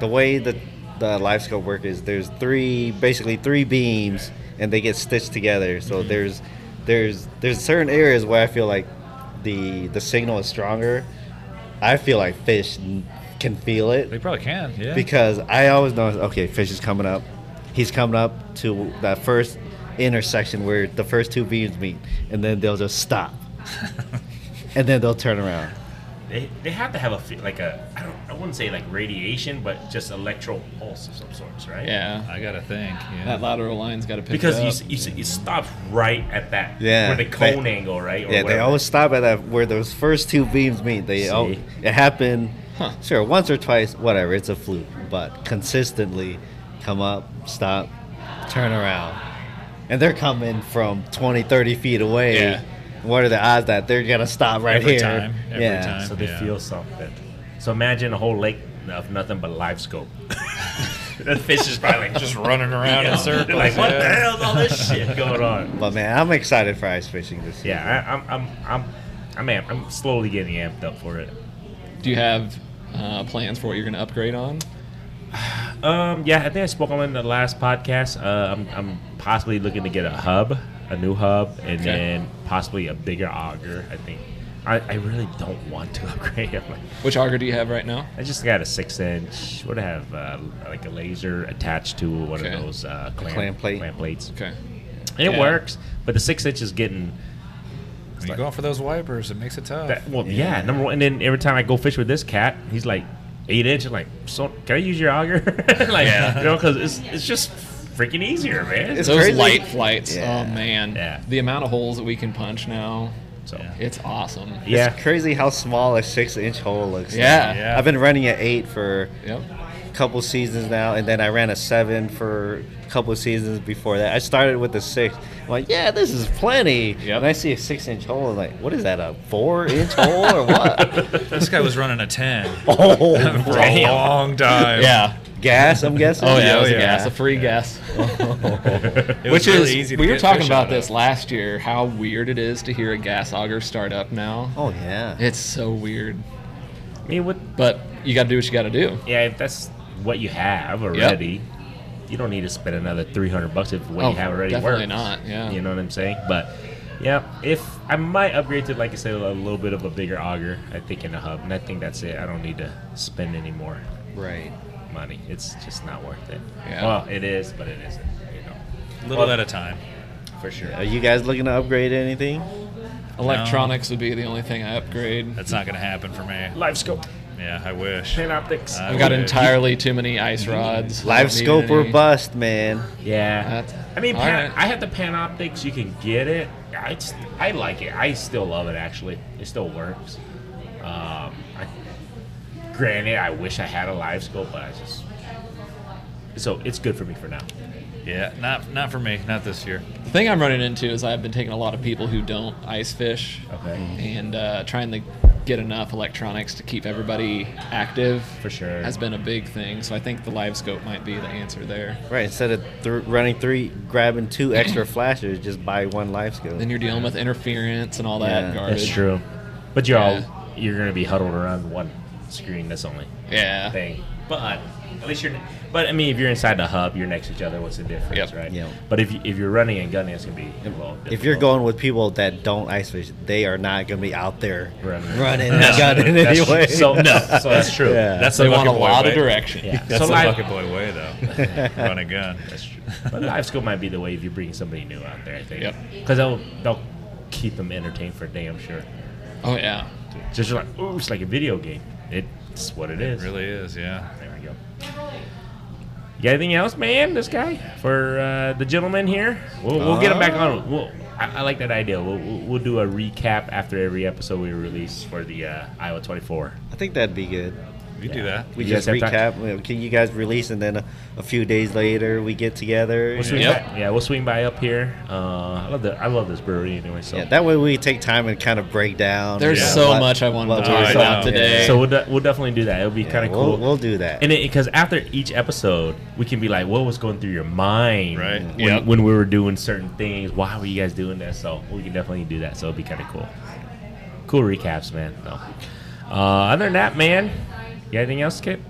B: the way that the live scope work is there's three basically three beams and they get stitched together so there's there's there's certain areas where i feel like the the signal is stronger i feel like fish n- can feel
D: They
B: it
D: probably can, yeah.
B: because i always know okay fish is coming up he's coming up to that first intersection where the first two beams meet and then they'll just stop and then they'll turn around
A: they, they have to have a fe- like a I don't I wouldn't say like radiation, but just electro pulse of some sorts, right?
C: Yeah,
D: I got to think. Yeah.
C: that lateral line's got to pick
A: Because
C: it
A: you,
C: up.
A: s- you, s- it stops right at that
B: Yeah.
A: where the cone
B: They-
A: angle, right? Or
B: Yeah, they
A: whatever.
B: always stop at that where those first two beams meet. They all,
A: See?
B: it happened,
C: Huh.
B: sure, once or twice, whatever. It's a fluke, but consistently, come up, stop, turn around, and they're coming from 20, 30 feet away.
C: Yeah.
B: What are the odds that they're gonna stop right
D: Every
B: here?
D: time, every
B: yeah.
D: time.
A: so they
D: Yeah.
A: feel something. So imagine a whole lake of nothing but live scope. <laughs> the fish is probably
D: <laughs>
A: like
D: Just running around
A: Yeah.
D: in circles.
A: They're like, what the
D: yeah.
A: hell's all this
D: <laughs>
A: shit going on?
B: But man, I'm excited for ice fishing this year.
A: Yeah, I, I'm, I'm, I'm, I'm, amped. I'm slowly getting amped up for it.
C: Do you have uh, plans for what you're going to upgrade on?
A: Um, yeah, I think I spoke on it in the last podcast. Uh, I'm, I'm possibly looking to get a hub, a new hub, and
C: Okay.
A: then possibly a bigger auger. I think. I, I really don't want to <laughs> upgrade. I'm like,
C: Which auger do you have right now?
A: I just got a six inch. Would have uh, like a laser attached to one
C: Okay.
A: of those uh, clamp,
B: clamp plate.
A: clamp plates.
C: Okay.
A: It
C: Yeah.
A: works, but the six inch is getting
D: When you're going for those wipers, it makes it tough.
A: that. Well, yeah. number one. And then every time I go fish with this cat, he's like eight inch. I'm like, so can I use your auger? <laughs> like,
D: Yeah.
A: you know, because it's it's just freaking easier, man.
B: It's
C: Those
B: crazy.
C: light flights.
B: Yeah.
C: Oh man.
A: Yeah.
C: The amount of holes that we can punch now,
A: so yeah.
C: it's awesome.
B: It's crazy how small a six-inch hole looks. now.
C: Yeah.
D: Yeah.
B: I've been running an eight for
C: Yep.
B: couple seasons now, and then I ran a seven for a couple seasons before that. I started with a six. I'm like, yeah, this is plenty.
C: Yep.
B: And I see a six inch hole, I'm like, what is that, a four inch hole or
C: <laughs>
B: what?
D: <laughs> this guy was running a 10
B: oh,
D: for a long time.
C: Yeah.
B: gas, I'm guessing.
C: Oh yeah, it was
D: yeah.
C: a gas, a free gas.
D: It
C: Which
D: was really
C: is
D: easy to
C: we were
D: get
C: talking
D: fish
C: about
D: out of.
C: this last year. How weird it is to hear a gas auger start up now.
B: Oh, yeah.
C: It's so weird.
A: I mean, what
C: But you got to do what you got to do.
A: Yeah, if that's what you have already, you don't need to spend another three hundred bucks if what
C: Oh,
A: you have already
C: definitely
A: works.
C: not, yeah.
A: you know what I'm saying. But yeah, if I might upgrade to like I said, a little bit of a bigger auger, I think in a hub, and I think that's it. I don't need to spend any more
B: Right.
A: money. It's just not worth it.
C: Yeah.
A: Well, it is, but it isn't. You know.
D: Little
A: Well,
D: at a time.
E: for sure.
B: Are you guys looking to upgrade anything?
C: Electronics would be the only thing I upgrade.
D: That's not gonna happen for me.
A: Live scope,
D: Yeah, I wish.
A: panoptics.
D: Uh,
C: I've got
D: would.
C: entirely too many ice rods. I
B: Live
C: don't need
B: scope or
C: any.
B: bust, man.
A: yeah.
C: That's-
A: I mean,
C: all
A: pan-
C: right.
A: I have the panoptics. You can get it. I just, I like it. I still love it. Actually, it still works. Um, I, granted, I wish I had a live scope, but I just so it's good for me for now.
D: Yeah, not not for me. Not this year.
C: The thing I'm running into is I've been taking a lot of people who don't ice fish
A: Okay.
C: and uh, trying to get enough electronics to keep everybody active
A: For sure.
C: has been a big thing. So I think the live scope might be the answer there.
B: Right, instead of th- running three, grabbing two extra flashers, just buy one life skill.
C: Then you're dealing with interference and all that
B: Yeah,
C: garbage.
A: That's true. But you're
C: Yeah.
A: all you're gonna be huddled around one screen. That's the only
C: Yeah.
A: thing. But at least you're. But I mean, if you're inside the hub, you're next to each other. What's the difference,
C: Yep.
A: right?
B: Yep.
A: But if you, if you're running and gunning, it's gonna be a little.
B: If you're
A: difficult.
B: going with people that don't ice fish, they are not going to be out there
A: Running.
B: running and gunning
A: That's true.
B: anyway.
A: So no, so that's true.
B: Yeah.
D: That's
C: They
D: the
C: want a
D: Bucket Boy
C: lot
D: way.
C: of direction.
A: Yeah.
D: <laughs> That's
A: so
D: the
A: live,
D: bucket boy way, though. Run a gun. That's true.
A: but live school might be the way if you bring somebody new out there. I think.
C: Yep.
A: Because they'll they'll keep them entertained for damn sure.
C: <laughs> Oh yeah.
A: Just like ooh, it's like a video game. It's what it
D: It
A: is.
D: really is. Yeah.
A: There we go. You got anything else, man? This guy for uh, the gentleman here. We'll, we'll get him back on. We'll, I, I like that idea. We'll, we'll we'll do a recap after every episode we release for the uh, Iowa 24.
B: I think that'd be good.
D: We do that.
B: We
A: You guys
B: just
A: have time?
B: recap. we- Can you guys release, and then a, a few days later we get together.
A: We'll swing
C: Yep.
A: by- yeah, we'll swing by up here. Uh, I love the I love this brewery anyway. So
B: Yeah, that way we take time and kind of break down.
C: There's
B: you know,
C: so
B: what-
C: much I wanted
B: what
C: to
B: we're
C: talk
D: I
C: about
D: know.
C: today.
A: so we'll, de- we'll definitely do that. It'll be
B: Yeah,
A: kind of
B: we'll,
A: cool.
B: We'll do that.
A: and because after each episode, we can be like, what was going through your mind,
D: Right.
A: When,
C: Yep.
A: when we were doing certain things, why were you guys doing that? So we can definitely do that. So it'd be kind of cool. Cool recaps, man. No. Uh, other than that, man, you got anything else, Kip?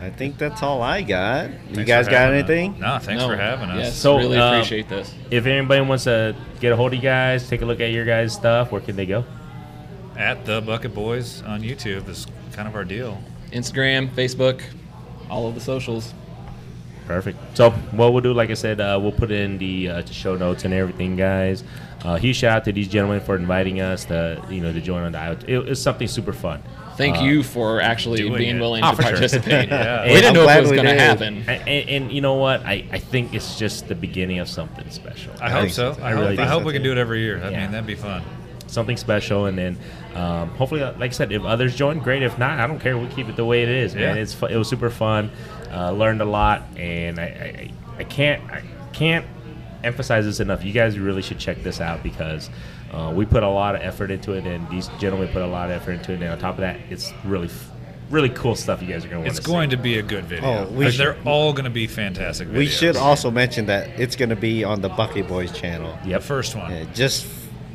B: I think that's all I got. you
D: Thanks
B: guys
D: for
B: got
D: having us.
B: anything?
D: No, thanks
C: No.
D: for having us.
C: Yes,
A: So,
C: really
A: um,
C: appreciate this.
A: If anybody wants to get a hold of you guys, take a look at your guys' stuff. Where can they go?
D: At the Bucket Boys on YouTube is kind of our deal.
C: Instagram, Facebook, all of the socials.
A: Perfect. So what we'll do, like I said, uh, we'll put in the uh, show notes and everything, guys. Uh, huge shout out to these gentlemen for inviting us to you know to join on the island. It, it's something super fun.
C: Thank
A: Uh,
C: you for actually
D: doing
C: being
D: it. Ah,
C: willing
A: Oh,
C: to
A: for sure.
C: participate.
D: <laughs> Yeah.
C: We didn't
B: I'm
C: know
B: glad
C: if it was
B: we
C: going to
B: did.
C: happen.
A: And, and, and you know what? I, I think it's just the beginning of something special.
D: I,
B: I
D: hope
B: think
D: so.
B: so.
D: I,
A: I
D: hope,
A: really
D: I
A: think
D: hope
A: so,
D: we can
A: too.
D: do it every year. I
A: Yeah.
D: mean, that'd be fun.
A: Something special, and then um, hopefully, like I said, if others join, great. If not, I don't care. We keep it the way it is, man.
D: Yeah.
A: It's fu- it was super fun. Uh, learned a lot, and I, I I- I can't I can't emphasize this enough. You guys really should check this out because. Uh, we put a lot of effort into it, and these gentlemen put a lot of effort into it. And on top of that, it's really, f- really cool stuff you guys are going to want
D: It's
A: to see.
D: going to be a good video.
B: Oh, we
D: Like,
B: should-
D: they're all going to be fantastic videos.
B: We should also mention that it's going to be on the Bucky Boys channel.
D: The
A: Yep.
D: first one.
B: Yeah, just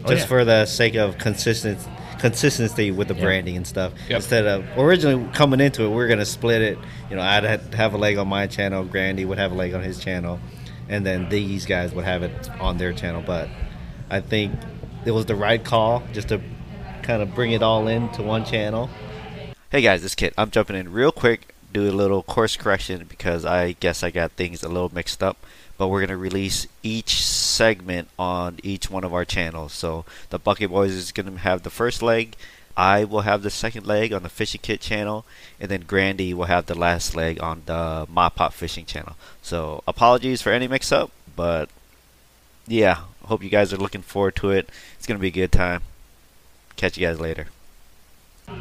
A: Oh,
B: just
A: yeah.
B: for the sake of consistent consistency with the branding and stuff.
C: Yep.
B: Instead of originally coming into it, we are gonna split it. You know, I'd ha- have a leg on my channel, Grandy would have a leg on his channel, and then these guys would have it on their channel. But I think it was the right call just to kind of bring it all into one channel. Hey guys, it's Kit. I'm jumping in real quick, do a little course correction because I guess I got things a little mixed up. But we're gonna release each segment on each one of our channels. So the Bucket Boys is gonna have the first leg. I will have the second leg on the Fishing Kit channel, and then Grandy will have the last leg on the My Pop Fishing channel. So apologies for any mix-up, but yeah, hope you guys are looking forward to it. It's gonna be a good time. Catch you guys later.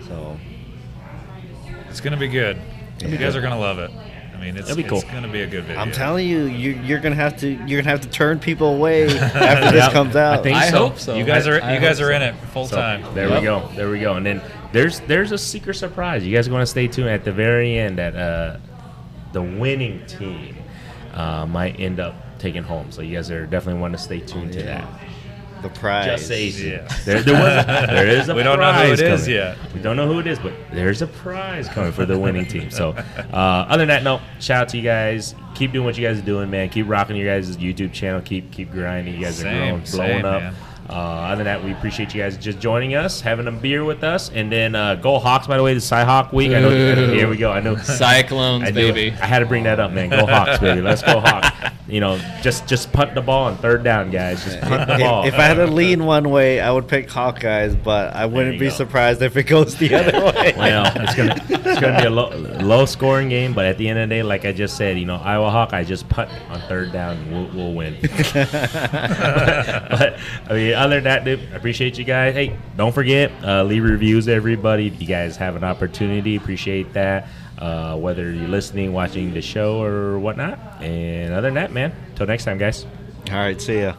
B: So
D: It's going to be good. You
B: Yeah.
D: guys are going to love it. I mean, it's,
A: That'd be
D: it's
A: cool.
D: going to be a good video.
B: I'm telling you, you you're gonna have to you're gonna have to turn people
A: <laughs>
B: away after this
A: Yeah,
B: comes out.
A: I think
C: I
A: so.
C: hope so.
D: you guys are
C: I
D: you guys
C: hope
D: are
C: so.
D: in it full
A: So,
D: time.
A: There
C: Yep.
A: we go. There we go. And then there's there's a secret surprise. You guys are going to stay tuned at the very end that uh, the winning team uh, might end up taking home. So you guys are definitely want to stay tuned to
B: Yeah.
A: that.
B: the prize.
A: Just say
D: Yeah.
A: there, there, was a, there is a
D: <laughs> We don't know who
A: prize
D: it is
A: coming.
D: yet.
A: We don't know who it is, but there's a prize coming for the winning team.
D: <laughs>
A: So, uh, other than that, no. Shout out to you guys. Keep doing what you guys are doing, man. Keep rocking your guys' YouTube channel. Keep keep grinding. You guys
D: Same,
A: are growing, blowing
D: same,
A: up.
D: man.
A: Uh, other than that, we appreciate you guys just joining us, having a beer with us, and then uh, go Hawks. By the way, the Cyhawk week.
B: <laughs>
A: I know,
C: Boo.
A: here we go. I know
C: Cyclones,
A: I knew it.
C: baby.
A: I had to bring that up, man. Go Hawks, baby. Let's go
B: <laughs>
A: Hawks. You know, just just punt the ball on third down, guys. Just punt the ball.
B: If, if I had to lean one way, I would pick Hawkeyes, but I wouldn't
A: you
B: be
A: go.
B: surprised if it goes the other way.
A: <laughs>
B: <laughs>
A: well, it's gonna it's gonna be a low, low scoring game, but at the end of the day, like I just said, you know, Iowa Hawkeyes just punt on third down, and we'll, we'll win. <laughs> but, I mean, other than that, dude, I appreciate you guys. Hey, don't forget uh, leave reviews, everybody. If you guys have an opportunity, appreciate that. Uh, whether you're listening, watching the show, or whatnot. And other than that, man, till next time, guys.
B: <laughs> All right, see ya.